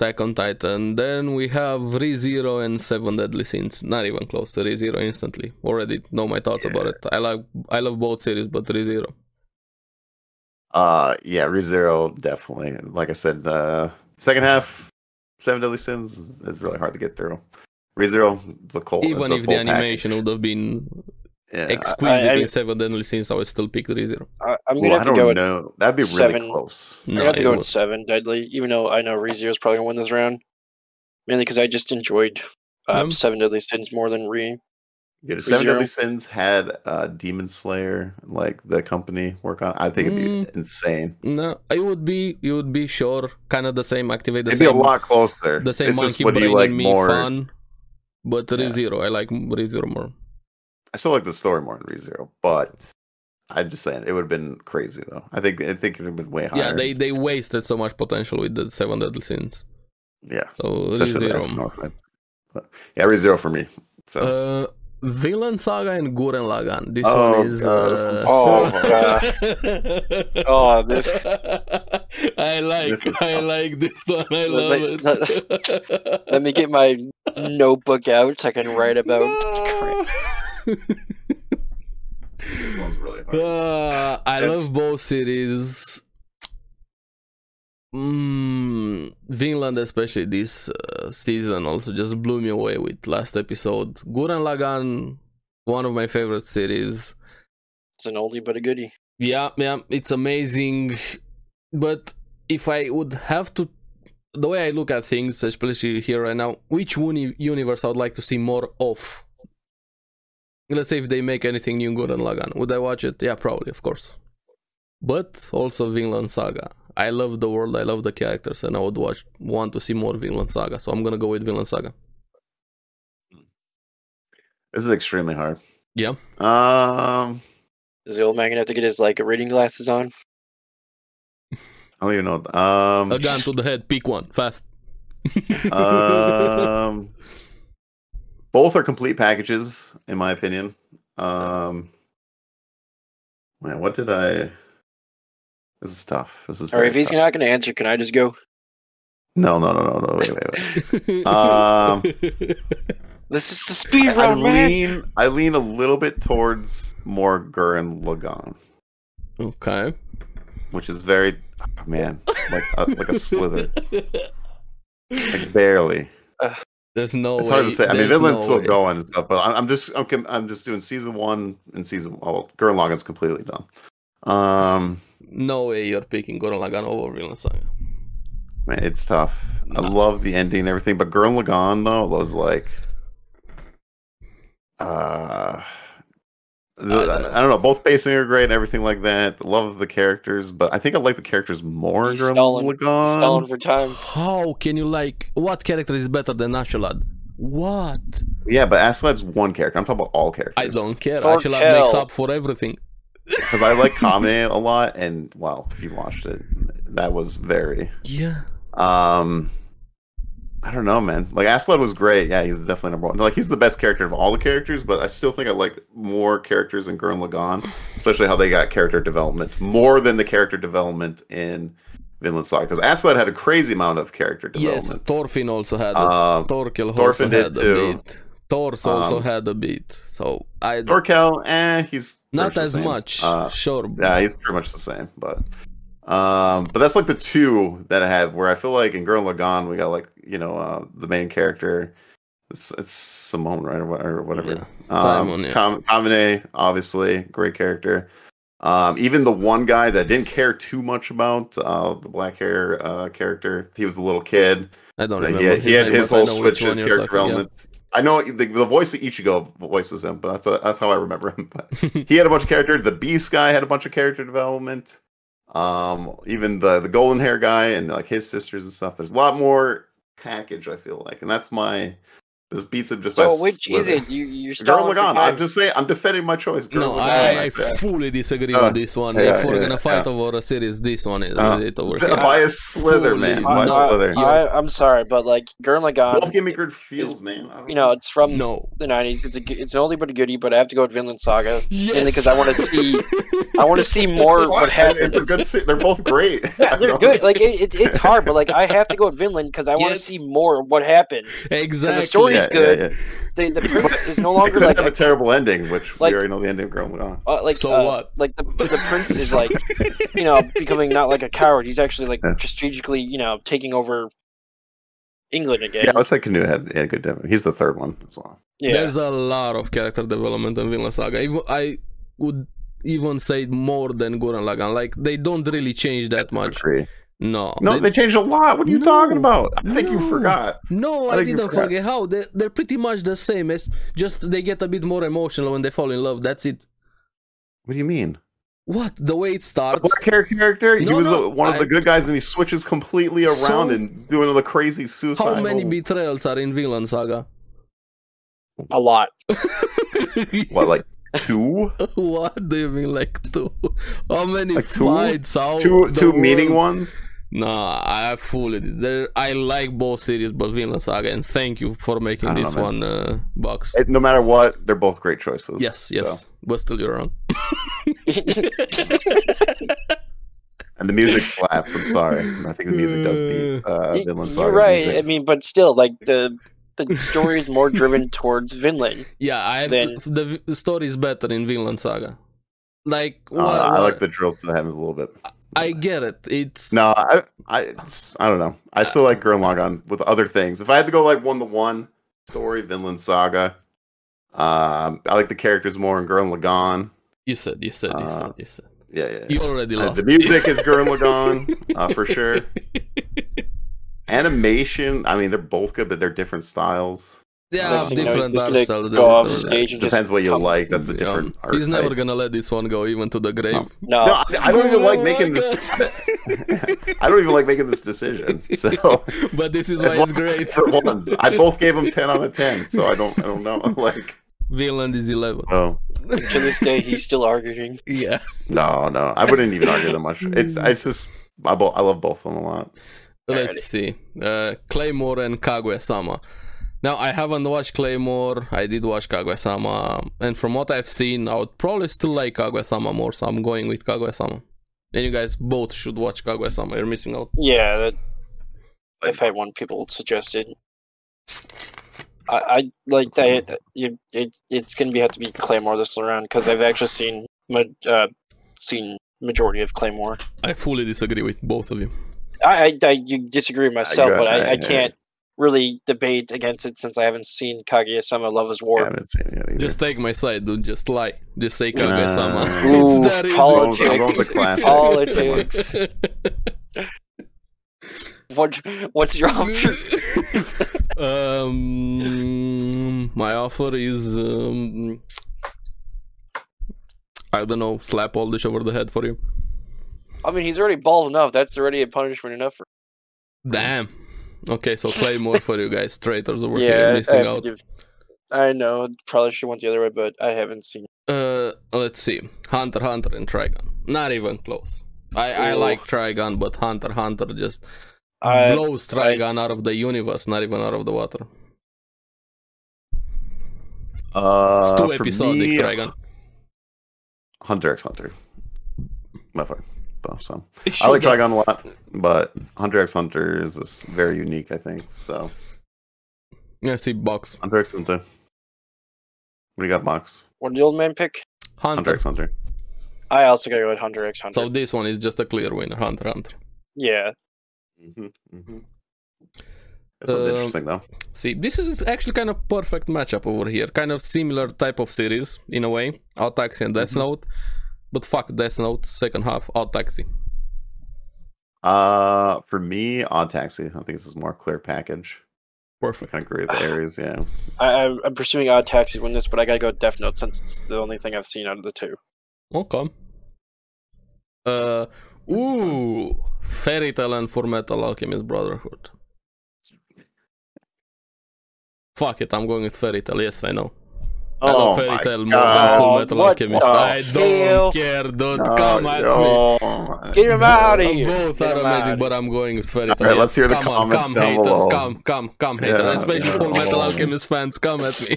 S2: Attack on Titan. Then we have ReZero and Seven Deadly Sins. Not even close. ReZero instantly. Already know my thoughts about it. I like, I love both series, but ReZero.
S1: uh, yeah, ReZero definitely. Like I said, uh, second half, Seven Deadly Sins is really hard to get through. ReZero, it's a cold.
S2: even
S1: it's a
S2: if
S1: full
S2: the animation
S1: package.
S2: would have been
S1: yeah,
S2: exquisite
S3: I- I-
S2: in Seven Deadly Sins, I would still pick ReZero.
S3: I, I'm
S1: I,
S3: gonna
S1: well, I
S3: have to
S1: don't
S3: go with
S1: know. That'd be really
S3: seven-
S1: close.
S3: I
S2: No,
S3: got to
S2: it
S3: go with
S2: was-
S3: seven deadly, even though I know ReZero is probably gonna win this round, mainly because I just enjoyed uh,
S2: Yeah.
S3: seven deadly sins more than Re.
S1: Yeah, if
S3: For
S1: Seven
S3: zero.
S1: Deadly Sins had uh, Demon Slayer, like the company work on. I think it'd be
S2: Mm.
S1: insane.
S2: No, it would be, it would be sure, kind of the same. Activate the
S1: it'd
S2: same.
S1: be a lot closer.
S2: the same
S1: it's
S2: monkey
S1: just what do
S2: brain
S1: you like
S2: and me
S1: more?
S2: fun. But
S1: Yeah.
S2: ReZero, I like ReZero more.
S1: I still like the story more than ReZero, but I'm just saying it would have been crazy though. I think I think it would have been way higher.
S2: Yeah, they they wasted so much potential with the Seven Deadly Sins.
S1: yeah,
S2: So
S1: especially the Eskimo
S2: ReZero.
S1: offense. But, yeah, ReZero for me. So
S2: Uh, Villain Saga and Gurren Lagann. This
S1: Oh,
S2: one is.
S1: God, this
S2: uh...
S1: one's
S3: Oh,
S1: so-
S3: Oh, this
S2: I like,
S1: This is-
S2: I like this one. I
S3: Let-
S2: love
S3: let-
S2: it.
S3: Let me get my notebook out so I can write about. crap.
S1: this one's really hard.
S2: Uh, I
S3: That's-
S2: love both series. Mm, Vinland, especially this uh, season, also just blew me away with last episode. Gurren Lagann, one of my favorite series.
S3: It's an oldie but a goodie.
S2: Yeah, yeah, it's amazing. But if I would have to, the way I look at things, especially here right now, which uni- universe I would like to see more of? Let's say if they make anything new, Gurren Lagann, would I watch it? Yeah, probably, of course. But also Vinland Saga. I love the world, I love the characters, and I would watch want to see more Vinland Saga. So I'm gonna go with Vinland Saga.
S1: This is extremely hard.
S2: Yeah.
S1: Um,
S3: Is the old man gonna have to get his like reading glasses on?
S1: I don't even know. Um,
S2: A gun to the head, pick one, fast.
S1: um, both are complete packages, in my opinion. Um, man, what did I? This is tough. This is
S3: Or
S1: very
S3: if he's
S1: tough.
S3: not gonna answer, can I just go?
S1: No, no, no, no, no. Wait, wait, wait. Um,
S3: This is the speed
S1: I
S3: round, man.
S1: lean, I lean a little bit towards more Gurren Lagann,
S2: okay.
S1: which is very, oh, man, like a, like a slither, like barely.
S2: There's no
S1: It's
S2: way.
S1: hard to say. I mean,
S2: there's
S1: Vinland's
S2: no
S1: still
S2: way.
S1: going and stuff, but I'm, I'm just, I'm, com- I'm just doing season one and season. Oh, well, Gurren Lagann's completely done. Um,
S2: No way you're picking Gurren Lagann over Vinland Saga.
S1: man, it's tough. I
S2: No.
S1: love the ending and everything, but Gurren Lagann though was like, uh, The- I,
S2: I don't
S1: don't
S2: know.
S1: know. Both pacing are great and everything like that. Love the characters, but I think I like the characters more.
S3: He's
S1: during
S3: stalling. He's
S1: Lagan.
S3: Stalling for time.
S2: How can you like what character is better than Ashelad? What?
S1: Yeah, but Aslad's one character. I'm talking about all characters.
S2: I don't care.
S3: Thorkel.
S2: Ashelad makes up for everything.
S1: because I like Kamine a lot, and well, if you watched it, that was very.
S2: Yeah.
S1: Um, I don't know, man. Like Asled was great. Yeah, he's definitely number one. Like he's the best character of all the characters, but I still think I like more characters in Gurren Lagann, especially how they got character development more than the character development in Vinland Saga. Because Asled had a crazy amount of character
S2: Yes,
S1: development.
S2: Thorfinn also had it.
S1: Um,
S2: Torkel also
S1: Thorfinn did
S2: had a
S1: too.
S2: bit. Thors also
S1: Um,
S2: had a bit. So I
S1: Torkel, eh, he's pretty much
S2: not
S1: the
S2: as
S1: same.
S2: much.
S1: Uh,
S2: sure.
S1: Yeah, he's pretty much the same, but um, but that's like the two that I have where I feel like in Girl Lagan we got like you know uh, the main character, it's, it's Simone right or, wha- or
S2: Yeah,
S1: whatever.
S2: Simon,
S1: um,
S2: yeah.
S1: Kam- Kamine obviously great character. Um, even the one guy that I didn't care too much about, uh, the black hair uh, character, he was a little kid.
S2: I don't
S1: Like,
S2: remember.
S1: he had, he had
S2: name,
S1: his
S2: but I
S1: whole
S2: know which
S1: switch,
S2: one
S1: his
S2: you're
S1: character
S2: talking- yeah.
S1: development. I know the, the voice of Ichigo voices him, but that's that's how I remember him. But he had a bunch of character. The Beast guy had a bunch of character development. Um, even the the golden hair guy and like his sisters and stuff. There's a lot more package. I feel like, and that's my this beats it just. by
S3: So which is
S1: splitting.
S3: it? You you're
S1: Girl
S3: stalling for
S1: Lagan.
S3: time.
S1: I'm just saying. I'm defending my choice. Girl
S2: No,
S1: Lagan,
S2: I, I
S1: that's it.
S2: fully disagree
S1: Uh,
S2: on this one.
S1: yeah,
S2: if we're
S1: yeah,
S2: gonna fight
S1: yeah.
S2: over a series, this one is
S1: Uh,
S2: it over
S1: D-
S2: here.
S1: by a slither,
S2: fully
S1: man. By a
S2: not-
S1: slither.
S2: Yeah.
S3: Uh, I, I'm sorry, but like Gurren
S1: Both
S3: Lagann,
S1: give me good feels, man. I don't
S3: uh, you know, it's from
S2: No.
S3: the '90s. It's a, g- it's an oldie but a goodie. But I have to go with Vinland Saga.
S2: Yes.
S3: because I wanna see- I want to see more
S1: It's
S3: what
S1: fine.
S3: happened.
S1: It's a good se- They're both great.
S3: Yeah,
S1: I
S3: they're
S1: don't-
S3: good. Like it, it, it's hard, but like I have to go with Vinland because I want to
S2: Yes.
S3: see more of what happens.
S2: exactly.
S3: story is
S1: Yeah, yeah,
S3: good.
S1: yeah.
S3: The the prince is no
S1: They
S3: longer
S1: could
S3: like
S1: have a terrible ending, which
S3: like-
S1: we already know the ending of Girl Lagan.
S3: uh, like
S2: So
S3: uh,
S2: what?
S3: like the the prince is like you know becoming not like a coward. He's actually like
S1: Yeah.
S3: strategically you know taking over England again.
S1: Yeah, let's say Canoe had, had a good demo. He's the third one as well.
S3: Yeah.
S2: There's a lot of character development in Vinland Saga. Even, I would even say more than Gurren Lagann. Like they don't really change that much.
S1: Agree.
S2: No.
S1: No, they, changed a lot. What are you
S2: No.
S1: talking about? I think you
S2: No.
S1: forgot.
S2: No,
S1: I
S2: I,
S1: think you
S2: didn't
S1: forgot.
S2: forget how they, they're pretty much the same. It's just they get a bit more emotional when they fall in love. That's it.
S1: What do you mean?
S2: What the way it
S1: The
S2: starts?
S1: black hair character. he
S2: No,
S1: was
S2: no,
S1: a, one of
S2: I-
S1: the good guys, and he switches completely around
S2: So-
S1: and doing all the crazy suicide.
S2: How many betrayals are in Vinland Saga?
S3: a lot.
S1: What like two,
S2: what do you mean, like two? How many
S1: Like two?
S2: fights? How
S1: two,
S2: Oh, the
S1: two meaning
S2: world-
S1: ones?
S2: Nah, I fully there. I like both series, but Vinland Saga, and thank you for making
S1: I don't
S2: this
S1: know,
S2: one uh, box.
S1: It- no matter what, they're both great choices.
S2: yes,
S1: So-
S2: yes, but still you're wrong.
S1: Uh, And the music slaps. I'm sorry. I think the music does beat uh,
S3: Y-
S1: Vinland Saga.
S3: You're right. I mean, but still, like the the story is more driven towards Vinland.
S2: Yeah, I
S3: Then-
S2: the v- story is better in Vinland Saga. Like,
S1: Uh,
S2: what-
S1: I like
S2: what-
S1: the drill to the heavens a little bit.
S2: I get it. It's
S1: No, I, I, it's, I don't know. I still like Gurren Lagann with other things. If I had to go like one to one story, Vinland Saga. Um, I like the characters more in Gurren Lagann.
S2: You said, you said, you
S1: Uh,
S2: said, you said.
S1: Yeah, yeah. yeah.
S2: You already
S1: Uh,
S2: lost.
S1: the music is Gurren Lagann uh, for sure. Animation, I mean, they're both good, but they're different styles.
S2: yeah,
S3: Next
S1: Next
S3: thing you know, he's
S2: different
S3: just gonna
S2: art style.
S3: go off
S2: different-
S3: stage and
S1: Depends
S3: just
S1: what you
S3: come-
S1: like. That's a
S2: Yeah.
S1: different art.
S2: He's never
S1: type.
S2: gonna let this one go even to the grave.
S3: No,
S1: No, I, I don't even like making this.
S2: this.
S1: I don't even like making this decision. So
S2: but this is
S1: That's
S2: why it's
S1: why-
S2: great.
S1: for once, I both gave him ten out of ten. So I don't, I don't know. Like,
S2: Vinland is eleven.
S1: oh.
S3: to this day he's still arguing.
S2: yeah.
S1: No, no, I wouldn't even argue that much. It's it's just I, bo- I love both of them a lot.
S2: Let's see. Uh, Claymore and Kaguya Sama. Now, I haven't watched Claymore. I did watch Kaguya Sama. And from what I've seen, I would probably still like Kaguya Sama more. So I'm going with Kaguya Sama. And you guys both should watch Kaguya Sama. You're missing out.
S3: Yeah, that I've had one people suggested. I, I like that. that- you- It, it's gonna be have to be Claymore this round because I've actually seen ma- uh, seen majority of Claymore.
S2: I fully disagree with both of you.
S3: I, I, I you disagree with myself,
S1: got-
S3: but I,
S1: I- I-
S3: I can't really debate against it since I haven't seen Kaguya-sama Love is War.
S1: I haven't seen it either.
S2: Just take my side, dude. Just lie. Just say
S1: Nah.
S2: Kaguya Sama.
S1: Ooh,
S2: it's that easy.
S1: Rome's-
S3: politics.
S1: Rome's a classic.
S3: Politics. What what's your option?
S2: um, my offer is um, I don't know, slap all this over the head for you.
S3: I mean, he's already bald enough. That's already a punishment enough for.
S2: Damn. Okay, so Claymore for you guys, traitors over
S3: yeah,
S2: here,
S3: I- I
S2: missing
S3: have to
S2: out.
S3: give. I know. Probably should have went the other way, but I haven't seen.
S2: Uh, let's see. Hunter, Hunter, and Trigon. Not even close. I, I
S3: Ooh.
S2: like Trigon, but Hunter, Hunter just
S3: I
S2: blows Trigon out of the universe, not even out of the water. It's
S1: Uh,
S2: too
S1: for
S2: episodic,
S1: me,
S2: Trigon.
S1: Hunter x Hunter. My favorite. But, so. I like Trigon a lot, but Hunter x Hunter is is very unique, I think. So
S2: Yeah, see, box.
S1: Hunter x Hunter. What do you got, Mox?
S3: What did the old man pick?
S1: Hunter
S2: Hunter.
S1: x Hunter.
S3: I also gotta go with Hunter X Hunter.
S2: So this one is just a clear winner, Hunter, Hunter.
S3: yeah,
S1: Mm-hmm, mm-hmm. This one's
S2: Um,
S1: interesting, though.
S2: See, this is actually kind of perfect matchup over here. Kind of similar type of series in a way. Autaxi and Death
S1: Mhm.
S2: Note. But fuck Death Note, second half, Autaxi.
S1: Uh, for me, Odd Taxi. I think this is more clear package. I
S2: Perfect.
S1: kind of agree with the Aries. Yeah,
S3: I, I'm- I'm pursuing Odd Taxi to win this, but I gotta go with Death Note since it's the only thing I've seen out of the two.
S2: Okay. Uh, ooh, Fairy Tale and Full Metal Alchemist Brotherhood. Fuck it, I'm going with Fairy Tale. Yes, I know. I
S1: Oh
S2: love Fairy
S1: my
S2: Tale more than Full
S3: God,
S2: Metal
S3: what
S2: Alchemist.
S3: the
S2: I
S3: hell?
S2: don't care, dude. Come at me.
S1: me.
S3: Get him out of
S2: Uh,
S3: here!
S2: Both
S3: Get
S2: are
S3: him
S2: amazing,
S3: outta
S2: but I'm going with Fairy Tail.
S1: Alright, let's hear the
S2: come
S1: comments
S2: on, come,
S1: down
S2: haters,
S1: below.
S2: Come, come, come, haters.
S1: Yeah,
S2: Especially
S1: yeah.
S2: Full Metal Alchemist fans, come at me.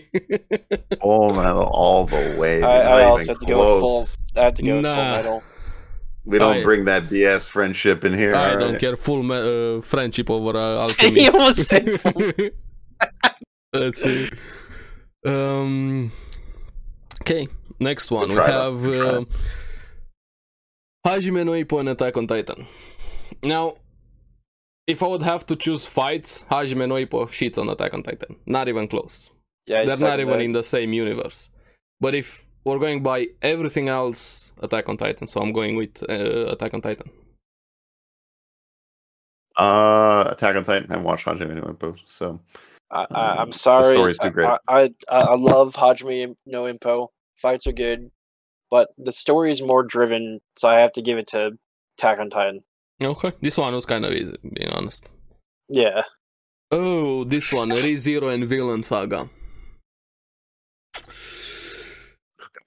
S1: Full metal all the way.
S3: I-
S1: dude,
S3: I
S1: not
S3: also
S1: even
S3: have to go with full-
S1: close.
S3: I have to go with
S2: Nah.
S3: Full Metal.
S1: We don't
S2: I-
S1: bring that BS friendship in here.
S2: I
S1: all
S2: don't
S1: right?
S2: care. Full me- uh, friendship over uh, alchemy.
S3: he almost said
S2: Let's see. Um. Okay, next one. We
S1: try that.
S2: have
S1: Good try.
S2: um Hajime no Ippo and Attack on Titan. Now, if I would have to choose fights, Hajime no Ippo shits on Attack on Titan. Not even close.
S3: Yeah,
S2: They're not even in
S3: in.
S2: the same universe. But if we're going by everything else, Attack on Titan. So I'm going with uh, Attack on Titan.
S1: Uh, Attack on Titan. I haven't watched Hajime no Ippo, so
S3: I,
S1: Um,
S3: I, I'm
S1: the
S3: sorry.
S1: story's too great.
S3: I, I, I, I love Hajime No Impo. Fights are good, but the story is more driven, so I have to give it to Attack on Titan.
S2: Okay, this one was kind of easy, being honest.
S3: Yeah.
S2: Oh, this one, ReZero and Villain Saga.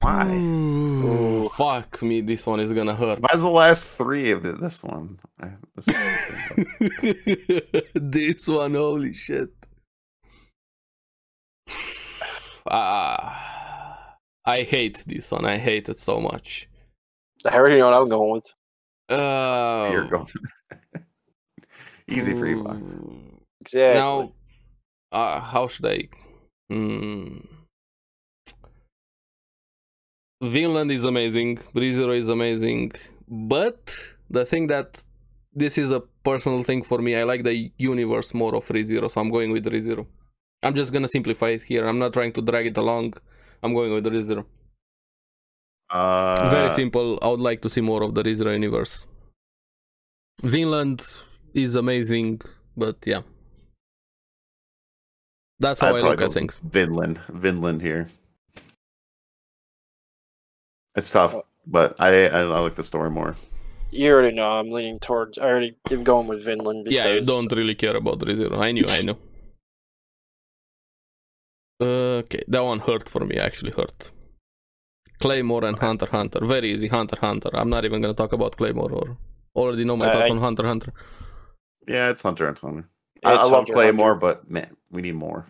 S2: Hmm.
S1: why?
S2: Ooh, fuck me, this one is gonna hurt.
S1: Why's the last three of the, this one? I, this is stupid.
S2: this one, holy shit. Ah, I hate this one. I hate it so much.
S3: I already know what I'm going with.
S2: Uh,
S1: You're going easy for you, Box.
S2: ooh.
S3: Exactly.
S2: Now, uh, how should I? Mm. Vinland is amazing. Brizero is amazing. But the thing that this is a personal thing for me, I like the universe more of ReZero, so I'm going with ReZero. I'm just gonna simplify it here. I'm not trying to drag it along. I'm going with ReZero.
S1: Uh,
S2: Very simple. I would like to see more of the ReZero universe. Vinland is amazing, but yeah. That's how
S1: I'd
S2: I
S1: probably
S2: look
S1: go
S2: at
S1: with
S2: things.
S1: Vinland, Vinland here. It's tough,
S3: Oh.
S1: but I I, I like the story more.
S3: you already know I'm leaning towards. I already am going with Vinland because
S2: Yeah, you don't really care about ReZero. I knew, I knew. Uh, Okay, that one hurt for me, actually hurt. Claymore and Hunter x Hunter. Very easy, Hunter x Hunter. I'm not even gonna talk about Claymore or already know my
S3: I-
S2: thoughts
S3: I-
S2: on Hunter x Hunter.
S1: Yeah, it's Hunter x Hunter. I, I
S3: it's
S1: love
S3: Hunter x
S1: Claymore,
S3: Hunter.
S1: but man, we need more.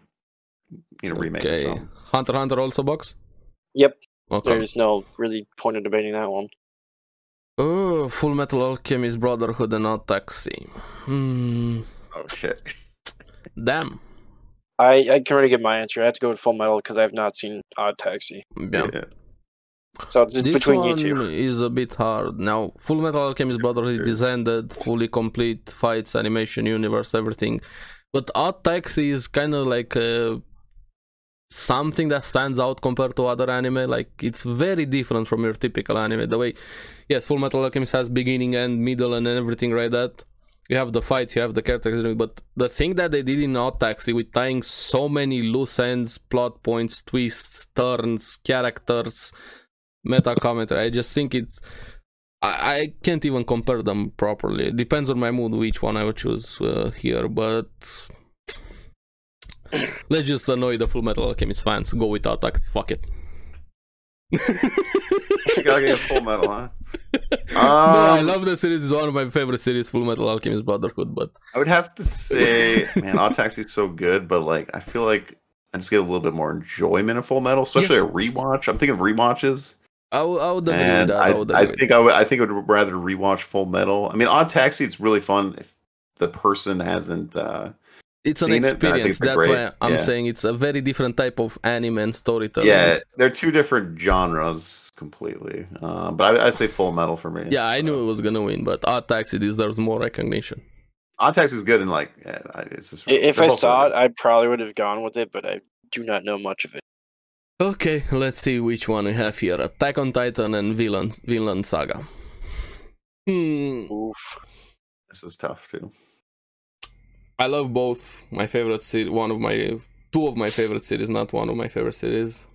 S1: You know, remake. or
S2: Okay.
S1: something.
S2: Hunter x Hunter also box?
S3: Yep,
S2: Okay.
S3: there's no really point in debating that one.
S2: Oh, Full Metal Alchemist Brotherhood and not Taxi. Hmm.
S1: Oh shit.
S2: Damn.
S3: I, I can already give my answer. I have to go with Full Metal because I have not seen Odd Taxi.
S2: Yeah.
S1: Yeah.
S3: So it's, it's
S2: This
S3: between
S2: one
S3: you two.
S2: is a bit hard. Now, Full Metal Alchemist Brotherhood is ended, fully complete, fights, animation, universe, everything. But Odd Taxi is kind of like uh something that stands out compared to other anime. Like, it's very different from your typical anime. The way, yes, Full Metal Alchemist has beginning, end, middle, and everything like that. You have the fights, you have the characters, but the thing that they did in Odd Taxi with tying so many loose ends, plot points, twists, turns, characters, meta commentary. I just think it's. I, I can't even compare them properly. It depends on my mood which one I would choose uh, here, but let's just annoy the Full Metal Alchemist fans. Go with Attack. Fuck it.
S1: You gotta get full metal, huh?
S2: no, I
S1: Um,
S2: love the series. It's one of my favorite series, Full Metal Alchemist Brotherhood. But
S1: I would have to say, man, Odd Taxi's so good, but like I feel like I just get a little bit more enjoyment of Full Metal, especially
S2: Yes.
S1: a rewatch. I'm thinking of rewatches,
S2: I, would- I would agree with
S1: and
S2: that. I,
S1: I,
S2: would
S1: I
S2: agree.
S1: think I would, I think I would rather rewatch Full Metal. I mean, Odd Taxi, it's really fun if the person hasn't. uh
S2: it's an
S1: seen it, and I think
S2: experience.
S1: it's been
S2: That's
S1: great.
S2: why I'm
S1: Yeah.
S2: saying it's a very different type of anime and storytelling.
S1: Yeah, they're two different genres completely. Um, but I, I say Full Metal for me.
S2: Yeah, I knew it was gonna win, but Odd Taxi deserves more recognition.
S1: Odd Taxi's good, and like yeah, I- it's just.
S3: I- If
S1: they're
S3: I
S1: both
S3: saw it,
S1: really
S3: I probably would have gone with it, but I do not know much of it.
S2: Okay, let's see which one we have here: Attack on Titan and Vinland, Vinland Saga. Hmm,
S3: Oof.
S1: good. This is tough too.
S2: I love both. My favorite series, one of my two of my favorite series, not one of my favorite series.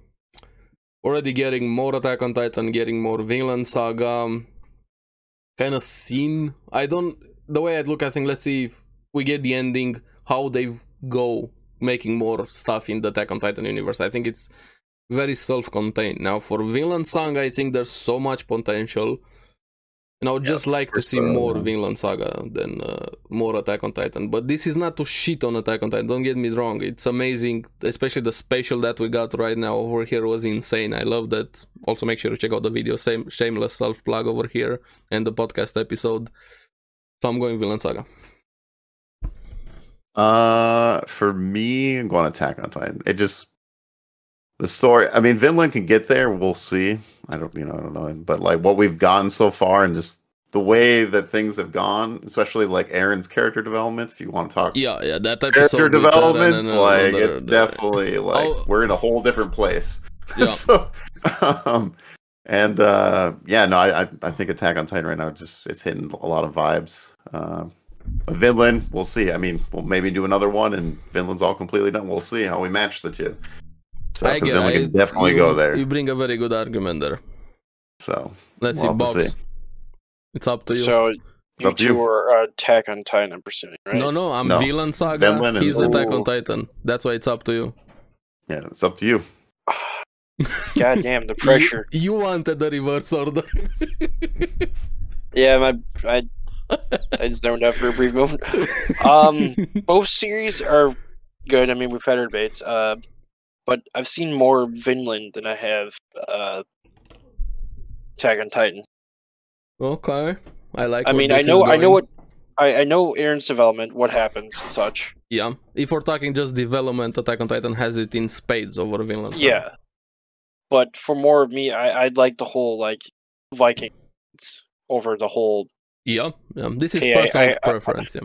S2: Already getting more Attack on Titan, getting more Vinland Saga. Kind of seen. I don't. The way I look, I think let's see if we get the ending. How they go making more stuff in the Attack on Titan universe. I think it's very self-contained. Now for Vinland Saga, I think there's so much potential. And I would
S1: Yeah,
S2: just like to
S1: course,
S2: see
S1: uh,
S2: more
S1: yeah.
S2: Vinland Saga than uh, more Attack on Titan. But this is not to shit on Attack on Titan. Don't get me wrong. It's amazing, especially the special that we got right now over here was insane. I love that. Also, make sure to check out the video. Same shameless self plug over here and the podcast episode. So I'm going Vinland Saga.
S1: Uh, for me, I'm going Attack on Titan. It just the story. I mean, Vinland can get there. We'll see. I don't, you know, I don't know. But like what we've gotten so far, and just the way that things have gone, especially like Aaron's character development. If you want to talk
S2: Yeah, yeah, that episode.
S1: character
S2: with Aaron
S1: development,
S2: and, uh,
S1: like
S2: the-
S1: it's
S2: the-
S1: definitely like
S2: Oh.
S1: we're in a whole different place.
S2: Yeah.
S1: so, um, and uh, yeah, no, I, I I think Attack on Titan right now just it's hitting a lot of vibes. Um, Vinland, we'll see. I mean, we'll maybe do another one, and Vinland's all completely done. We'll see how we match the two. So,
S2: I
S1: because
S2: get-
S1: Vinland
S2: I-
S1: can definitely
S2: you-
S1: go there.
S2: You bring a very good argument there.
S1: So, We'll
S2: Let's see,
S1: have to
S2: Bob's. It's up to you.
S3: So you
S1: up to you.
S3: two are uh, Attack on Titan. I'm pursuing, right?
S2: No, no, I'm
S1: No.
S2: Vinland Saga.
S1: Vinland and-
S2: He's Attack on
S3: Ooh.
S2: Titan. That's why it's up to you.
S1: yeah, it's up to you.
S3: God damn the pressure.
S2: You, you wanted the reverse order.
S3: Yeah, my I I just zoned out for a brief moment. Um, both series are good. I mean, we've had our debates, uh, but I've seen more Vinland than I have uh, Attack on Titan.
S2: okay, I like.
S3: I
S2: where
S3: mean, I
S2: this is
S3: know, I
S2: going.
S3: know what, I, I know Aaron's development, what happens and such.
S2: Yeah, if we're talking just development, Attack on Titan has it in spades over Vinland. Saga.
S3: Yeah, but for more of me, I, I'd like the whole like Vikings over the whole
S2: yeah, yeah. This is
S3: Hey, I-
S2: personal
S3: I- I-
S2: preference. yeah.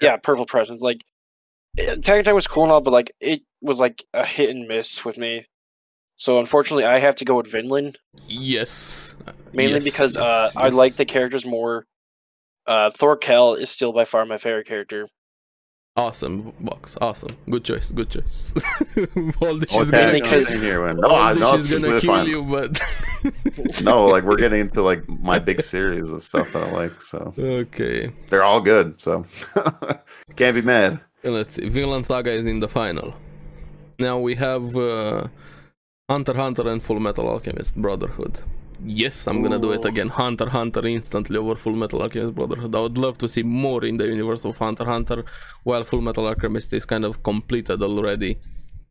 S3: yeah, Purple Presence. Like, Tag and Time was cool and all, but like it was like a hit and miss with me. So unfortunately, I have to go with Vinland
S2: Yes.
S3: mainly
S2: Yes,
S3: because uh,
S2: yes,
S3: I like
S2: yes.
S3: the characters more. Uh, Thorkel is still by far my favorite character.
S2: Awesome box. Awesome. Good choice. Good choice. All this
S1: Oh,
S2: is
S1: Attack on
S2: gonna, kill,
S3: mainly because-
S1: Titan here, man. No, I-
S2: all
S1: no,
S2: this
S1: it's
S2: is gonna
S1: completely
S2: kill
S1: fine.
S2: you, but
S1: No, like we're getting into like my big series of stuff that I like. So
S2: okay.
S1: they're all good. So can't be mad.
S2: And Let's see. Vinland Saga is in the final. Now we have uh, Hunter x Hunter and Full Metal Alchemist Brotherhood. Yes, I'm gonna do it
S3: Ooh.
S2: again. Hunter x Hunter instantly over Full Metal Alchemist Brotherhood. I would love to see more in the universe of Hunter x Hunter, while Full Metal Alchemist is kind of completed already.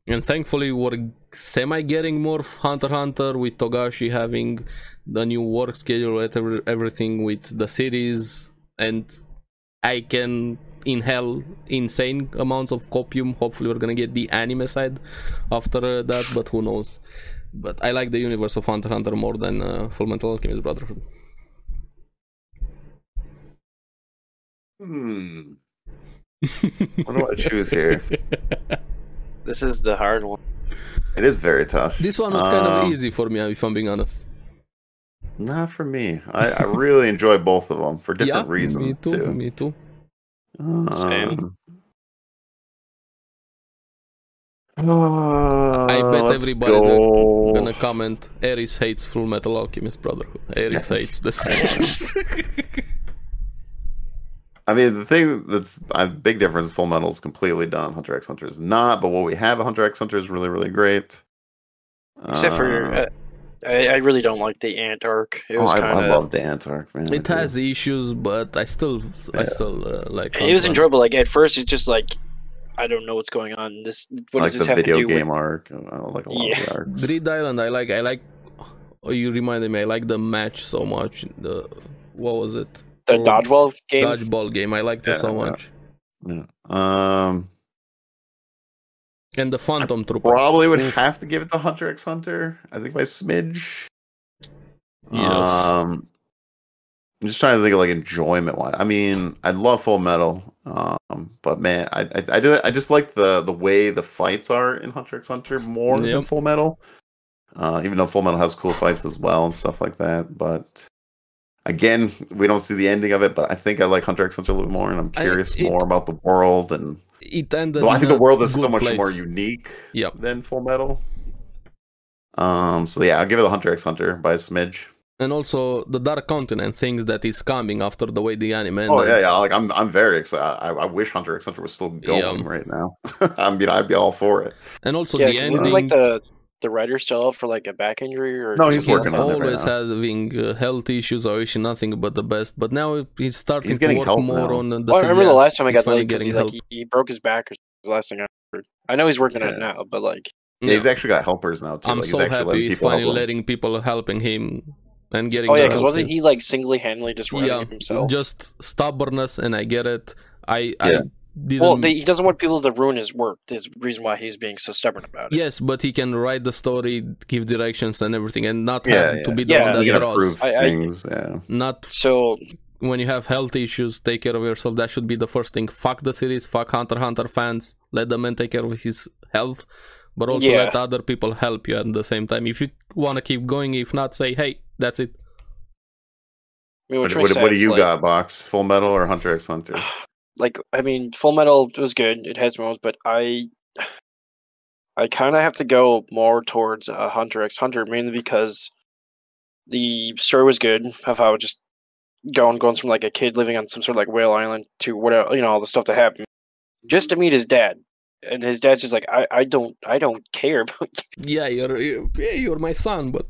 S2: And thankfully, we're semi getting more Hunter x Hunter with Togashi having the new work schedule, every- everything with the series, and I can inhale insane amounts of copium. Hopefully, we're gonna get the anime side after uh, that, but who knows? But I like the universe of Hunter x Hunter more than uh, Full Metal Alchemist Brotherhood.
S1: Hmm. What do I choose here?
S3: This is the hard one.
S1: It is very tough.
S2: This one was kind
S1: Um,
S2: of easy for me, if I'm being honest.
S1: Not for me. I, I really enjoy both of them for different
S2: yeah,
S1: reasons
S2: Me too,
S1: too.
S2: Me too.
S1: Um,
S3: Same.
S2: I bet
S1: uh, let's
S2: everybody's
S1: go.
S2: gonna comment. Ares hates Full Metal Alchemist Brotherhood. Ares hates the series.
S1: I mean, the thing that's a big difference. Full Metal is completely done. Hunter X Hunter is not. But what we have, at Hunter X Hunter, is really, really great.
S3: Except for,
S1: Uh,
S3: uh, I, I really don't like the ant arc. It
S1: oh,
S3: was
S1: I, I
S3: kind of.
S1: love the Antark man. I
S2: it
S1: do.
S2: has issues, but I still, I
S1: Yeah.
S2: still uh, like.
S3: It was
S2: Hunter.
S3: enjoyable. Like at first, it's just like, I don't know what's going on. This what
S1: I like
S3: does this
S1: the
S3: have
S1: video
S3: to do
S1: game
S3: with?
S1: arc. I like a lot
S3: Yeah.
S1: of the arcs.
S2: Dread Island. I like. I like. Oh, you reminded me. I like the match so much. The what was it?
S3: The
S2: or
S3: dodgeball game.
S2: Dodgeball game. I liked it so
S1: Yeah, yeah.
S2: much.
S1: Yeah. Um,
S2: And the Phantom Trooper.
S1: probably would
S2: Oof.
S1: have to give it to Hunter X Hunter. I think by smidge.
S2: Yes.
S1: Um, I'm just trying to think of like enjoyment wise. I mean, I love Full Metal, um, but man, I I, I, do, I just like the the way the fights are in Hunter X Hunter more than
S2: Yep.
S1: Full Metal. Uh, even though Full Metal has cool fights as well and stuff like that, but again, we don't see the ending of it. But I think I like Hunter X Hunter a little more, and I'm
S2: I-
S1: curious
S2: it-
S1: more about the world. And
S2: It ended.
S1: well, I
S2: in
S1: think the
S2: a
S1: world is so
S2: good
S1: much
S2: place.
S1: more unique
S2: Yep.
S1: than Full Metal. Um, so yeah, I'll give it a Hunter X Hunter by a smidge.
S2: and also the Dark Continent things that is coming after the way the anime.
S1: Oh
S2: ended.
S1: yeah, yeah. Like I'm, I'm very excited. I, I wish Hunter X Hunter was still going
S2: Yeah.
S1: right now. I mean, I'd be all for it.
S2: And also
S3: Yeah,
S2: the
S3: 'cause
S2: ending.
S3: isn't, like the the writer still out for like a back injury or
S1: No, he's
S2: He's
S3: something like
S1: working
S3: that?
S1: on it right
S2: always
S1: now.
S2: having uh, health issues. I wish him nothing but the best. But now he's starting
S1: He's
S2: to
S1: getting
S2: work
S1: help
S2: more
S1: now.
S2: on the.
S3: Well, Oh, I remember the last time I
S2: he's
S3: got
S2: finally
S3: like, 'cause he,
S2: getting
S3: like he, he broke his back or something, the last thing I heard. I know he's working on it
S1: Yeah.
S3: now, but like
S1: Yeah, He's actually got helpers now too.
S2: I'm
S1: like,
S2: so
S1: he's actually
S2: happy he's
S1: people help
S2: finally
S1: him.
S2: letting people helping him and getting.
S3: oh yeah,
S2: the
S3: because
S2: help
S3: wasn't
S2: he-
S3: he like singly handedly just writing
S2: Yeah,
S3: it himself?
S2: just stubbornness, and I get it. I I
S1: Yeah.
S2: didn't.
S3: Well, they, he doesn't want people to ruin his work. There's a reason why he's being so stubborn about it.
S2: Yes, but he can write the story, give directions and everything, and not
S1: Yeah,
S2: have to
S1: yeah.
S2: be the
S3: Yeah,
S2: one
S1: You
S2: that
S1: gotta
S2: draws.
S1: prove
S3: I- I-
S1: things. yeah.
S2: Not
S3: So
S2: when you have health issues, take care of yourself. That should be the first thing. Fuck the series, fuck Hunter x Hunter fans. Let the man take care of his health, but also
S3: Yeah.
S2: let other people help you at the same time. If you want to keep going, if not, say hey, that's it.
S3: I mean,
S1: What,
S3: which
S1: what,
S3: makes
S1: what do
S3: sense,
S1: you
S3: like,
S1: got, Box? Full Metal or Hunter X Hunter?
S3: Like I mean, Full Metal was good. It has moments, but I I kind of have to go more towards uh, Hunter X Hunter mainly because the story was good of how it just going going from like a kid living on some sort of like whale island to whatever you know all the stuff that happened just to meet his dad and his dad's just like I I don't I don't care about you.
S2: Yeah, you're you- yeah, you're my son, but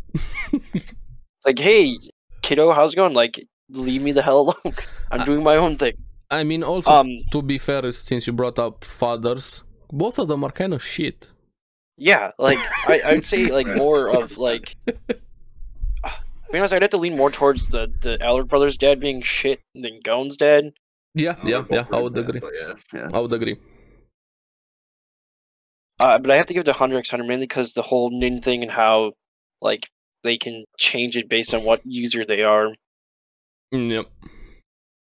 S3: It's like, hey, kiddo, how's it going? Like, leave me the hell alone. I'm
S2: I-
S3: doing my own thing.
S2: I mean also
S3: Um,
S2: to be fair, since you brought up fathers, both of them are kind of shit.
S3: yeah, like I, I would say like more of like. Ah, To be honest, I'd have to lean more towards the the Allard brothers' dad being shit than Gone's dad.
S2: Yeah, yeah, yeah. I would agree.
S1: Yeah, yeah.
S2: I would agree.
S3: Uh, but I have to give it to Hunter X Hunter mainly because the whole nin thing and how like they can change it based on what user they are,
S2: Mm, Yep.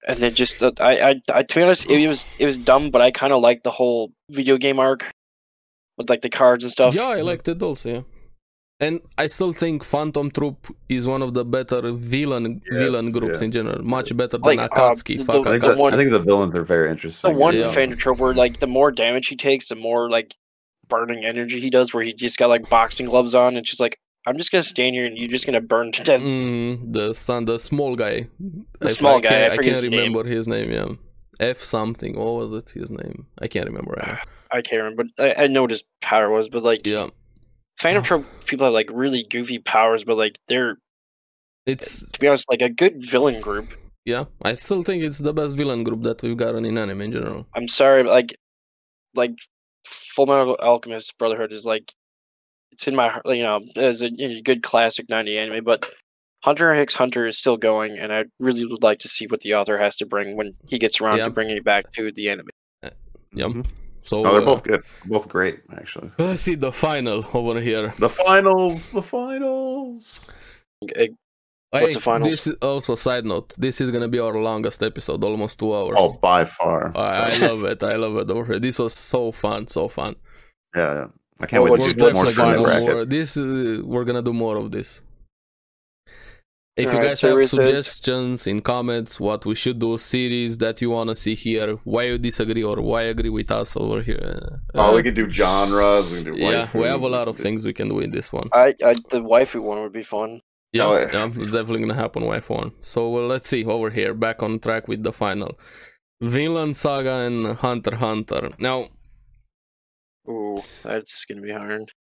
S3: and then just that I, I I to be honest, it was it was dumb, but I kind of liked the whole video game arc with like the cards and stuff.
S2: Yeah, I liked it also. Yeah. And I still think Phantom Troop is one of the better villain
S1: Yes,
S2: villain groups
S1: yes.
S2: in general. Much better than
S3: Like, uh,
S2: Akatsuki.
S3: the-
S2: Fuck
S1: I think,
S3: The
S1: that,
S2: Akatsuki.
S3: one-
S1: I think the villains are very
S3: the
S1: interesting.
S3: one
S2: yeah.
S3: Fender trope where like the more damage he takes, the more like burning energy he does. Where he just got like boxing gloves on, and she's like, "I'm just gonna stand here, and you're just gonna burn to death."
S2: Mm, the son, the small guy. If
S3: small guy, I
S2: Can't, I,
S3: forget
S2: can't
S3: his name.
S2: remember his name. Yeah. F something. What was it? His name? I can't remember. Right now.
S3: I can't remember, but I, I know what his power was. But like,
S2: Yeah.
S3: Phantom trope people have like really goofy powers, but like they're
S2: It's
S3: to be honest, like a good villain group.
S2: yeah. I still think it's the best villain group that we've gotten in anime in general.
S3: I'm sorry, but like, like Full Metal Alchemist Brotherhood is like it's in my heart, you know, as a, you know, good classic '90 anime, but. Hunter x Hunter is still going, and I really would like to see what the author has to bring when he gets around
S2: Yeah.
S3: to bringing it back to the anime.
S2: Yeah.
S1: Mhm.
S2: So
S1: No, they're
S2: uh,
S1: both good. Both great, actually.
S2: Let's see the final over here.
S1: The finals. The finals.
S3: Uh, What's the finals?
S2: This is also side note. This is gonna be our longest episode, almost two hours.
S1: Oh, by far.
S2: I, I love it. I love it over here. This was so fun, so fun.
S1: yeah, yeah. I
S2: oh,
S1: can't
S3: Well,
S1: wait
S2: We're
S1: to do more
S2: definitely
S3: final
S1: tournament
S2: uh, gonna do
S1: brackets.
S2: more. This uh, we're gonna do more of this. If you
S3: Alright,
S2: guys
S3: so
S2: have
S3: is this-
S2: suggestions in comments, what we should do, series that you want to see here, why you disagree or why agree with us over here.
S1: Oh,
S2: uh,
S1: we can do genres. We can do
S2: yeah,
S1: waifu.
S2: we have a lot of things we can do in this one.
S3: I, I the waifu one would be fun.
S2: Yeah,
S1: Oh, yeah.
S2: yeah, it's definitely gonna happen wife one. So well, let's see over here, back on track with the final. Vinland Saga and Hunter x Hunter. Now,
S3: Ooh, that's gonna be hard.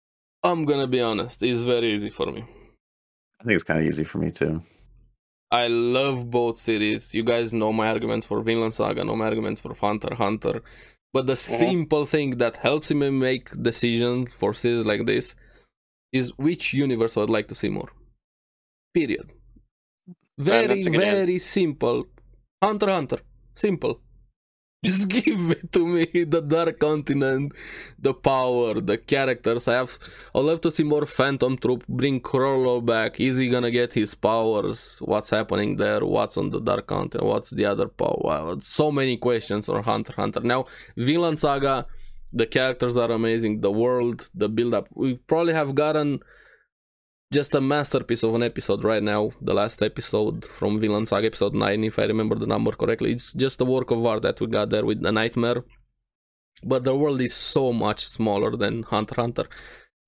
S2: I'm gonna be honest, it's very easy for me.
S1: I think it's kind of easy for me too.
S2: I love both series. You guys know my arguments for Vinland Saga, know my arguments for Hunter x Hunter. But the simple thing that helps me make decisions for series like this is which universe I'd like to see more. Period. Very,
S3: that's a good end.
S2: very simple. Hunter x Hunter. Simple. Just give it to me. The Dark Continent, the power, the characters. I have. I'd love to see more Phantom Troop. Bring Krollo back. Is he gonna get his powers? What's happening there? What's on the Dark Continent? What's the other power? Wow, So many questions on Hunter x Hunter. Now, Vinland Saga. The characters are amazing. The world, the build-up. We probably have gotten just a masterpiece of an episode right now. The last episode from Vinland Saga, episode 9, if I remember the number correctly. It's just a work of art that we got there with the nightmare. But the world is so much smaller than Hunter x Hunter.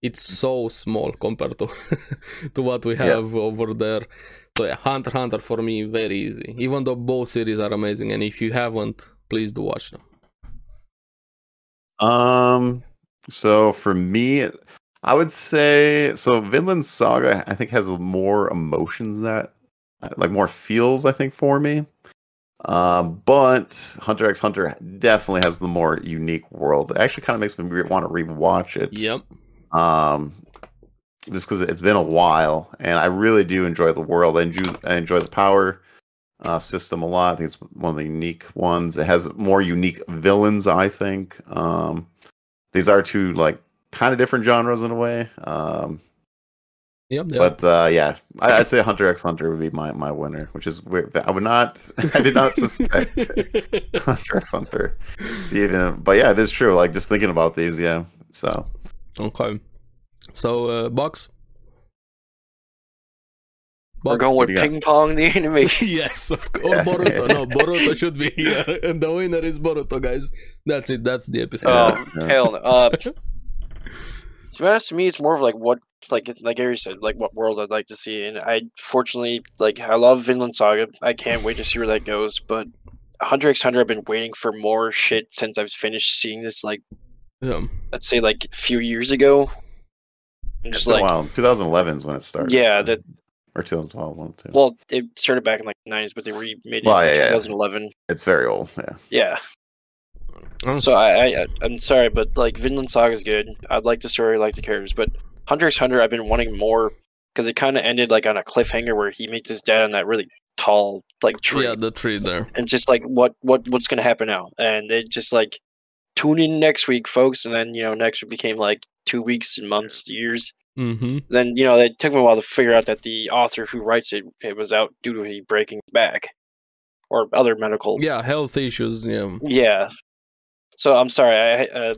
S2: It's so small compared to to what we
S1: Yeah.
S2: have over there. So yeah, Hunter x Hunter for me very easy. Even though both series are amazing, and if you haven't, please do watch them.
S1: Um, so for me, I would say so. Vinland Saga, I think, has more emotions that, like, more feels. I think for me, um, but Hunter X Hunter definitely has the more unique world. It actually kind of makes me re- want to rewatch it.
S2: Yep.
S1: um just because it's been a while and i really do enjoy the world i enjoy, I enjoy the power uh, system a lot i think it's one of the unique ones it has more unique villains i think um these are two like kind of different genres in a way um
S2: Yep. yep.
S1: but uh yeah I, i'd say hunter x hunter would be my my winner which is weird i would not i did not suspect hunter x hunter to even but yeah it is true like just thinking about these yeah so
S2: Okay. So, uh, box.
S3: We're
S2: Box?
S3: going
S1: what
S3: with
S1: do you got?
S3: ping pong the animation.
S2: yes, of course.
S1: Yeah.
S2: Or Boruto. No, Boruto should be here. And the winner is Boruto, guys. That's it. That's the episode.
S1: Yeah,
S3: Oh
S1: yeah.
S3: hell no. Uh, to be honest, to me, it's more of like what, like like Ari said, like what world I'd like to see. And I fortunately, like I love Vinland Saga. I can't wait to see where that goes. But Hunter x Hunter, I've been waiting for more shit since I've finished seeing this. Like
S2: Yeah.
S3: let's say like a few years ago. And
S1: It's
S3: just
S1: been
S3: like
S1: a while. 2011 is when it started.
S3: Yeah,
S1: so-
S3: that-
S1: or 2012, one of the two.
S3: well, it started back in like the '90s, but they remade it
S1: Well, yeah,
S3: in
S1: yeah.
S3: 2011.
S1: it's very old. Yeah,
S3: Yeah. So I, I I'm sorry, but like Vinland Saga is good. I like the story, I like the characters, but Hunter x Hunter I've been wanting more because it kind of ended like on a cliffhanger where he meets his dad on that really tall like tree,
S2: yeah, the tree there.
S3: and just like what what what's gonna happen now, and it just like tune in next week, folks, and then you know next week became like two weeks and months, years.
S2: Mm-hmm.
S3: Then you know it took me a while to figure out that the author who writes it it was out due to he breaking his back or other medical
S2: Yeah, health issues. Yeah.
S3: yeah. So I'm sorry. I uh,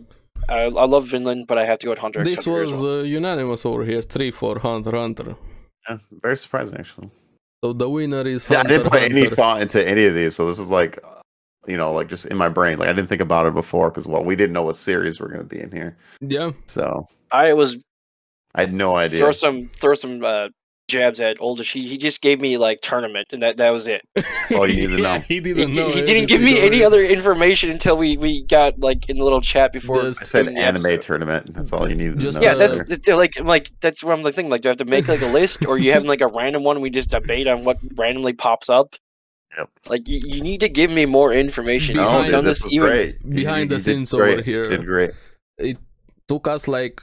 S3: I, I love Vinland, but I have to go with Hunter x
S2: This
S3: Hunter as
S2: was
S3: well.
S2: uh, unanimous over here. Three for Hunter x Hunter.
S1: yeah very surprising actually.
S2: So the winner is
S1: Yeah, I
S2: Hunter.
S1: didn't put
S2: x
S1: any
S2: Hunter.
S1: thought into any of these, so this is like, you know, like just in my brain. Like I didn't think about it before because well, we didn't know what series we're gonna be in here,
S2: Yeah.
S1: so
S3: I was
S1: I had no idea.
S3: throw some throw some uh, jabs at Oldish. He, he just gave me like tournament, and that that was it.
S1: That's all you need to
S2: Yeah,
S1: know.
S2: He
S3: He,
S2: didn't know.
S3: he didn't give me any other information until we we got like in the little chat before.
S2: This-
S1: I said
S3: doing the
S1: anime
S3: episode.
S1: tournament. And that's all you needed.
S2: Just,
S1: to know.
S3: Yeah,
S2: uh,
S3: that's that's- like I'm like that's where I'm like thinking like do I have to make like a list or you have like a random one we just debate on what randomly pops up?
S1: Yep.
S3: Like you, you need to give me more information.
S1: No,
S2: behind-
S1: dude,
S3: I've done
S1: this was
S3: this even
S1: great. You-
S2: behind
S1: you
S2: the
S1: did
S2: scenes
S1: great.
S2: over here.
S1: You Did great.
S2: it took us like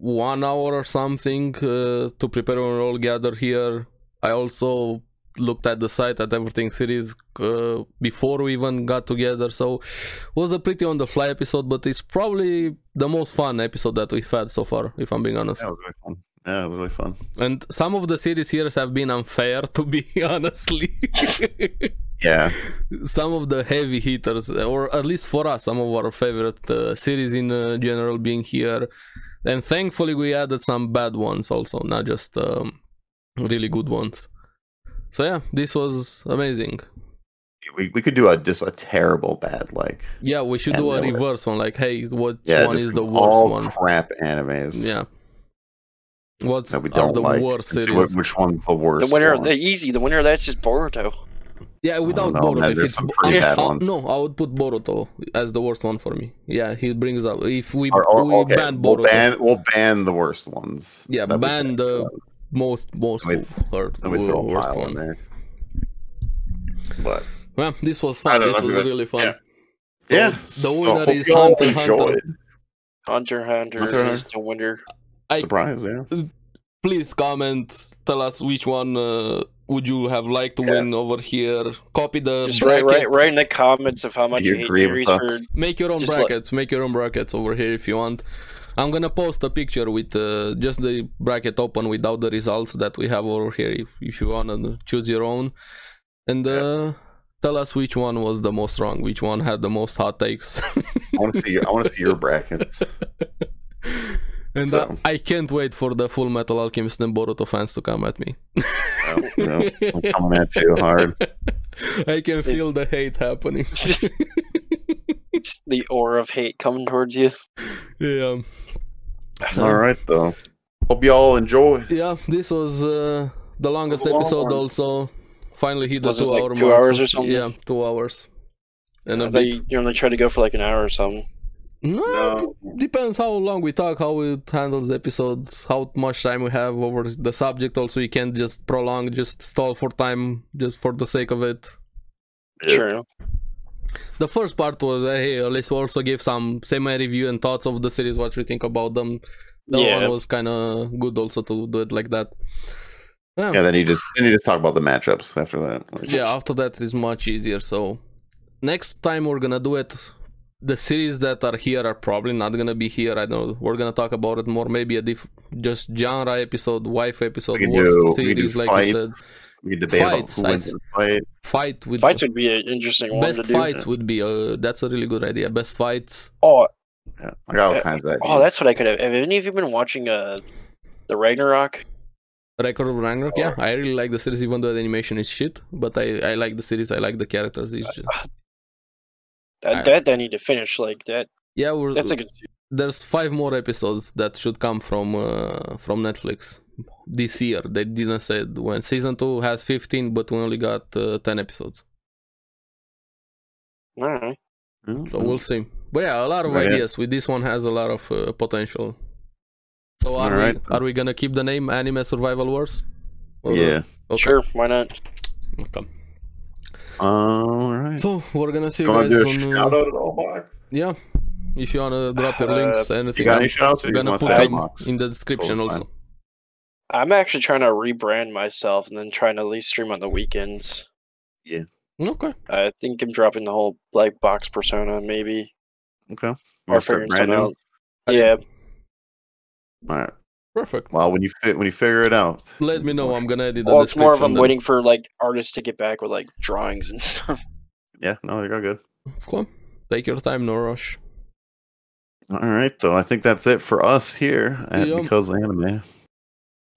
S2: one hour or something uh, to prepare when we all gather here. I also looked at the site at everything series uh, before we even got together, so it was a pretty on the fly episode. But it's probably the most fun episode that we've had so far, if I'm being honest.
S1: That was really fun. Yeah, it was really fun.
S2: And some of the series here have been unfair, to be honestly.
S1: Yeah,
S2: some of the heavy hitters, or at least for us, some of our favorite uh, series in uh, general being here. And thankfully, we added some bad ones also, not just um, really good ones. So yeah, this was amazing.
S1: We, we could do a just a terrible bad like
S2: Yeah, we should
S1: And
S2: do a
S1: the worst.
S2: reverse one. Like, hey, what
S1: yeah
S2: one
S1: just
S2: is the
S1: all
S2: worst one?
S1: crap animes
S2: Yeah. What's
S1: that we
S2: are
S1: don't
S2: the
S1: like
S2: worst
S1: and see
S2: series?
S1: what- which one's the worst
S3: The winner,
S1: one.
S3: the easy, the winner of that's just Boruto.
S2: Yeah, without
S1: know,
S2: Boruto,
S1: man,
S2: if
S1: there's
S2: it's
S1: some
S2: Bo-
S1: pretty
S2: if-
S1: bad
S2: uh,
S1: ones.
S2: no, I would put Boruto as the worst one for me. Yeah, he brings up if we
S1: Or- or-
S2: we
S1: okay,
S2: ban
S1: we'll
S2: Boruto,
S1: ban we'll ban the worst ones
S2: Yeah,
S1: That we
S2: ban
S1: think.
S2: the- most most
S1: Let me-
S2: hurt
S1: Let me throw a
S2: worst
S1: file in
S2: one.
S1: there. But
S2: Well, this was
S1: I
S2: fun.
S1: don't
S2: This
S1: know,
S2: was
S1: but-
S2: really fun.
S1: yeah. yeah,
S2: the winner
S1: hope
S2: is
S1: you all
S2: Hunter x Hunter.
S1: enjoyed.
S3: Hunter x Hunter,
S1: Hunter x
S3: is the winner.
S2: I-
S1: Surprise, yeah.
S2: please comment tell us which one uh, would you have liked to
S1: Yeah.
S2: win over here copy the
S3: Just right,
S2: bracket
S3: right, right in the comments of how much
S1: You
S3: you, hate
S1: agree with
S3: Aries
S1: us?
S3: for
S2: make your own
S3: Just like-
S2: brackets make your own brackets over here if you want i'm gonna post a picture with uh, just the bracket open without the results that we have over here if, if you wanna choose your own and uh,
S1: Yeah.
S2: tell us which one was the most wrong which one had the most hot takes
S1: I want to see. Your, I want to see your brackets.
S2: and uh,
S1: So.
S2: i can't wait for the full metal alchemist and boruto fans to come at me
S1: You know, I'm coming at you hard.
S2: I can feel the hate happening.
S3: just the aura of hate coming towards you.
S2: yeah. So,
S1: All right, though. Hope you all enjoyed.
S2: Yeah, this was uh, the longest
S1: Long
S2: episode.
S1: one.
S2: Also, finally hit the
S3: Was this
S2: two-hour
S3: like two
S2: mark,
S3: hours
S2: so-
S3: or something?
S2: Yeah, two hours. And
S3: I
S2: a
S3: thought
S2: bit.
S3: you you only tried to go for like an hour or something.
S2: No,
S3: No.
S2: it depends how long we talk, how we handle the episodes, how much time we have over the subject. Also, you can't just prolong, just stall for time, just for the sake of it.
S1: Yeah.
S3: True.
S2: the first part was uh, hey let's also give some semi review and thoughts of the series what we think about them that
S3: Yeah.
S2: one was kind of good also to do it like that yeah
S1: Yeah,
S2: yeah,
S1: then you just then you just talk about the matchups after that.
S2: after that is much easier so next time we're gonna do it the series that are here are probably not gonna be here i know we're gonna talk about it more maybe a diff just genre episode wife episode
S1: we can
S2: worst
S1: do we can do
S2: series like you said
S1: fights. We can debate
S2: Fights,
S1: about who
S2: I
S1: wins
S2: th-
S1: the fight.
S2: fight with
S3: Fights would be an interesting one
S2: best
S3: to do.
S2: fights would be uh, that's a really good idea best fights
S3: Oh,
S1: Yeah, I got all
S3: Uh,
S1: kinds of ideas.
S3: oh, that's what I could have. Have any of you been watching uh, the Ragnarok?
S2: Record of Ragnarok, yeah. I really like the series, even though the animation is shit. But I, I like the series. I like the characters. It's just, I-
S3: That that I need to finish. Like that.
S2: yeah, we're,
S3: That's a good. se-
S2: there's five more episodes that should come from uh, from Netflix this year. They didn't say it when season two has 15, but we only got uh, 10 episodes.
S3: Alright.
S1: Mm,
S2: So we'll see. But yeah, a lot of
S1: Right.
S2: ideas. With this one has a lot of uh, potential. So are
S1: Alright.
S2: we are we gonna keep the name Anime Survival Wars? Or-
S1: yeah.
S2: Okay.
S3: Sure. Why not?
S2: okay.
S1: All right.
S2: So we're gonna see
S1: you
S2: you
S1: want
S2: guys
S1: to do a
S2: on.
S1: shout
S2: Uh,
S1: out at all, Mark?
S2: yeah. If you wanna drop your
S3: Uh,
S2: links, anything.
S1: You got
S2: I'm-
S1: any shout outs? Or
S2: We're
S1: you just
S2: gonna
S1: want to
S2: put
S1: say
S2: them
S1: Mark's?
S2: in the description
S1: totally
S2: also.
S3: I'm actually trying to rebrand myself and then trying to at least stream on the weekends.
S2: Okay.
S3: I think I'm dropping the whole like box persona maybe.
S1: Okay.
S3: Or
S1: Wanna start
S3: figuring
S1: brand
S3: something
S1: new?
S3: out.
S1: All
S2: I-
S3: Yeah.
S1: right.
S2: Perfect.
S1: Well, when you fi- when you figure it out,
S2: Let me know. I'm gonna edit the
S3: Well, it's more of I'm
S2: description then.
S3: waiting for like artists to get back with like drawings and stuff.
S1: Yeah. No, you're all good.
S2: Cool. Take your time, no rush.
S1: All right, though. I think that's it for us here at
S2: Yeah.
S1: Because Anime.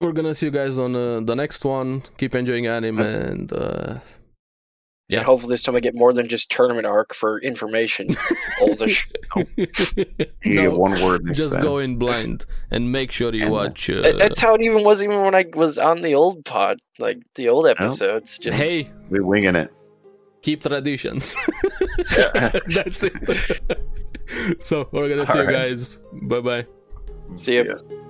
S2: We're gonna see you guys on uh, the next one. Keep enjoying anime and uh, Yeah.
S3: Hopefully this time I get more than just tournament arc for information. Oldish.
S1: You get one word next
S2: just
S1: time.
S2: go in blind and make sure you
S1: And-
S2: watch. Uh,
S3: That- That's how it even was even when I was on the old pod, like the old episodes. Just
S2: hey,
S1: we winging it.
S2: keep traditions. That's it. so we're gonna see you
S1: Alright.
S2: guys. Bye bye.
S3: See ya.
S1: ya.